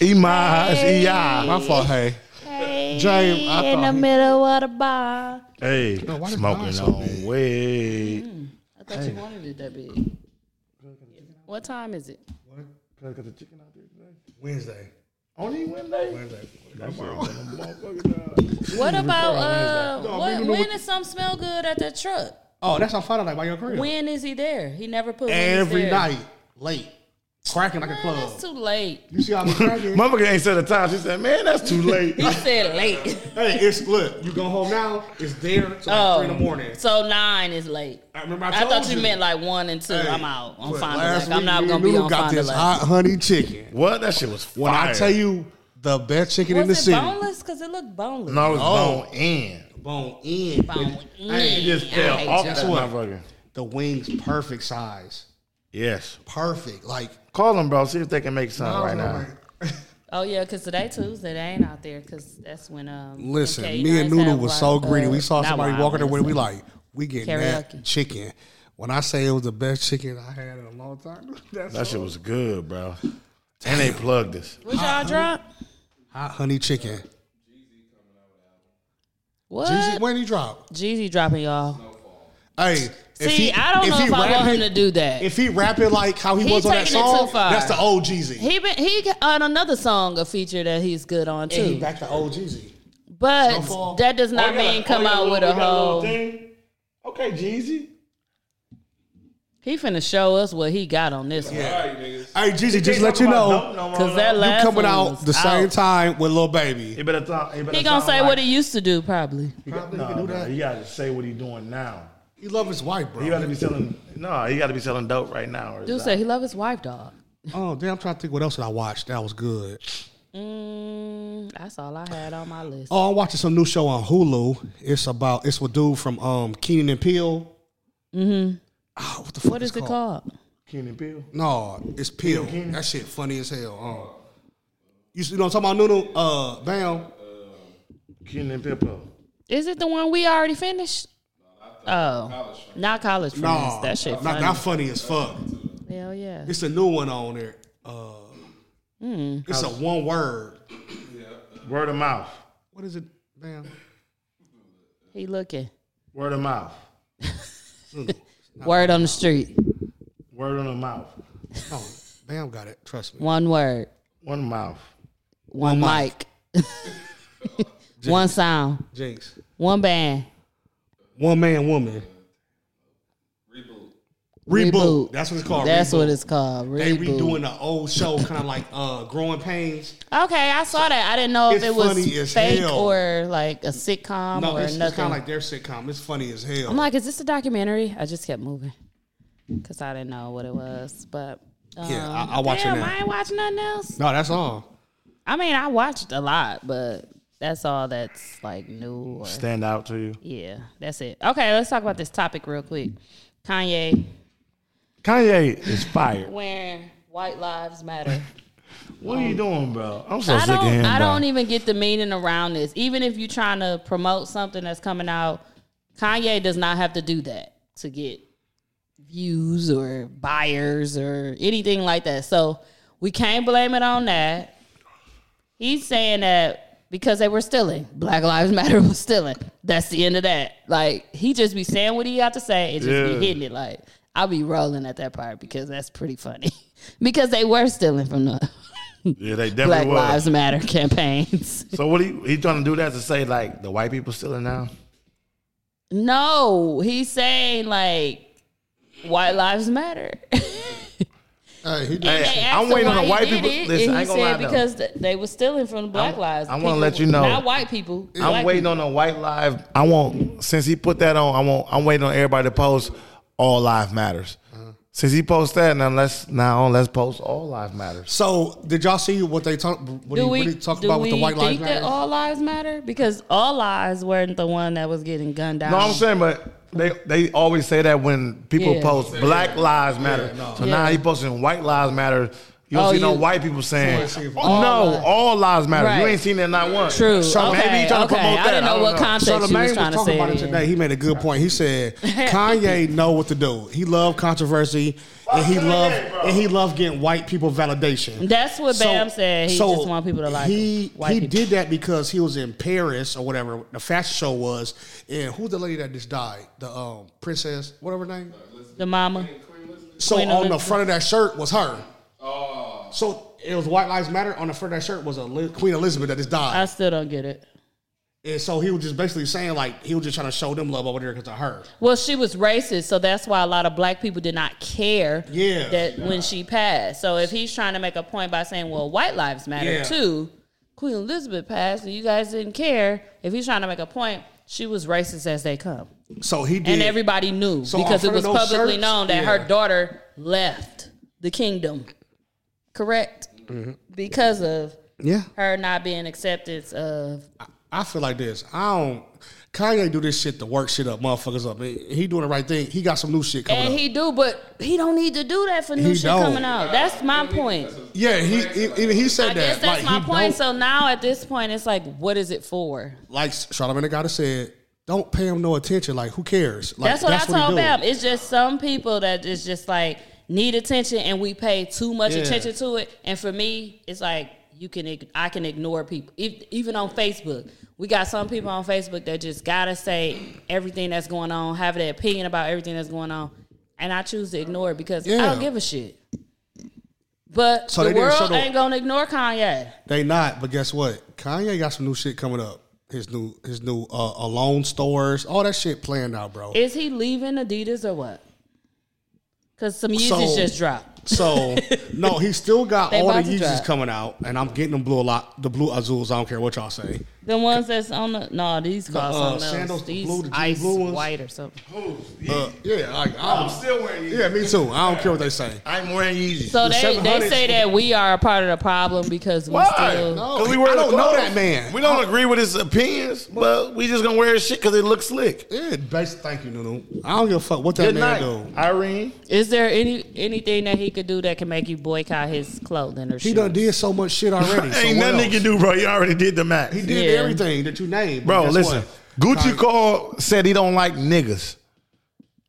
Imaj. Ei.
My fault, hey.
Hey,
Jay, I
in
thought
the
he-
middle of the bar.
Hey,
why did
smoking
mine so
on weed.
I thought you wanted it that big. What time is it?
Wednesday.
Only Wednesday.
Wednesday.
What about uh? What, when does some smell good at that truck?
Oh, that's on Friday night by your crib.
When is he there? He never put when he's
Every
there.
night, late. cracking like a club.
It's too late.
You see how I'm cracking?
Motherfucker ain't said a time. She said, man, that's too late.
He said late.
hey, it's look. You go home now. It's there till like three in the morning.
Oh. So nine is late.
I remember I
I,
told
thought you,
you.
meant like one and two. I'm out. I'm
But
fine.
last
I'm
week
not
me
gonna
and
be
Lou
on
got
fine.
this hot honey chicken.
What? That shit was fire.
When I tell you the best chicken in the
Was it
city.
boneless? Because it looked boneless.
No, it was
Oh.
bone
in.
Bone in.
Bone in.
Hey,
It just fell I hate off y'all.
Guess
that
what?
motherfucker.
The wings perfect size.
Yes.
Perfect. Like oh,
Call them, bro. See if they can make something
No,
right
no,
now.
man.
Oh yeah, because today Tuesday they ain't out there because that's when um.
Listen,
MK
me and
Nice
Nunu
have,
was so
like,
greedy.
uh,
We saw
not
somebody
wild,
walking there with it. We
listen.
like, we getting that chicken. When I say it was the best chicken I had in a long time, that's
That shit was good, bro. And they plugged us.
Was y'all drunk?
hot honey chicken.
What?
Jeezy, when he drop?
Jeezy dropping y'all.
Hey,
See, I don't know if I want him to do that.
If he rapping like how he,
He
was on that
taking it too
song,
far.
that's the old Jeezy.
He been he got on another song a feature that he's good on
Yeah, he
too.
back to old Jeezy.
But that does not
Oh, yeah,
mean
oh,
come
yeah,
out
little-
with a
we got little
whole.
thing. Okay, Jeezy.
He finna show us what he got on this
Yeah.
one.
Hey,
He
Jeezy,
can't
just let
talk
you
about
know,
dope no more, 'Cause no. that last
you coming
one
out
was
the same
out.
time with Lil Baby.
He better talk. He better
He gonna
sound
say
like-
what he used to do probably.
He got, nah,
do
bro,
that.
he gotta say what he doing now.
He love his wife, bro.
He gotta be selling. No, he gotta be selling dope right now. or
Dude
it's
said he love his wife, dog.
Oh, damn! I'm trying to think what else did I watch that was good.
Mm, that's all I had on my list.
Oh, I'm watching some new show on Hulu. It's about it's with dude from um Keenan and Peele.
Mm-hmm.
Oh, what the fuck
What is it called?
Keenan Peele.
No, it's Peele. That shit funny as hell. Um, you, you know what I'm talking about? Nunu, uh, Bam.
Keenan and Pippo.
Is it the one we already finished? Oh, not college friends.
No,
that shit
Not,
funny.
not funny as fuck.
Hell yeah.
It's a new one on there. Uh,
Mm.
it's a one word.
Word of mouth.
What is it, Bam?
He looking.
Word of mouth.
Mm.
Word on the street.
Word on the mouth.
Oh, Bam got it. Trust me.
One word.
One mouth.
One, mic. one sound.
Jinx.
One band.
One man, woman. Reboot. Reboot. That's what it's called.
That's
Reboot.
what it's called.
They
Reboot.
redoing the old show, kind of like uh, Growing Pains.
Okay, I saw that. I didn't know if
It's
it
funny
was
as
fake
hell.
or like a sitcom
no,
or
it's,
nothing.
it's kind of like their sitcom. It's funny as hell.
I'm like, is this a documentary? I just kept moving because I didn't know what it was. But um,
Yeah, I- I watch it
damn,
now.
I ain't watching nothing else.
no, that's all.
I mean, I watched a lot, but that's all that's like new. Or,
Stand out to you.
yeah, that's it. Okay, let's talk about this topic real quick. Kanye
Kanye is fired.
wearing White Lives Matter.
What are you doing, bro? I'm so
I
sick of
don't.
him.
I
bro.
don't even get the meaning around this. Even if you're trying to promote something that's coming out, Kanye does not have to do that to get views or buyers or anything like that. So we can't blame it on that. He's saying that because they were stealing. Black Lives Matter was stealing. That's the end of that. Like he just be saying what he got to say and just
Yeah.
be hitting it. Like I'll be rolling at that part because that's pretty funny. because they were stealing from the
Yeah, they
Black
definitely was.
Lives Matter campaigns.
So what he he trying to do that to say like the white people stealing now?
No, he's saying like white lives matter. And they asked
I'm
him
waiting on
why
the
he did
white people.
It,
Listen,
and
I
he
ain't gonna
said
lie though.
because th- they were stealing from black lives.
I wanna let
People-
you know.
not white people.
I'm
black
waiting
people.
on a white live. I want since he put that on. I want. I'm waiting on everybody to post all life matters.
Uh-huh.
Since he posts that, now let's now on let's post all life matters.
So, did y'all see what they talk? What
do
he,
we
what he talk
do
about with the
we
White Lives
think that
Matter?
all lives matter? Because all lives weren't the one that was getting gunned down.
No, I'm saying, but they they always say that when people
Yeah.
post Black Lives Matter. So now
Yeah.
he posting White Lives Matter. You don't
Oh,
see no
you-
white people saying,
Someone
"No,
see-
all lives matter." You
Right.
ain't seen that not once.
True.
So maybe
Okay,
he trying
okay.
to promote
I
that.
didn't know
don't
what context you was
Charlamagne
trying to
talking
say
about
it
it
in.
today. He made a good point. He said Kanye know what to do. He loved controversy, and he loved and he loved getting white people validation.
That's what Bam said. He just want people to like
He
him. White
he
people.
did that because he was in Paris or whatever the fashion show was, and who's the lady that just died? The um, princess, whatever her name.
The mama.
So
Queen
on the
Elizabeth.
front of that shirt was her. So it was White Lives Matter. On the front of that shirt was a Li- Queen Elizabeth that just died.
I still don't get it.
And so he was just basically saying like he was just trying to show them love over there because of her.
Well, she was racist, so that's why a lot of black people did not care
Yeah.
that when she passed. So if he's trying to make a point by saying, "Well, white lives matter
Yeah.
too," Queen Elizabeth passed, and you guys didn't care. If he's trying to make a point, she was racist as they come,
So he did.
and everybody knew
So
because
on
it was
Fernando
publicly
shirts-
known that her
Yeah.
daughter left the kingdom. Correct,
Mm-hmm.
because of
Yeah.
her not being acceptance of
I feel like this. I don't. Kanye do this shit to work shit up, motherfuckers up. He, he doing the right thing. He got some new shit coming
and
up.
he do, but he don't need to do that for new
He
shit
don't.
coming out. That's my point.
yeah, he even he said
I
that.
guess that's
Like,
my
he
point.
don't-
So now at this point, it's like, what is it for?
like Charlamagne the God said, don't pay him no attention. Like who cares? Like,
that's what I
he
told
doing.
Bam. It's just some people that is just like need attention, and we pay too much
Yeah.
attention to it. And for me, it's like you can ig- I can ignore people, if, even on Facebook. We got some people on Facebook that just gotta say everything that's going on, have their opinion about everything that's going on, and I choose to ignore it because I
Yeah.
don't give a shit. But
So
the
they didn't show
world
no-
ain't gonna ignore Kanye.
They not, but guess what? Kanye got some new shit coming up. His new his new uh, alone stores, all that shit planned out, bro.
Is he leaving Adidas or what? Because some Yeezys
So-
just dropped.
So no, he still got
They
all the
about to
Yeezys
drop.
coming out, and I'm getting them blue a lot, the blue azules. I don't care what y'all say.
The ones that's on the no, these
The,
cost
uh,
something else.
sandals, the
these
blue- the deep
ice
blue ones?
white or something.
Uh, yeah, like,
I'm still wearing Yeezys.
Yeah, me too. I don't care what they say.
I'm wearing Yeezys.
So they, they say that we are a part of the problem because we still
Because we wear
I
the
don't know
clothes.
that man.
We don't agree with his opinions, but we just gonna wear his shit because it looks slick.
Yeah, base, thank you, Nunu. I don't give a fuck what that
Good
man
night,
do.
Irene.
Is there any anything that he could do that can make you boycott his clothing or
He
shit?
done did so much shit already. so
Ain't
what
nothing he can
else?
do, bro. He already did the math.
He did
Yeah.
everything that you named,
Bro,
Guess
listen.
what?
Gucci Cole said he don't like niggas.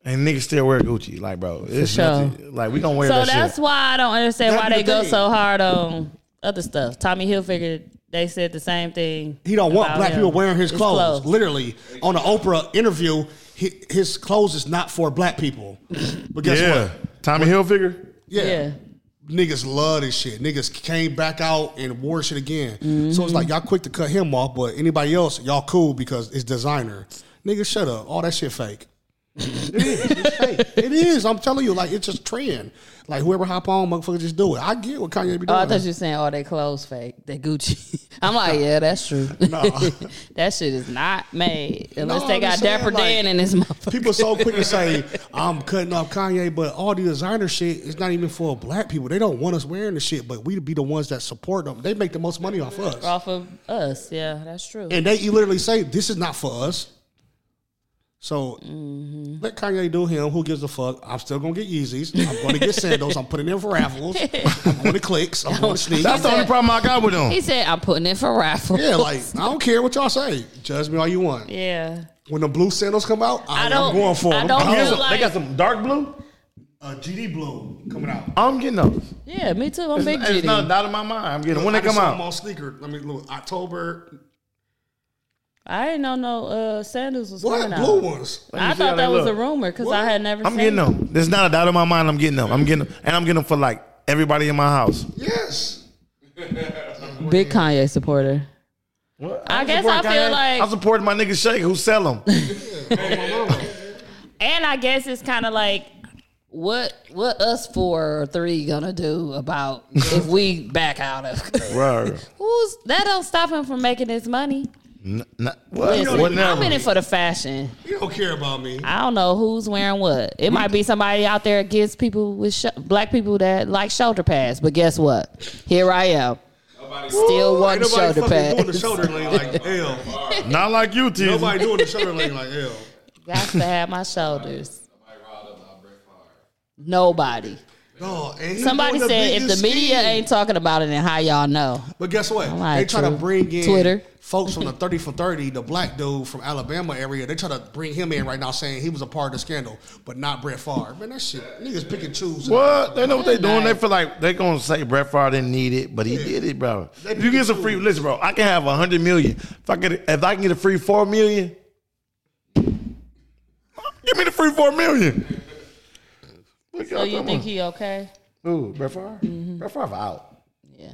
And niggas still wear Gucci. Like, bro, it's
sure.
nothing. Like, we gonna wear
So
that
that's
shit.
why I don't understand
That'd
why
be
they
the
go
thing.
so hard on other stuff. Tommy Hilfiger, they said the same thing.
He don't want
about
black
him.
people wearing his
It's
clothes. Literally, on the Oprah interview, hi- his clothes is not for black people. But guess
yeah.
what?
Tommy Hilfiger?
Yeah.
Yeah.
Niggas love this shit. Niggas came back out and wore shit again. So it's like y'all quick to cut him off, but anybody else, y'all cool because it's designer. Niggas, shut up. All that shit fake. it is. It's fake. It is. I'm telling you, like it's just trend. Like whoever hop on, motherfucker, just do it. I get what Kanye be doing.
Oh, I thought you were saying all their clothes fake. They Gucci. I'm like, yeah, that's true. that shit is not made unless
No,
they
I'm
got
just saying,
Dapper
like,
Dan in this motherfucker.
People so quick to say I'm cutting off Kanye, but all the designer shit is not even for black people. They don't want us wearing the shit, but we be the ones that support them. They make the most money off us,
off of us. Yeah, that's true.
and they literally say this is not for us. So let Kanye do him. Who gives a fuck? I'm still gonna get Yeezys. I'm gonna get sandals. I'm putting in for raffles. I'm going to clicks. I'm going to sneak.
That's the only problem I got with him.
he said, "I'm putting in for raffle."
yeah, like I don't care what y'all say. Judge me all you want.
yeah.
When the blue sandals come out, I,
I
am
don't-
going Uh, for
I
them.
don't
I'm
feel
getting
like-
They got some dark blue?
a GD blue coming out.
I'm getting those.
Yeah, me too. I'm big
It's,
GD.
it's not out of my mind. I'm getting them when
I
they
just
come
saw them
out.
on sneaker. Let me look. October.
I didn't know no uh, sandals was
What
going out.
blue ones?
Let me
I
see how
thought
they
that was
look.
a rumor because
What?
I had never.
I'm
seen
getting them. There's not a doubt in my mind. I'm getting them. I'm getting them, and I'm getting them for like everybody in my house.
Yes.
Big Kanye supporter. I guess I
supporting
feel
Kanye.
like-
I'm supporting my nigga Shake who sell them.
And I guess it's kind of like what what us four or three gonna do about if we back out of
Right.
who's that don't stop him from making his money.
N- n- what?
Listen,
Whatever.
I'm in it for the fashion.
You don't care about me.
I don't know who's wearing what. It might be somebody out there against people with sh- black people that like shoulder pads. But guess what? Here I am. Still
Ain't
one
nobody
shoulder
fucking doing the
pads.
shoulder lane like L.
Not like you, T.
Nobody doing the shoulder lane like L.
Got to have my shoulders. Nobody.
No, and he
Somebody
doing
said if the
biggest
media
scheme.
ain't talking about it, then how y'all know?
But guess what?
I'm like,
they try to
true.
bring in
Twitter.
folks from the 30 for 30, the black dude from Alabama area. They try to bring him in right now saying he was a part of the scandal, but not Brett Favre. Man, that shit, niggas pick and choose.
What? They know what they doing. They
Nice.
feel like they gonna say Brett Favre didn't need it, but he did it, bro. If you get some free, listen, bro. I can have a hundred million. If I get, if I can get a free four million, give me the free four million. Look
So Oh, you think he Mm-hmm. okay?
Ooh, Brett Favre. Brett Favre out.
Yeah.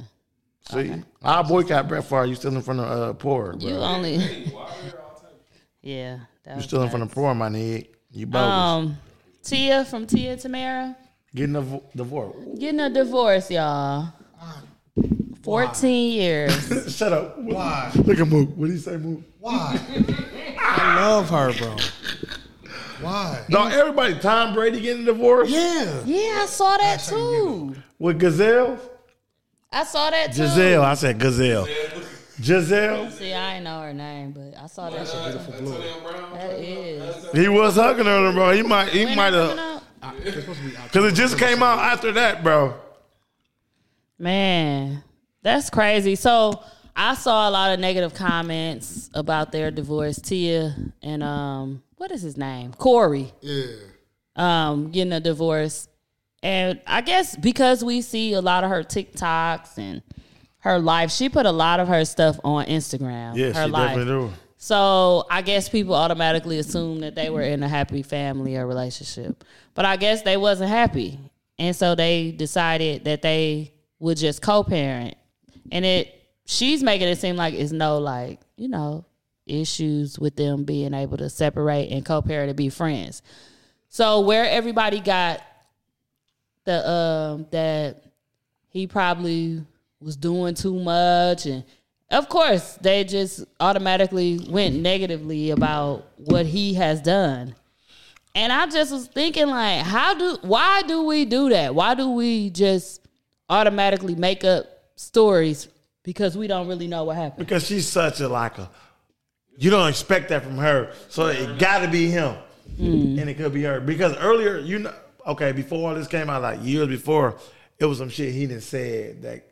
See, I boycott Brett Favre. You still in front of uh, poor, bro.
You only Yeah. that
You
was
still in
bad.
front of poor, my nigga. You bogus.
Um, Tia from Tia Tamara
Getting a vo- divorce.
getting a divorce, y'all. Fourteen years.
Shut up. Why? Look at Mook. What do you say, Mook?
Why? I love her, bro. Why?
No, everybody. Tom Brady getting a divorce.
Yeah.
Yeah, I saw that too.
With Gazelle.
I saw that too.
Giselle. I said Gazelle. Giselle.
See, I ain't know her name, but I saw that. shit. That is.
He was hugging her, bro. He might. He might have. Because it just came out after that, bro.
Man, that's crazy. So I saw a lot of negative comments about their divorce. Tia and um, what is his name? Corey.
Yeah.
Um, getting a divorce, and I guess because we see a lot of her TikToks and her life, she put a lot of her stuff on Instagram.
Yeah,
her
she definitely do.
So I guess people automatically assume that they were in a happy family or relationship, but I guess they wasn't happy, and so they decided that they would just co-parent, and it she's making it seem like it's no like you know issues with them being able to separate and co-parent and be friends. So where everybody got the um that he probably was doing too much and of course they just automatically went negatively about what he has done and i just was thinking like how do why do we do that why do we just automatically make up stories because we don't really know what happened
Because she's such a like a. You don't expect that from her, so it got to be him,
Mm.
and it could be her. Because earlier, you know, okay, before all this came out, like years before, it was some shit he didn't said that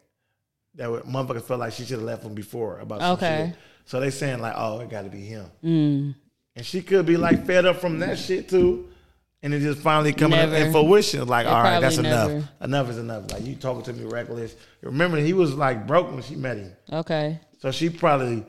that motherfuckers felt like she should have left him before about. Some
Okay.
shit. So they saying like, oh, it got to be him,
Mm.
and she could be like fed up from that shit too. And it just finally coming up
Never.
in fruition. Like,
It
all right, that's
probably
enough.
never.
Enough is enough. Like, you talking to me reckless. Remember, he was like broke when she met him.
okay
So she probably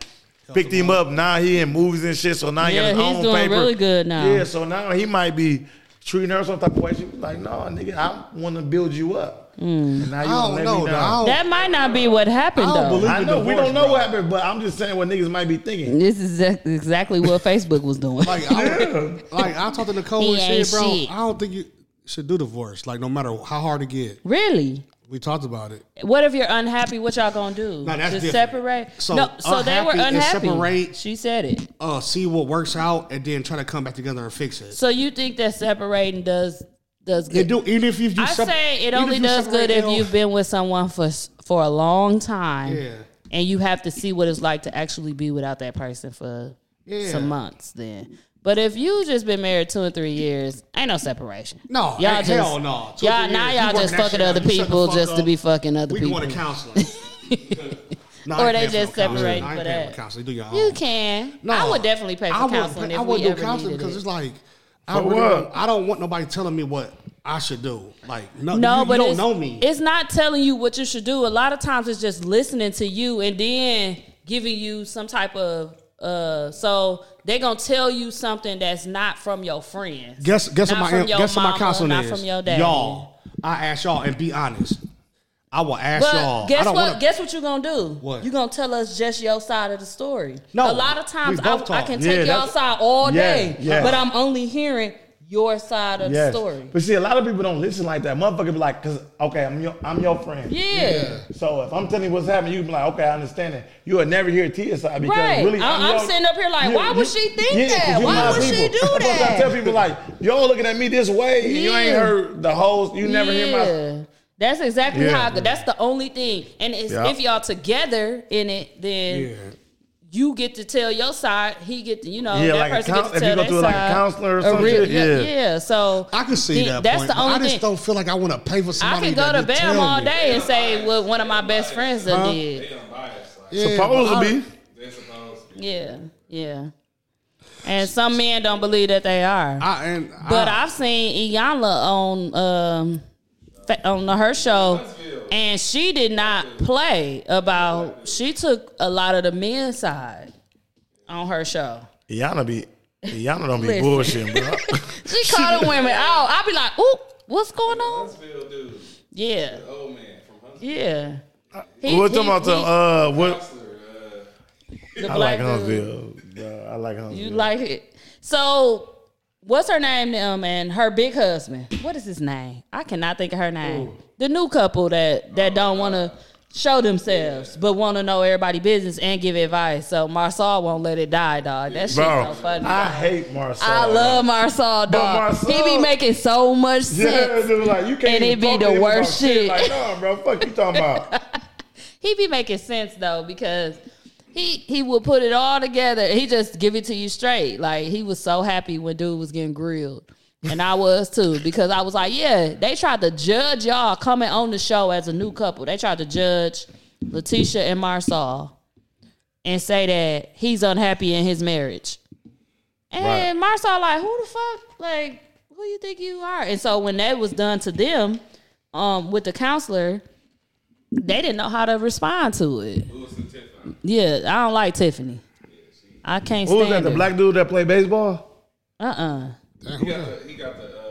picked him up. Now he in movies and shit. So now he got
Yeah,
his
he's
own
doing
paper.
really good now.
Yeah, so now he might be treating her some type of way. She was like, no, nigga, I want to build you up.
Mm.
And now you
I
wanna
don't
let
know,
me
though. I
down.
don't- That might not be what happened, I don't though. believe
I
in
know we
divorce,
don't know what happened, but I'm just saying what niggas might be thinking.
this is ex- exactly what facebook was doing
Like, I, like I talked to Nicole
He
and
ain't
shit, bro.
shit.
I don't think you should do divorce. Like, no matter how hard it get.
Really?
We talked about it.
What if you're unhappy? What y'all gonna do?
No, that's
Just
different.
separate.
So,
no, so they were
unhappy and
unhappy.
separate-
She said it.
Uh, see what works out, and then try to come back together and fix it.
So you think that separating does does good?
It do even if you.
I
sep-
say it
even
only
if you
does good
separate,
if
it
you've been with someone for s- for a long time,
Yeah.
and you have to see what it's like to actually be without that person for
Yeah.
some months. Then, but if you just been married two and three years, ain't no separation.
No,
y'all
heck,
just
hell no. Two or
y'all
three
now
years, you
y'all
working
just
that
fucking
shit out.
other
You shut the
people
fuck
just to
up.
be fucking other
we
people.
going to counseling. No, I
Or
ain't
they
paying for
just
no counseling.
separate
I ain't
for
paying
that.
counseling. Do your own.
You can. I would definitely pay for
I wouldn't
counseling
pay-
if
I
we
wouldn't
ever
do counseling
needed
because
it.
it's like I,
For
really
what?
Don't, I don't want nobody telling me what I should do. Like no, you, you
it's,
don't know me.
It's not telling you what you should do. A lot of times it's just listening to you and then giving you some type of uh so they're gonna tell you something that's not from your friends.
Guess guess
not
what
from
my
your
guess what
mama,
my counseling
not
is.
from your daddy.
Y'all, I ask y'all and be honest. I will ask
But
y'all. I
guess
don't
what?
Wanna,
Guess what you're gonna do?
What?
you gonna tell us just your side of the story.
No,
a lot of times
we
I,
both
I
talk.
can
Yeah,
take y'all
that's-
side all
Yeah,
day,
yeah.
but I'm only hearing your side of the
Yes.
story.
But see, a lot of people don't listen like that. Motherfucker be like, cause okay, I'm your I'm your friend.
Yeah. Yeah.
So if I'm telling you what's happening, you be like, okay, I understand it. You will never hear Tia's side because
Right.
really,
I- I'm
your-
sitting up here like, why would she think that?
'cause you
Why
my
would she
people.
do
That's what I
that?
tell people like, y'all looking at me this way, and you ain't
Yeah.
heard the whole. You never hear
Yeah. That's exactly
Yeah.
how. I go. That's the only thing. And it's,
Yeah.
if y'all together in it,
my.
then you get to tell your side. He get to, you know,
Yeah,
that
like a
person
coun-
gets
if
to
you
tell
go
their
through, like, a
side.
counselor or some
real-
shit, yeah.
yeah, so
I can see
then
that.
That's
point,
the
but
only
I just
thing.
don't feel like I want to pay for somebody.
I can go
that
to
just
Bam
tell
all
me.
day and say what one of my best friends done
Huh?
did.
Yeah,
Supposed to
but I-
be.
Yeah, yeah. And some men don't believe that they are.
I, and
but I, have seen Iyanla on um fa- on her show, and she did not play about. She took a lot of the men's side on her show.
Yana be, Yana don't be
Listen.
bullshitting, bro.
She called the women out. I'd be like, "Ooh, what's going on?" Yeah, yeah. He-
What
he-
talking about the
he-
uh what?
The
uh, I like
black dude.
Huntsville. bro. I like Huntsville.
You like it. So what's her name um and her big husband? What is his name? I cannot think of her name. The new couple that that don't want to show themselves but want to know everybody business and give advice. So Marsal won't let it die, dog. That shit's so
Bro,
funny.
I
dog.
hate Marcel.
I love Marsal, dog.
But Marsal-
he be making so much sense.
Yeah, dude, like you can't.
and it
even
be
talk to
the
him about
worst shit.
Like, nah, bro, fuck you talking about?
he be making sense though because he he will put it all together. He just give it to you straight. Like he was so happy when dude was getting grilled. And I was too because I was like, yeah, they tried to judge y'all coming on the show as a new couple. They tried to judge Letitia and Marsal and say that he's unhappy in his marriage. And Marsal like, who the fuck? Like, who you think you are? And so when that was done to them, um, with the counselor, they didn't know how to respond to it. Yeah, I don't like Tiffany. I can't
Who
stand
was that? The
her.
black dude that played baseball?
Uh uh
He got the, he got the, uh,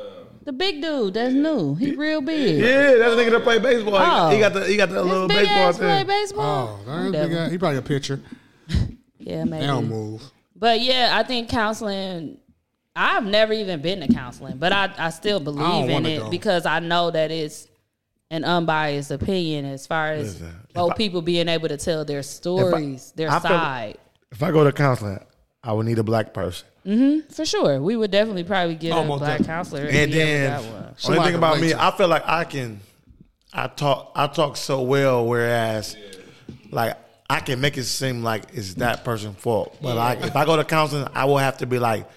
The big dude that's new. He real big.
Yeah, that's the nigga that played baseball. He got-
Oh.
He got the he got the
This
little
big
baseball
ass play
thing.
baseball.
Oh, that big guy, he probably a pitcher.
Yeah, maybe.
They don't move.
But yeah, I think counseling. I've never even been to counseling, but I, I still believe in
wanna
it
go.
because I know that it's an unbiased opinion as far as
Listen, if
both
I-
people being able to tell their stories, their
I feel-
side.
If I go to counseling, I would need a black person.
hmm for sure, we would definitely probably get a
Almost
black
done.
counselor. if
And
we ever
then
got one.
only thing about me, I feel like I can, I talk, I talk so well. Whereas, like I can make it seem like it's that person's fault. But like if I go to counseling, I will have to be like,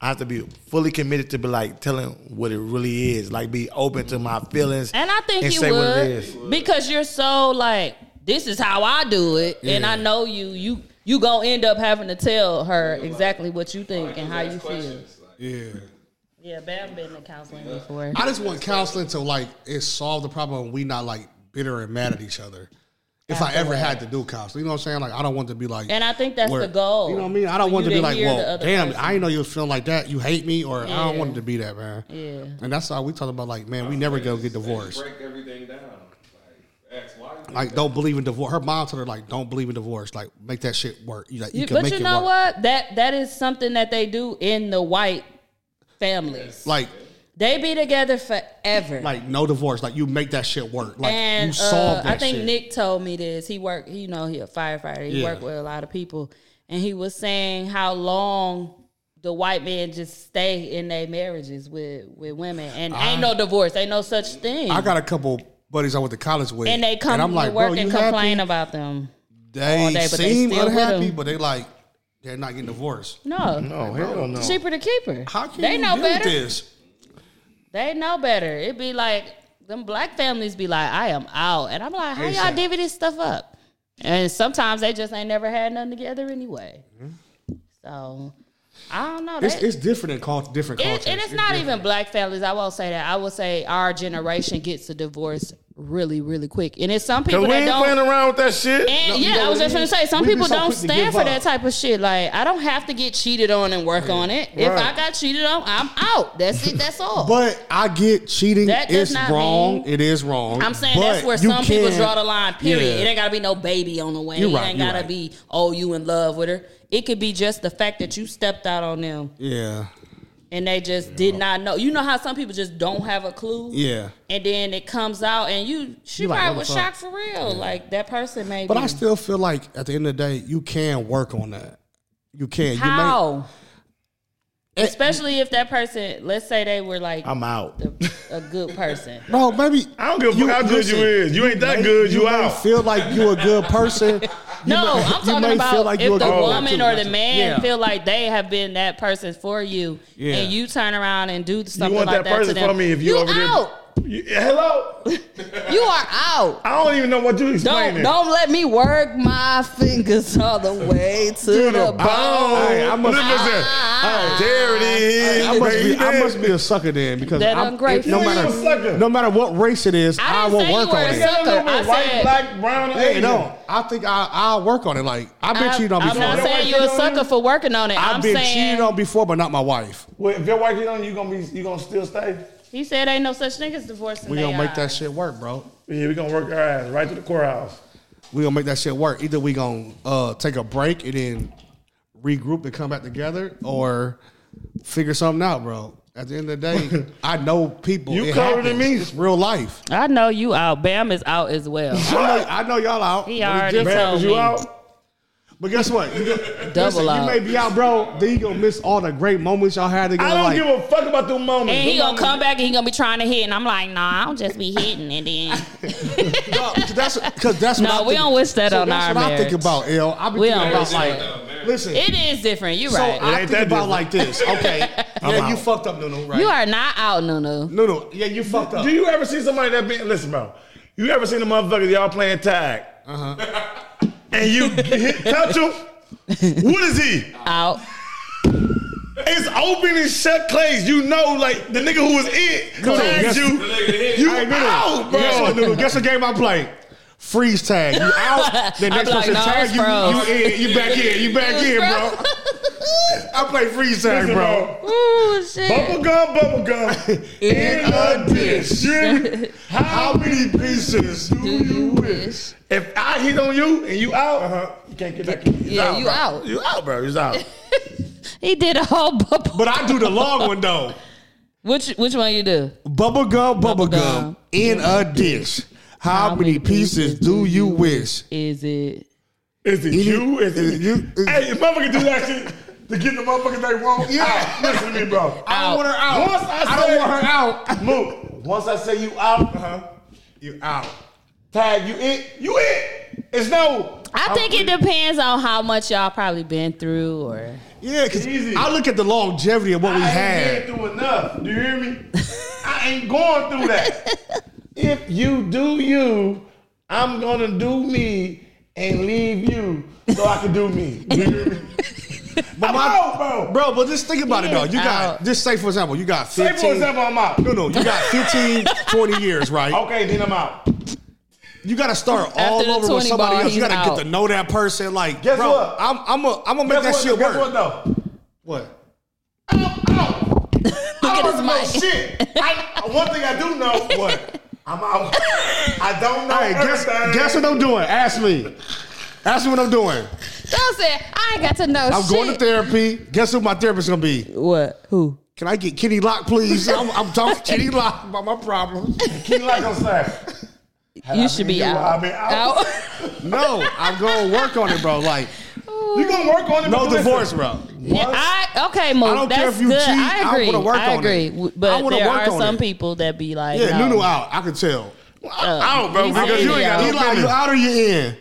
I have to be fully committed to be like telling what it really is. Like be open to my feelings.
And I think
and
you
say what it is.
would because you're so like, this is how I do it, and
Yeah.
I know you. You you gonna end up having to tell her exactly what you think and how you feel.
Yeah.
Yeah, Bam been to counseling before.
I just want counseling to like it solve the problem and we not like bitter and mad at each other. If I ever had to do counseling, you know what I'm saying? Like I don't want to be like
and I think that's
where-
the goal.
You know what I mean? I don't
for
want
you
to be like,
hear the
well,
other
damn,
person.
I didn't know you was feeling like that. You hate me, or I don't
Yeah.
want it to be that, man.
Yeah.
And that's how we talk about like, man, we never go get divorced.
break everything down. Like, ask why. you do
Like,
that.
don't believe in divorce. Her mom told her like, don't believe in divorce. Like, make that shit work. You, like, you
You-
can
but
make
you
it
know
work.
what? That that is something that they do in the white families.
Like,
They be together forever.
like no divorce. Like, you make that shit work. Like,
and
you solve
uh,
that
I think
shit.
Nick told me this. He worked, you know, he a firefighter. He
Yeah.
worked with a lot of people, and he was saying how long the white men just stay in their marriages with with women, and ain't no divorce, ain't no such thing.
I got a couple buddies I went to college with,
and they come
I'm
to
like,
work
bro,
and
you happy?
complain about them.
They
all day, but they
seem
still with
unhappy,
them.
but they like they're not getting divorced.
No,
No, hell no.
cheaper to keep her.
How can
they
you
know
do
better?
this?
They know better. It be like them black families be like, I am out, and I'm like, how y'all
Exactly.
divvy this stuff up? And sometimes they just ain't never had nothing together anyway. So I don't know.
It's,
They-
it's different in cult, different
it-
cultures.
and it's not
different.
even black families. I won't say that. I will say our generation gets a divorce really, really quick. And it's some
Cause
people
we
that
ain't playing
don't.
around with that shit.
And yeah, I was just gonna say some
We be
people
so
don't
quick to
stand
give
for
up.
that type of shit. Like I don't have to get cheated on and work on it. If
Right.
I got cheated on, I'm out. That's it. That's all.
But I get cheating.
That does
it's
not
wrong. it is wrong.
I'm saying
But
that's where
you
some people
can-
draw the line. Period.
Yeah.
It ain't gotta be no baby on the way.
You're
it
right,
ain't
you're
gotta
right.
be oh you in love with her. It could be just the fact that you stepped out on them
Yeah,
and they just did not know. You know how some people just don't have a clue.
yeah.
And then it comes out and you she
You like,
probably
what
was
the fuck?
shocked for real. Like that person maybe.
But I still feel like at the end of the day, you can work on that. You Eh. can. You
how. Especially if that person, let's say they were like
I'm out.
a good person.
may, bro, maybe I
don't give a fuck how good you is. You ain't that good, you
may
out.
Feel like you a good person.
No,
may-
I'm
you
talking
may
about
feel like you
if
a
the
good-
woman or the man
Yeah.
feel like they have been that person for you,
Yeah.
and you turn around and do something
you want
like
that,
that, to
person
them,
for me if you,
you
over
out.
there. You- hello.
You are out.
I don't even know what you
Don't
explaining.
don't let me work my fingers all the way to the bone.
Hey, I must-
Look at that. there it is.
I must, be,
baby.
I must be a sucker then because
That
I'm,
ungrateful.
no
You
matter
a
sucker.
no matter what race it is, I,
I didn't
will
say
work
you were
on
a
it.
sucker. I
White,
said,
black, brown, and
Yeah,
Asian.
no, I think I I'll work on it. Like I've been
I-
cheated on before.
I'm not saying you a sucker for working on it.
I've
I'm
been
saying
cheated on before, but not my wife.
Well, if your wife get on you, you gonna be you gonna still stay?
he said ain't no such thing as divorce.
We
they
gonna make
are.
that shit work, bro.
Yeah, we gonna work our ass right to the courthouse.
we gonna make that shit work. Either we gonna uh, take a break and then regroup and come back together, or figure something out, bro. At the end of the day, I know people.
You
It
colder than
happens. It's real life.
I know you out. Bam is out as well.
I know, I know y'all out.
He
but it's
already
different.
told
Is you
me.
out? But guess what? You, go-
Double
listen,
out.
You may be out, bro. Then you gonna miss all the great moments y'all had together. like,
a
fuck about the moments.
And he
Them
gonna
moments-
come back and he gonna be trying to hit, and I'm like, nah, I don't just be hitting and then.
that's because that's
No,
what I
we
think-
don't wish that
so
on
that's
our
what I
marriage.
think about L. I be
We
thinking
don't
about
wish
like, listen,
It is different. You right.
So I think about like this. Okay, yeah, you fucked up, Nunu. Right?
You are not out, Nunu.
Nunu, yeah, you fucked
Do you ever see somebody that been listen, bro? You ever seen a motherfucker y'all playing tag? And you hit, touch him? What is he?
Out.
It's open and shut clays. You know, like the nigga who was it
Nunu,
tagged
guess-
you. You
Hey, Nunu,
out, bro.
Guess what, Nunu? Guess what game I play? Freeze tag. You out. The
I'm
next
like,
person
nah,
tag
it's
you.
froze.
You in. You back in. You back
It
in,
was
bro. I play freeze tag,
Listen,
bro.
Oh shit.
Bubblegum, bubblegum. In a dish. You hear me? How many pieces do you wish? If I hit on you and you out, uh-huh, you can't get back in. It's
Yeah, you
bro.
out.
You out, bro. He's out.
He did a whole bubble.
But I do the long one though.
Which which one you do?
Bubble gum, bubble gum in a dish. How, many pieces do you wish?
Is it?
Is it you? Is it
you?
Hey, if motherfucker do that shit to get the motherfucker they want, yeah. listen to me, bro.
I don't want her out.
Once I,
I don't
say-
want her out.
Look, once I say you out, uh-huh, you out. Tag, you it, you it. It's no.
I think it depends on how much y'all probably been through or.
Yeah, because I look at the longevity of what we
I
had.
ain't been through enough. Do you hear me? I ain't going through that. if you do you, I'm gonna do me and leave you so I can do me. Do you hear me?
But my,
bro.
bro, but just think about it though. You got just say for example, you got
Say for
15.
example, I'm out.
No, no, you got 15, 20 years, right?
Okay, then I'm out.
You got to start all
After the
over with
20
somebody
ball,
else.
he's
You got to
out.
get to know that person. Like,
Guess
bro,
what?
I'm, I'm gonna, I'm gonna make that
Guess
shit
what, guess
work.
what though?
What?
I don't know shit. I, one thing I do know, what? I'm out. I don't know.
Hey, guess,
everything.
guess what I'm doing? Ask me. Ask me what I'm doing.
Don't say I ain't got to know.
I'm
shit.
going to therapy. Guess who my therapist gonna be?
What? Who?
Can I get Kitty Lock, please? I'm, I'm talking to Kitty Lock about my problems.
Keep like I'm saying.
You should be out.
I've been out.
No, I'm gonna work on it, bro. Like,
You gonna work on it?
no
but listen.
divorce, bro.
Yeah, I okay, Mo.
I don't
that's
care if you
good.
cheat, I
I
wanna
agree. I,
work on
agree.
it.
W-
I
But
wanna
there
work
are
on
some
it.
people that be like,
Yeah,
no.
Nunu out. I can tell.
out, bro,
he's
because you ain't got
out.
no
Eli, you out or you in?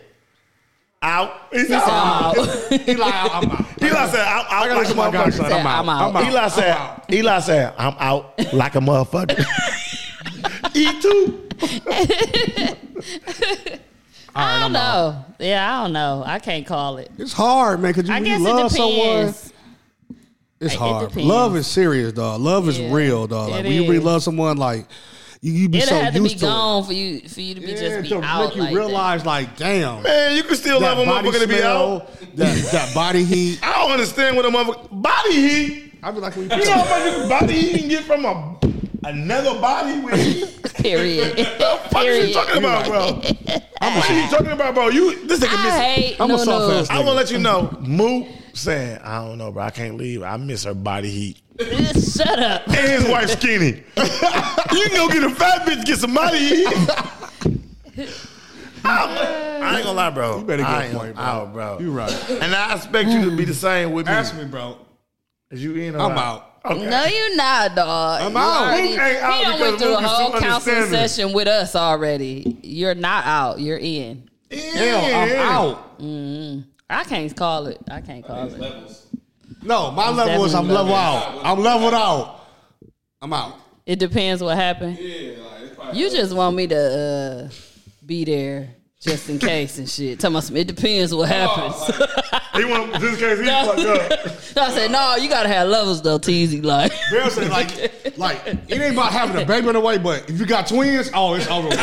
Out. He's
out.
Eli, I'm out.
Eli said, I'm out like a
my gun,
motherfucker.
son. I'm out. I'm out.
Eli said, Eli said, I'm out like a motherfucker. E too.
I don't know. Yeah, I don't know. I can't call it.
It's hard, man, because you,
I
when
guess
you
it
love someone.
depends.
It's
It- it
hard.
depends.
love is serious, dog. Love is
Yeah,
real, dog. Like
it
when you really
is.
love someone, like you, you be
It'll
so
have to
used
be
to
gone for you for you to be
it.
just be
to
out.
make you
like that.
realize, like, damn,
Man, you can still love
that
a
body
motherfucker to be
smell,
out.
That, that body heat.
I don't understand what a motherfucker body heat.
I be like, when
You know how much you can body heat you can get from a another body with heat?
Period.
What are you
Period.
talking about, bro? What are you talking about, bro? You this nigga
I
missing.
hate
I'm a
Nunu.
soft ass
I want to let you know, Moo saying, I don't know, bro. I can't leave. I miss her body heat.
Just Shut up.
And his wife skinny. you can go get a fat bitch, get some body heat. I'm- I ain't gonna lie, bro.
You better get
I
a
am
point, bro.
Out, bro.
You right. Mm.
And I expect you to be the same with me.
Ask me, bro.
Is you in or
I'm out.
Okay.
No, you not, dog.
I'm
You
out.
already-
Mook ain't out
he done went
because
through
Mook
a
is
whole
too
counseling
understanding.
session with us already. You're not out. You're in.
Hell, I'm out.
I can't call it. I can't call it.
No, my level is I'm
definitely
level out. I'm leveled out. I'm out.
It depends what happened. you just want me to uh, be there just in case and shit. Tell me some. It depends what happens.
He want just in case he fucked up.
So I said, no, you gotta have levels though, Teasy. Like,
Bill said, like, like it ain't about having a baby in the way, but if you got twins, oh, it's over. with.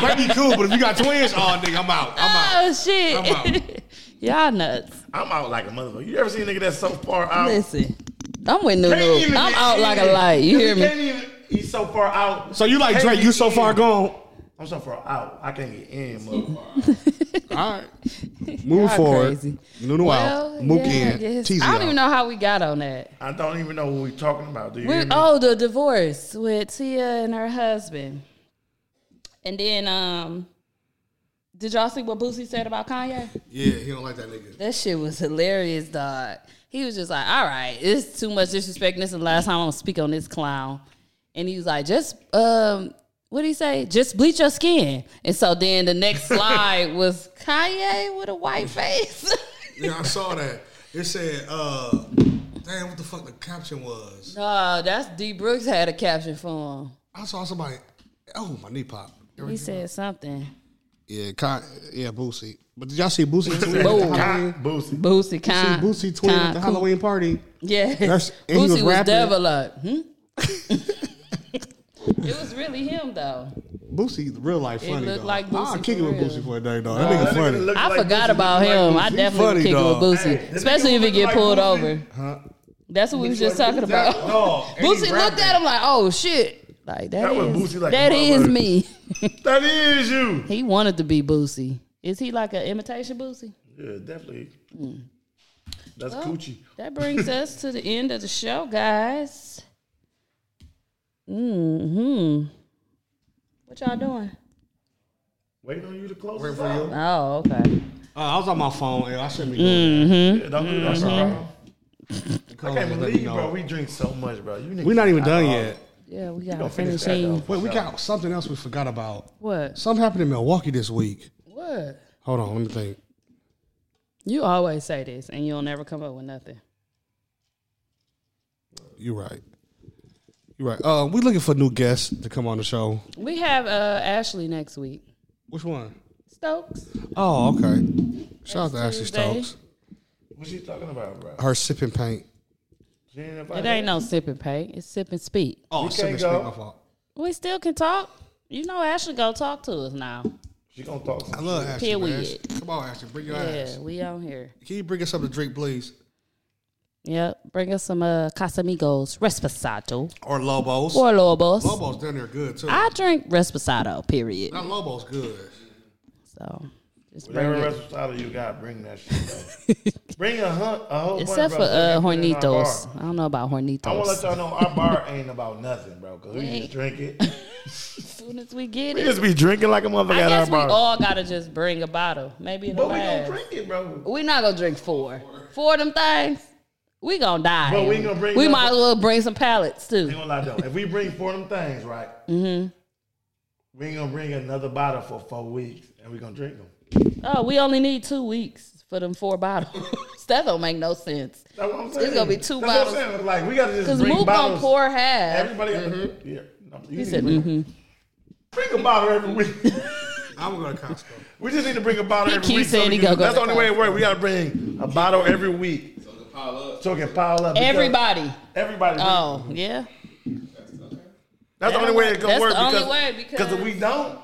baby cool, but if you got twins, oh, nigga, I'm out. I'm out.
oh shit,
I'm
y'all nuts.
I'm out like a motherfucker. You ever seen a nigga that's so far out?
Listen, I'm with Nunu.
Oh. Can't even
I'm
get
out
in.
like a light. You hear
He
me?
Can't even, he's so far out.
So you like
Can't
Drake?
get
You so
in.
far gone.
I'm so far out. I can't get in, motherfucker.
All right. Move forward. Nunu out. Mook in. Teezy
I don't
out.
even know how we got on that.
I don't even know what we're talking about. Do you?
We-
hear me?
oh, the divorce with Tia and her husband. And then, um, did y'all see what Boosie said about Kanye?
Yeah, he don't like that nigga.
That shit was hilarious, dog. He was just like, all right, it's too much disrespect. This is the last time I'm gonna speak on this clown. And he was like, just um, what did he say? Just bleach your skin. And so then the next slide was Kanye with a white face.
Yeah, I saw that. It said, uh, damn, what the fuck the caption was?
no, that's D Brooks had a caption for him.
I saw somebody Oh, my knee pop.
He said something.
Yeah, Con- yeah, Boosie. But did y'all see Boosie tweet at
Boom.
the Halloween?
Boosie.
Boosie, Con-
You see Boosie tweet at
Con-
the Halloween party.
Yeah.
That's- and he
Boosie
was
was,
rapping.
devil up. Hmm? it was really him though.
Boosie, real life
It
funny.
looked
though.
like Boosie
I'll kick it
for
with
real.
Boosie for a day, though.
Nah,
That nigga
that nigga
funny.
look I like forgot Boosie, about look like him. I Boosie. He definitely would
funny,
kick it with
dog.
Boosie. Hey, that Especially nigga if he look get like pulled Boosie. over.
Huh?
That's what we was just talking about.
No, and he
Boosie looked at him like, oh shit. Like that,
That was
is-
Boosie like
that
a
is
mother.
me.
that is you.
He wanted to be Boosie. Is he like an imitation Boosie? Hmm.
Yeah, definitely. That's
Well,
coochie.
That brings us to the end of the show, guys. Mm-hmm. What y'all doing?
Waiting on you to close.
Waiting
us
for
out.
you.
Oh, okay.
Uh, I was on my phone. Yeah, I shouldn't be doing
Mm-hmm.
that.
Don't do that,
all right.
bro. I can't
Let me
believe,
know.
bro. We drink so much, bro. You niggas
We're not even
got
done
all-
yet.
Yeah, we
gonna
got
finish that,
finishing.
though.
Wait, we got something else we forgot about.
What?
Something happened in Milwaukee this week.
What?
Hold on, let me think.
You always say this, and you'll never come up with nothing.
You're right. You're right. Uh, we're looking for new guests to come on the show.
We have uh, Ashley next week.
Which one?
Stokes.
Oh, okay. Shout out to Ashley
Tuesday.
Stokes.
What you talking about, bro?
Her sipping paint.
She ain't
It
invited.
ain't no sip and pay. It's sip and speak.
Oh,
We
sipping
can't
paint.
go.
My fault.
We still can talk. You know, Ashley go talk to us now.
She gonna talk.
I love Ashley. man.
Period.
Come on, Ashley. Bring your
Yeah,
ass.
we on here.
Can you bring us something to drink, please?
Yep. Bring us some uh, Casamigos Resposado
Or Lobos.
or Lobos.
Lobos down there good, too.
I drink Resposado. Period.
Not Lobos good.
So just bring
Whatever
it.
resposado you got, bring that shit. back. bring a hunt, a whole bunch,
Except for
bro, so
uh,
they can put it in our
Hornitos.
bar.
I don't know about Hornitos.
I want to let y'all know our bar ain't about nothing, bro. Cause we
Wait.
just drink it.
as soon as we get
We
it.
just be drinking like a motherfucker
I
at our
guess we
bar.
all gotta just bring a bottle. Maybe it'll
but we gonna
last.
drink it, bro.
We not gonna drink four. Four of them things. We gonna die.
But we gonna bring
We
them-
might as well bring some pallets
Ain't
too.
gonna lie though. If we bring four of them things, right,
hmm
we ain't gonna bring another bottle for four weeks, and we gonna drink them.
Oh, we only need two weeks for them four bottles. that don't make no sense.
That's what I'm
It's
saying.
gonna be two
That's what I'm
bottles.
saying, Like we gotta just
Cause
bring
Mook gonna
bottles.
pour half.
Everybody, yeah. No,
Mm-hmm.
you
He
need
said,
to bring-
mhm.
Bring a bottle every week.
I'm going to Costco.
We just need to bring a bottle
He
every
keeps
week.
saying
we
he gonna
can-
go
That's
to
the only way it works. We gotta bring a bottle every week so it can pile up. because
Everybody.
Everybody.
Oh yeah.
That's the only way it gonna
That's
work.
the only
because,
way, because-
if we don't,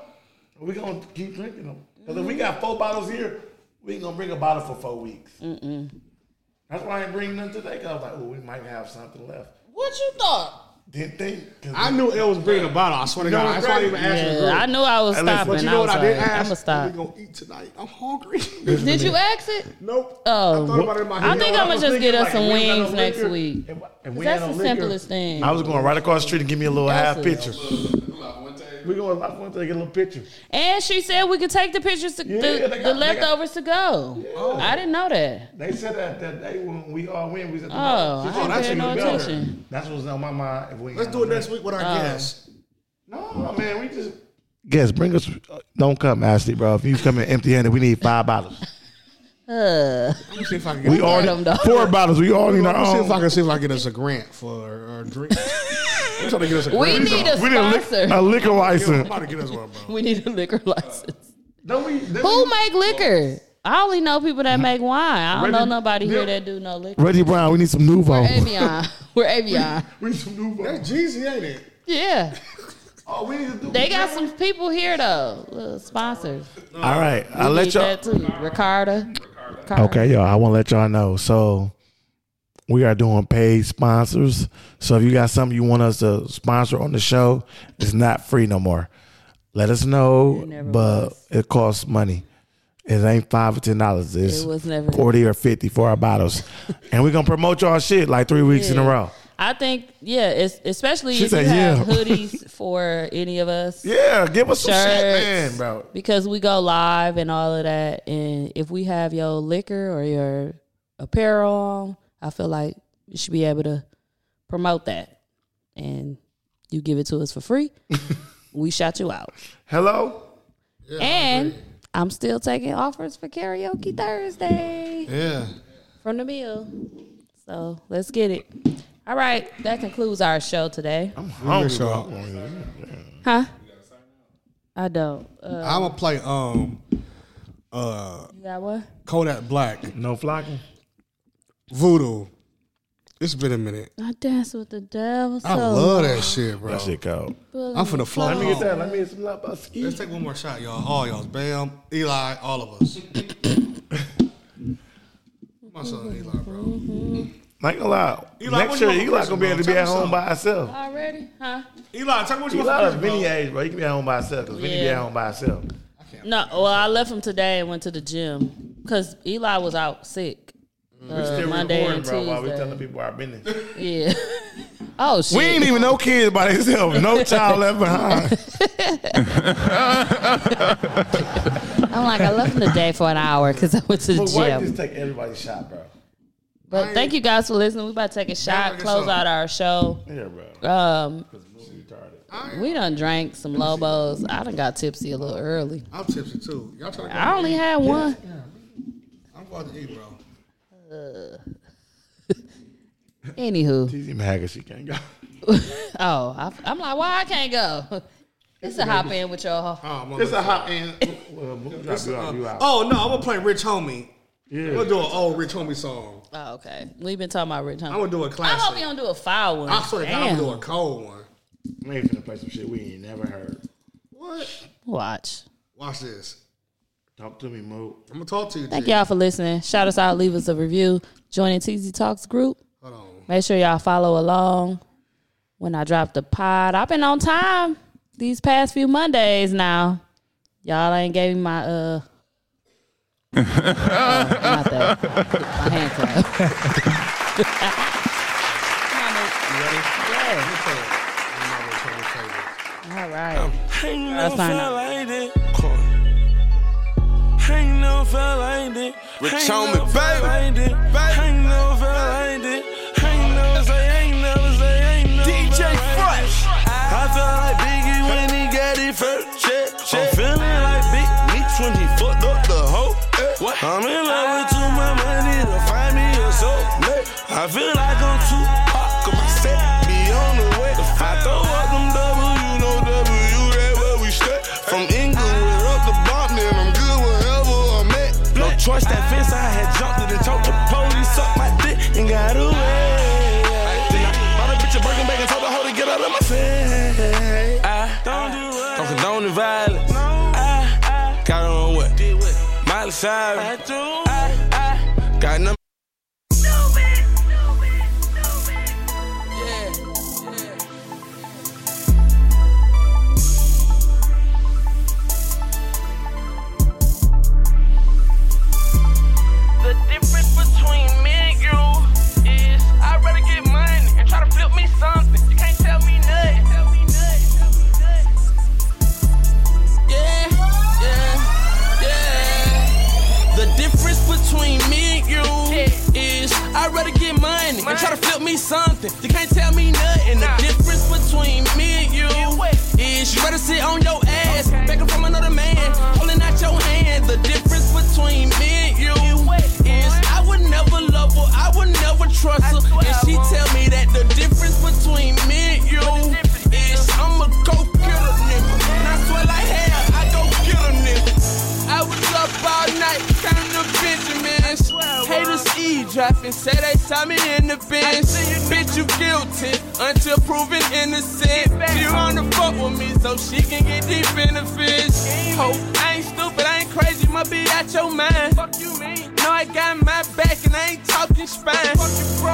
we gonna keep drinking them. Because if we got four bottles here, we ain't gonna bring a bottle for four weeks.
Mm-mm.
That's why I ain't bringing none today. Cause I was like, oh, we might have something left.
What you thought?
Didn't think. 'cause
I knew it was bringing a bottle. I swear to
You know
God.
what's
That's why I didn't
crazy?
even ask
Yeah,
you.
I knew I was
Hey, listen,
stopping.
But you
I
know
was
what I did
like,
ask?
I'm gonna stop.
What we going to eat tonight? I'm hungry.
Did you ask it?
Nope.
Oh.
I thought about it in my
I
head.
think I'm
I
gonna
was
just
thinking,
get us
like,
some
if we ain't got no
wings next
liquor,
week.
if- if
'Cause
we ain't
that's
no
the
liquor-
simplest thing.
I was going right across the street to give me a little
That's
half
it.
picture. We going like one thing, get a little picture.
And she said we could take the pictures, to, the,
Yeah, they got- Oh.
the
they
leftovers to go. I didn't know that.
They said that that day when we all win, we said,
Oh,
She
I
said,
ain't paying no
"That's even
attention."
better." That's what's on my mind. If we ain't
Let's
got
do
no
it next
drink.
week with our
Oh.
guests.
No, man, we just guess bring us. uh, Don't come, Ashley, bro. If you come in empty handed, we need five bottles.
Uh,
Let me see if I can get
We
Let
already
them, though.
four bottles. We all need our
me see if I
own.
can see if I can get us a grant for our drinks. I'm trying to get us a grant.
we need a
We need a,
sponsor.
lick, a liquor
I'm
license.
about to get us one, bro.
we need a liquor license.
Don't we? didn't
Who
we-
make liquor? I only know people that make wine. I don't know
Reggie-
nobody here
yeah.
that do no liquor.
Reggie Brown? We need some Nuvo.
We're Avion. We're Avion.
We need some Nuvo.
That's Jeezy, ain't it?
Yeah.
Oh, we need to do.
They got some people here though. Little sponsors.
All right, I
We
let
need
y'all.
that too. Ricardo. Ricardo.
Okay, y'all. I want to let y'all know. So we are doing paid sponsors. So if you got something you want us to sponsor on the show, it's not free no more. Let us know,
never
but it costs money. It ain't five or ten dollars. It's
It was never-
forty or fifty for our bottles, and we're gonna promote y'all shit like three weeks in a
Yeah.
row.
I think, yeah, it's, especially
She
if
said,
you have
yeah.
hoodies for any of us.
Yeah, give us some shit,
Shirts,
man, bro.
Because we go live and all of that, and if we have your liquor or your apparel on, I feel like you should be able to promote that, and you give it to us for free. we shout you out.
Hello.
and I'm still taking offers for karaoke Thursday
Yeah.
from the mill. So let's get it. All right, that concludes our show today. I'm
hungry, bro.
Huh? I don't. Uh,
I'm gonna play um uh
You got what?
Kodak Black.
No flocking.
Voodoo. It's been a minute.
I dance with the devil.
I
so
love
long.
that shit, bro.
That shit cold.
I'm finna fly.
Let me get that. Let me get some love ski.
Let's take one more shot, y'all. All y'all. Bam, Eli, all of us. My son Eli, bro.
Like a lot.
Eli, what
Next
you
year,
want for
Eli gonna be able
Christmas,
to
bro?
be at
Tell me
home by
something.
himself.
Already? Huh?
Eli, tell me what
He
you want
loves
for
Vinny
Christmas, bro.
age, bro. He can be at home by himself because Vinny be
Yeah.
at home by himself.
No, well, I left him today and went to the gym because Eli was out sick.
we
uh,
still
Monday
recording,
and
bro, while we
Tuesday.
telling people our business.
Yeah. oh shit.
We ain't even
know
no kids by themselves. No child left behind.
I'm like, I left him today for an hour because I went to the
But why you
gym.
just take everybody's shot, bro?
But thank you guys for listening. We about to take a shot, close out our show.
Yeah, bro.
Um, we done drank some Lobos. I done got tipsy a little early.
I'm tipsy too. Y'all trying to
I only had one.
I'm about to eat, bro.
Anywho,
She's even haggard. She can't go.
oh, I, am like, why I can't go? It's a hop in with y'all.
It's a hot
end. Well, we'll drop you out, you out.
Oh no, I'm gonna play Rich Homie.
Yeah.
I'm gonna do an old Rich Homie song.
Oh, okay. We've been talking about Rich Homie.
I'm gonna do a
I hope
classic.
you don't do a foul one.
I swear to God, I'm
Damn.
gonna do a cold one.
We ain't finna play some shit we ain't never heard.
What?
Watch.
Watch this.
Talk to me, Mo.
I'm gonna talk to you.
Thank
G.
y'all for listening. Shout us out. Leave us a review. Join the TZ Talks group.
Hold on.
Make sure y'all follow along when I drop the pod. I've been on time these past few Mondays now. Y'all ain't gave me my uh not that. My hand clap. All right.
Let's find out.
Ain't no felt like that.
Rich
Ain't
on
no
me,
felt
baby.
like that. Ain't no felt like that. Ain't never say, ain't never say, ain't no DJ Fresh. I felt like Biggie when he got it first. Check, check. I'm feeling like Big Meech when he fucked up the hoe. eh. I'm in love with too much money to find me a soulmate. I feel like I'm too hot, cause my set be on the way. I throw up them double, you know W, that where we stay. From Inglewood up the bomb, then I'm good wherever I'm at. No choice, that fence I had jumped it and told the police up my dick and got away. Then I bought a bitch a Birkin bag and told the hoe to get out of my face. I don't do I'm condoning violence. I got on what? Miley Cyrus. I got number.
The difference between me and you is I'd rather get money and try to flip me something. You can't tell me nothing. Tell me nothing. Tell me nothing.
Yeah, yeah, yeah. The difference between me and you is I'd rather get money and try to flip me something. You can't tell me nothing. The difference between me and you is you rather sit on your ass, begging from another man, holding out your hand. The difference between me and you is I would never love her, I would never trust her, and she tell me that the difference between me and you is I'ma go get a nigga, and I swear like hell I go get a nigga. I was up all night counting the Benjamins. Haters eavesdropping, say they saw me in the bench. Bitch, you guilty until proven innocent. She wanna fuck with me so she can get deep in the fish. Hope I ain't stupid, I ain't crazy, my bitch, I
out your mind. Fuck you, mean? No, I got my back and I ain't talking spine.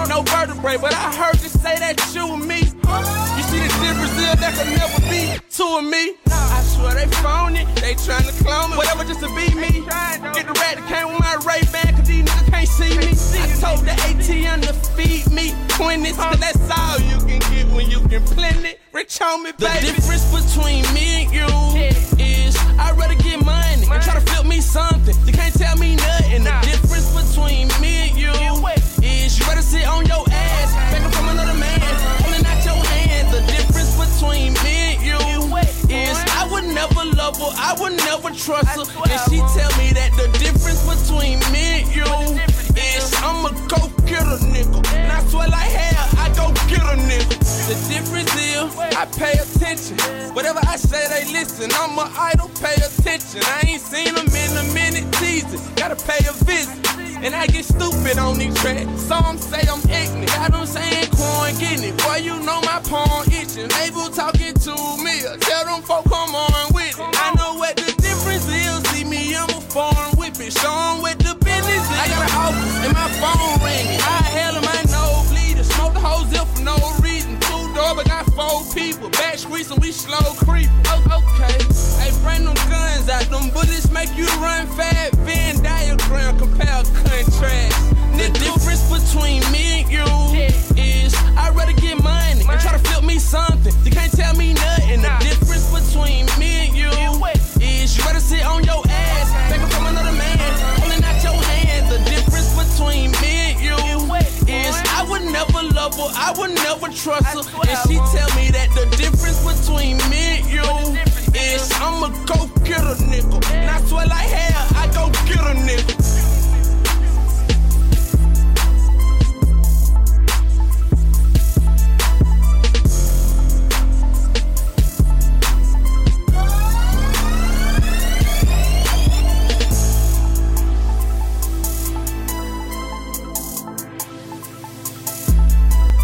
No vertebrae, but I heard you say that you and me. You see the difference there? That could never be two of me. I swear they phony, they trying to clone me. Whatever just to be me. Get the rat that came with my Ray man, cause these niggas can't see me. I told the ATM to feed me 20s, cause that's all you can get when you can plenty. Rich homie, baby. The difference between me and you is I'd rather get money and try to flip me something. You can't tell me nothing. The difference between me and you is you better sit on your ass, begging from another man, holding out your hand. The difference between me and you is I would never love her, I would never trust her, and she tell me that the difference between me and you is I'ma go get a nigga. And I swear like hell, I go get a nigga. The difference is I pay attention. Whatever I say, they listen. I'm an idol, pay attention. I ain't seen them in a minute, teasing. Gotta pay a visit. And I get stupid on these tracks. Some say I'm ignorant. Got them saying corn getting it. Boy, you know my pawn itching. Label talking to me. Tell them folk come on with it. I know what the difference is. See me, I'm a foreign whipping. Show 'em what the business is. I got an office and my phone ringing. I hell in my nose bleeding. Smoke the whole zip for no reason. Two door, but got four people. Back streets and we slow creep. Oh, okay. Hey, bring them guns out. Them bullets make you run fast.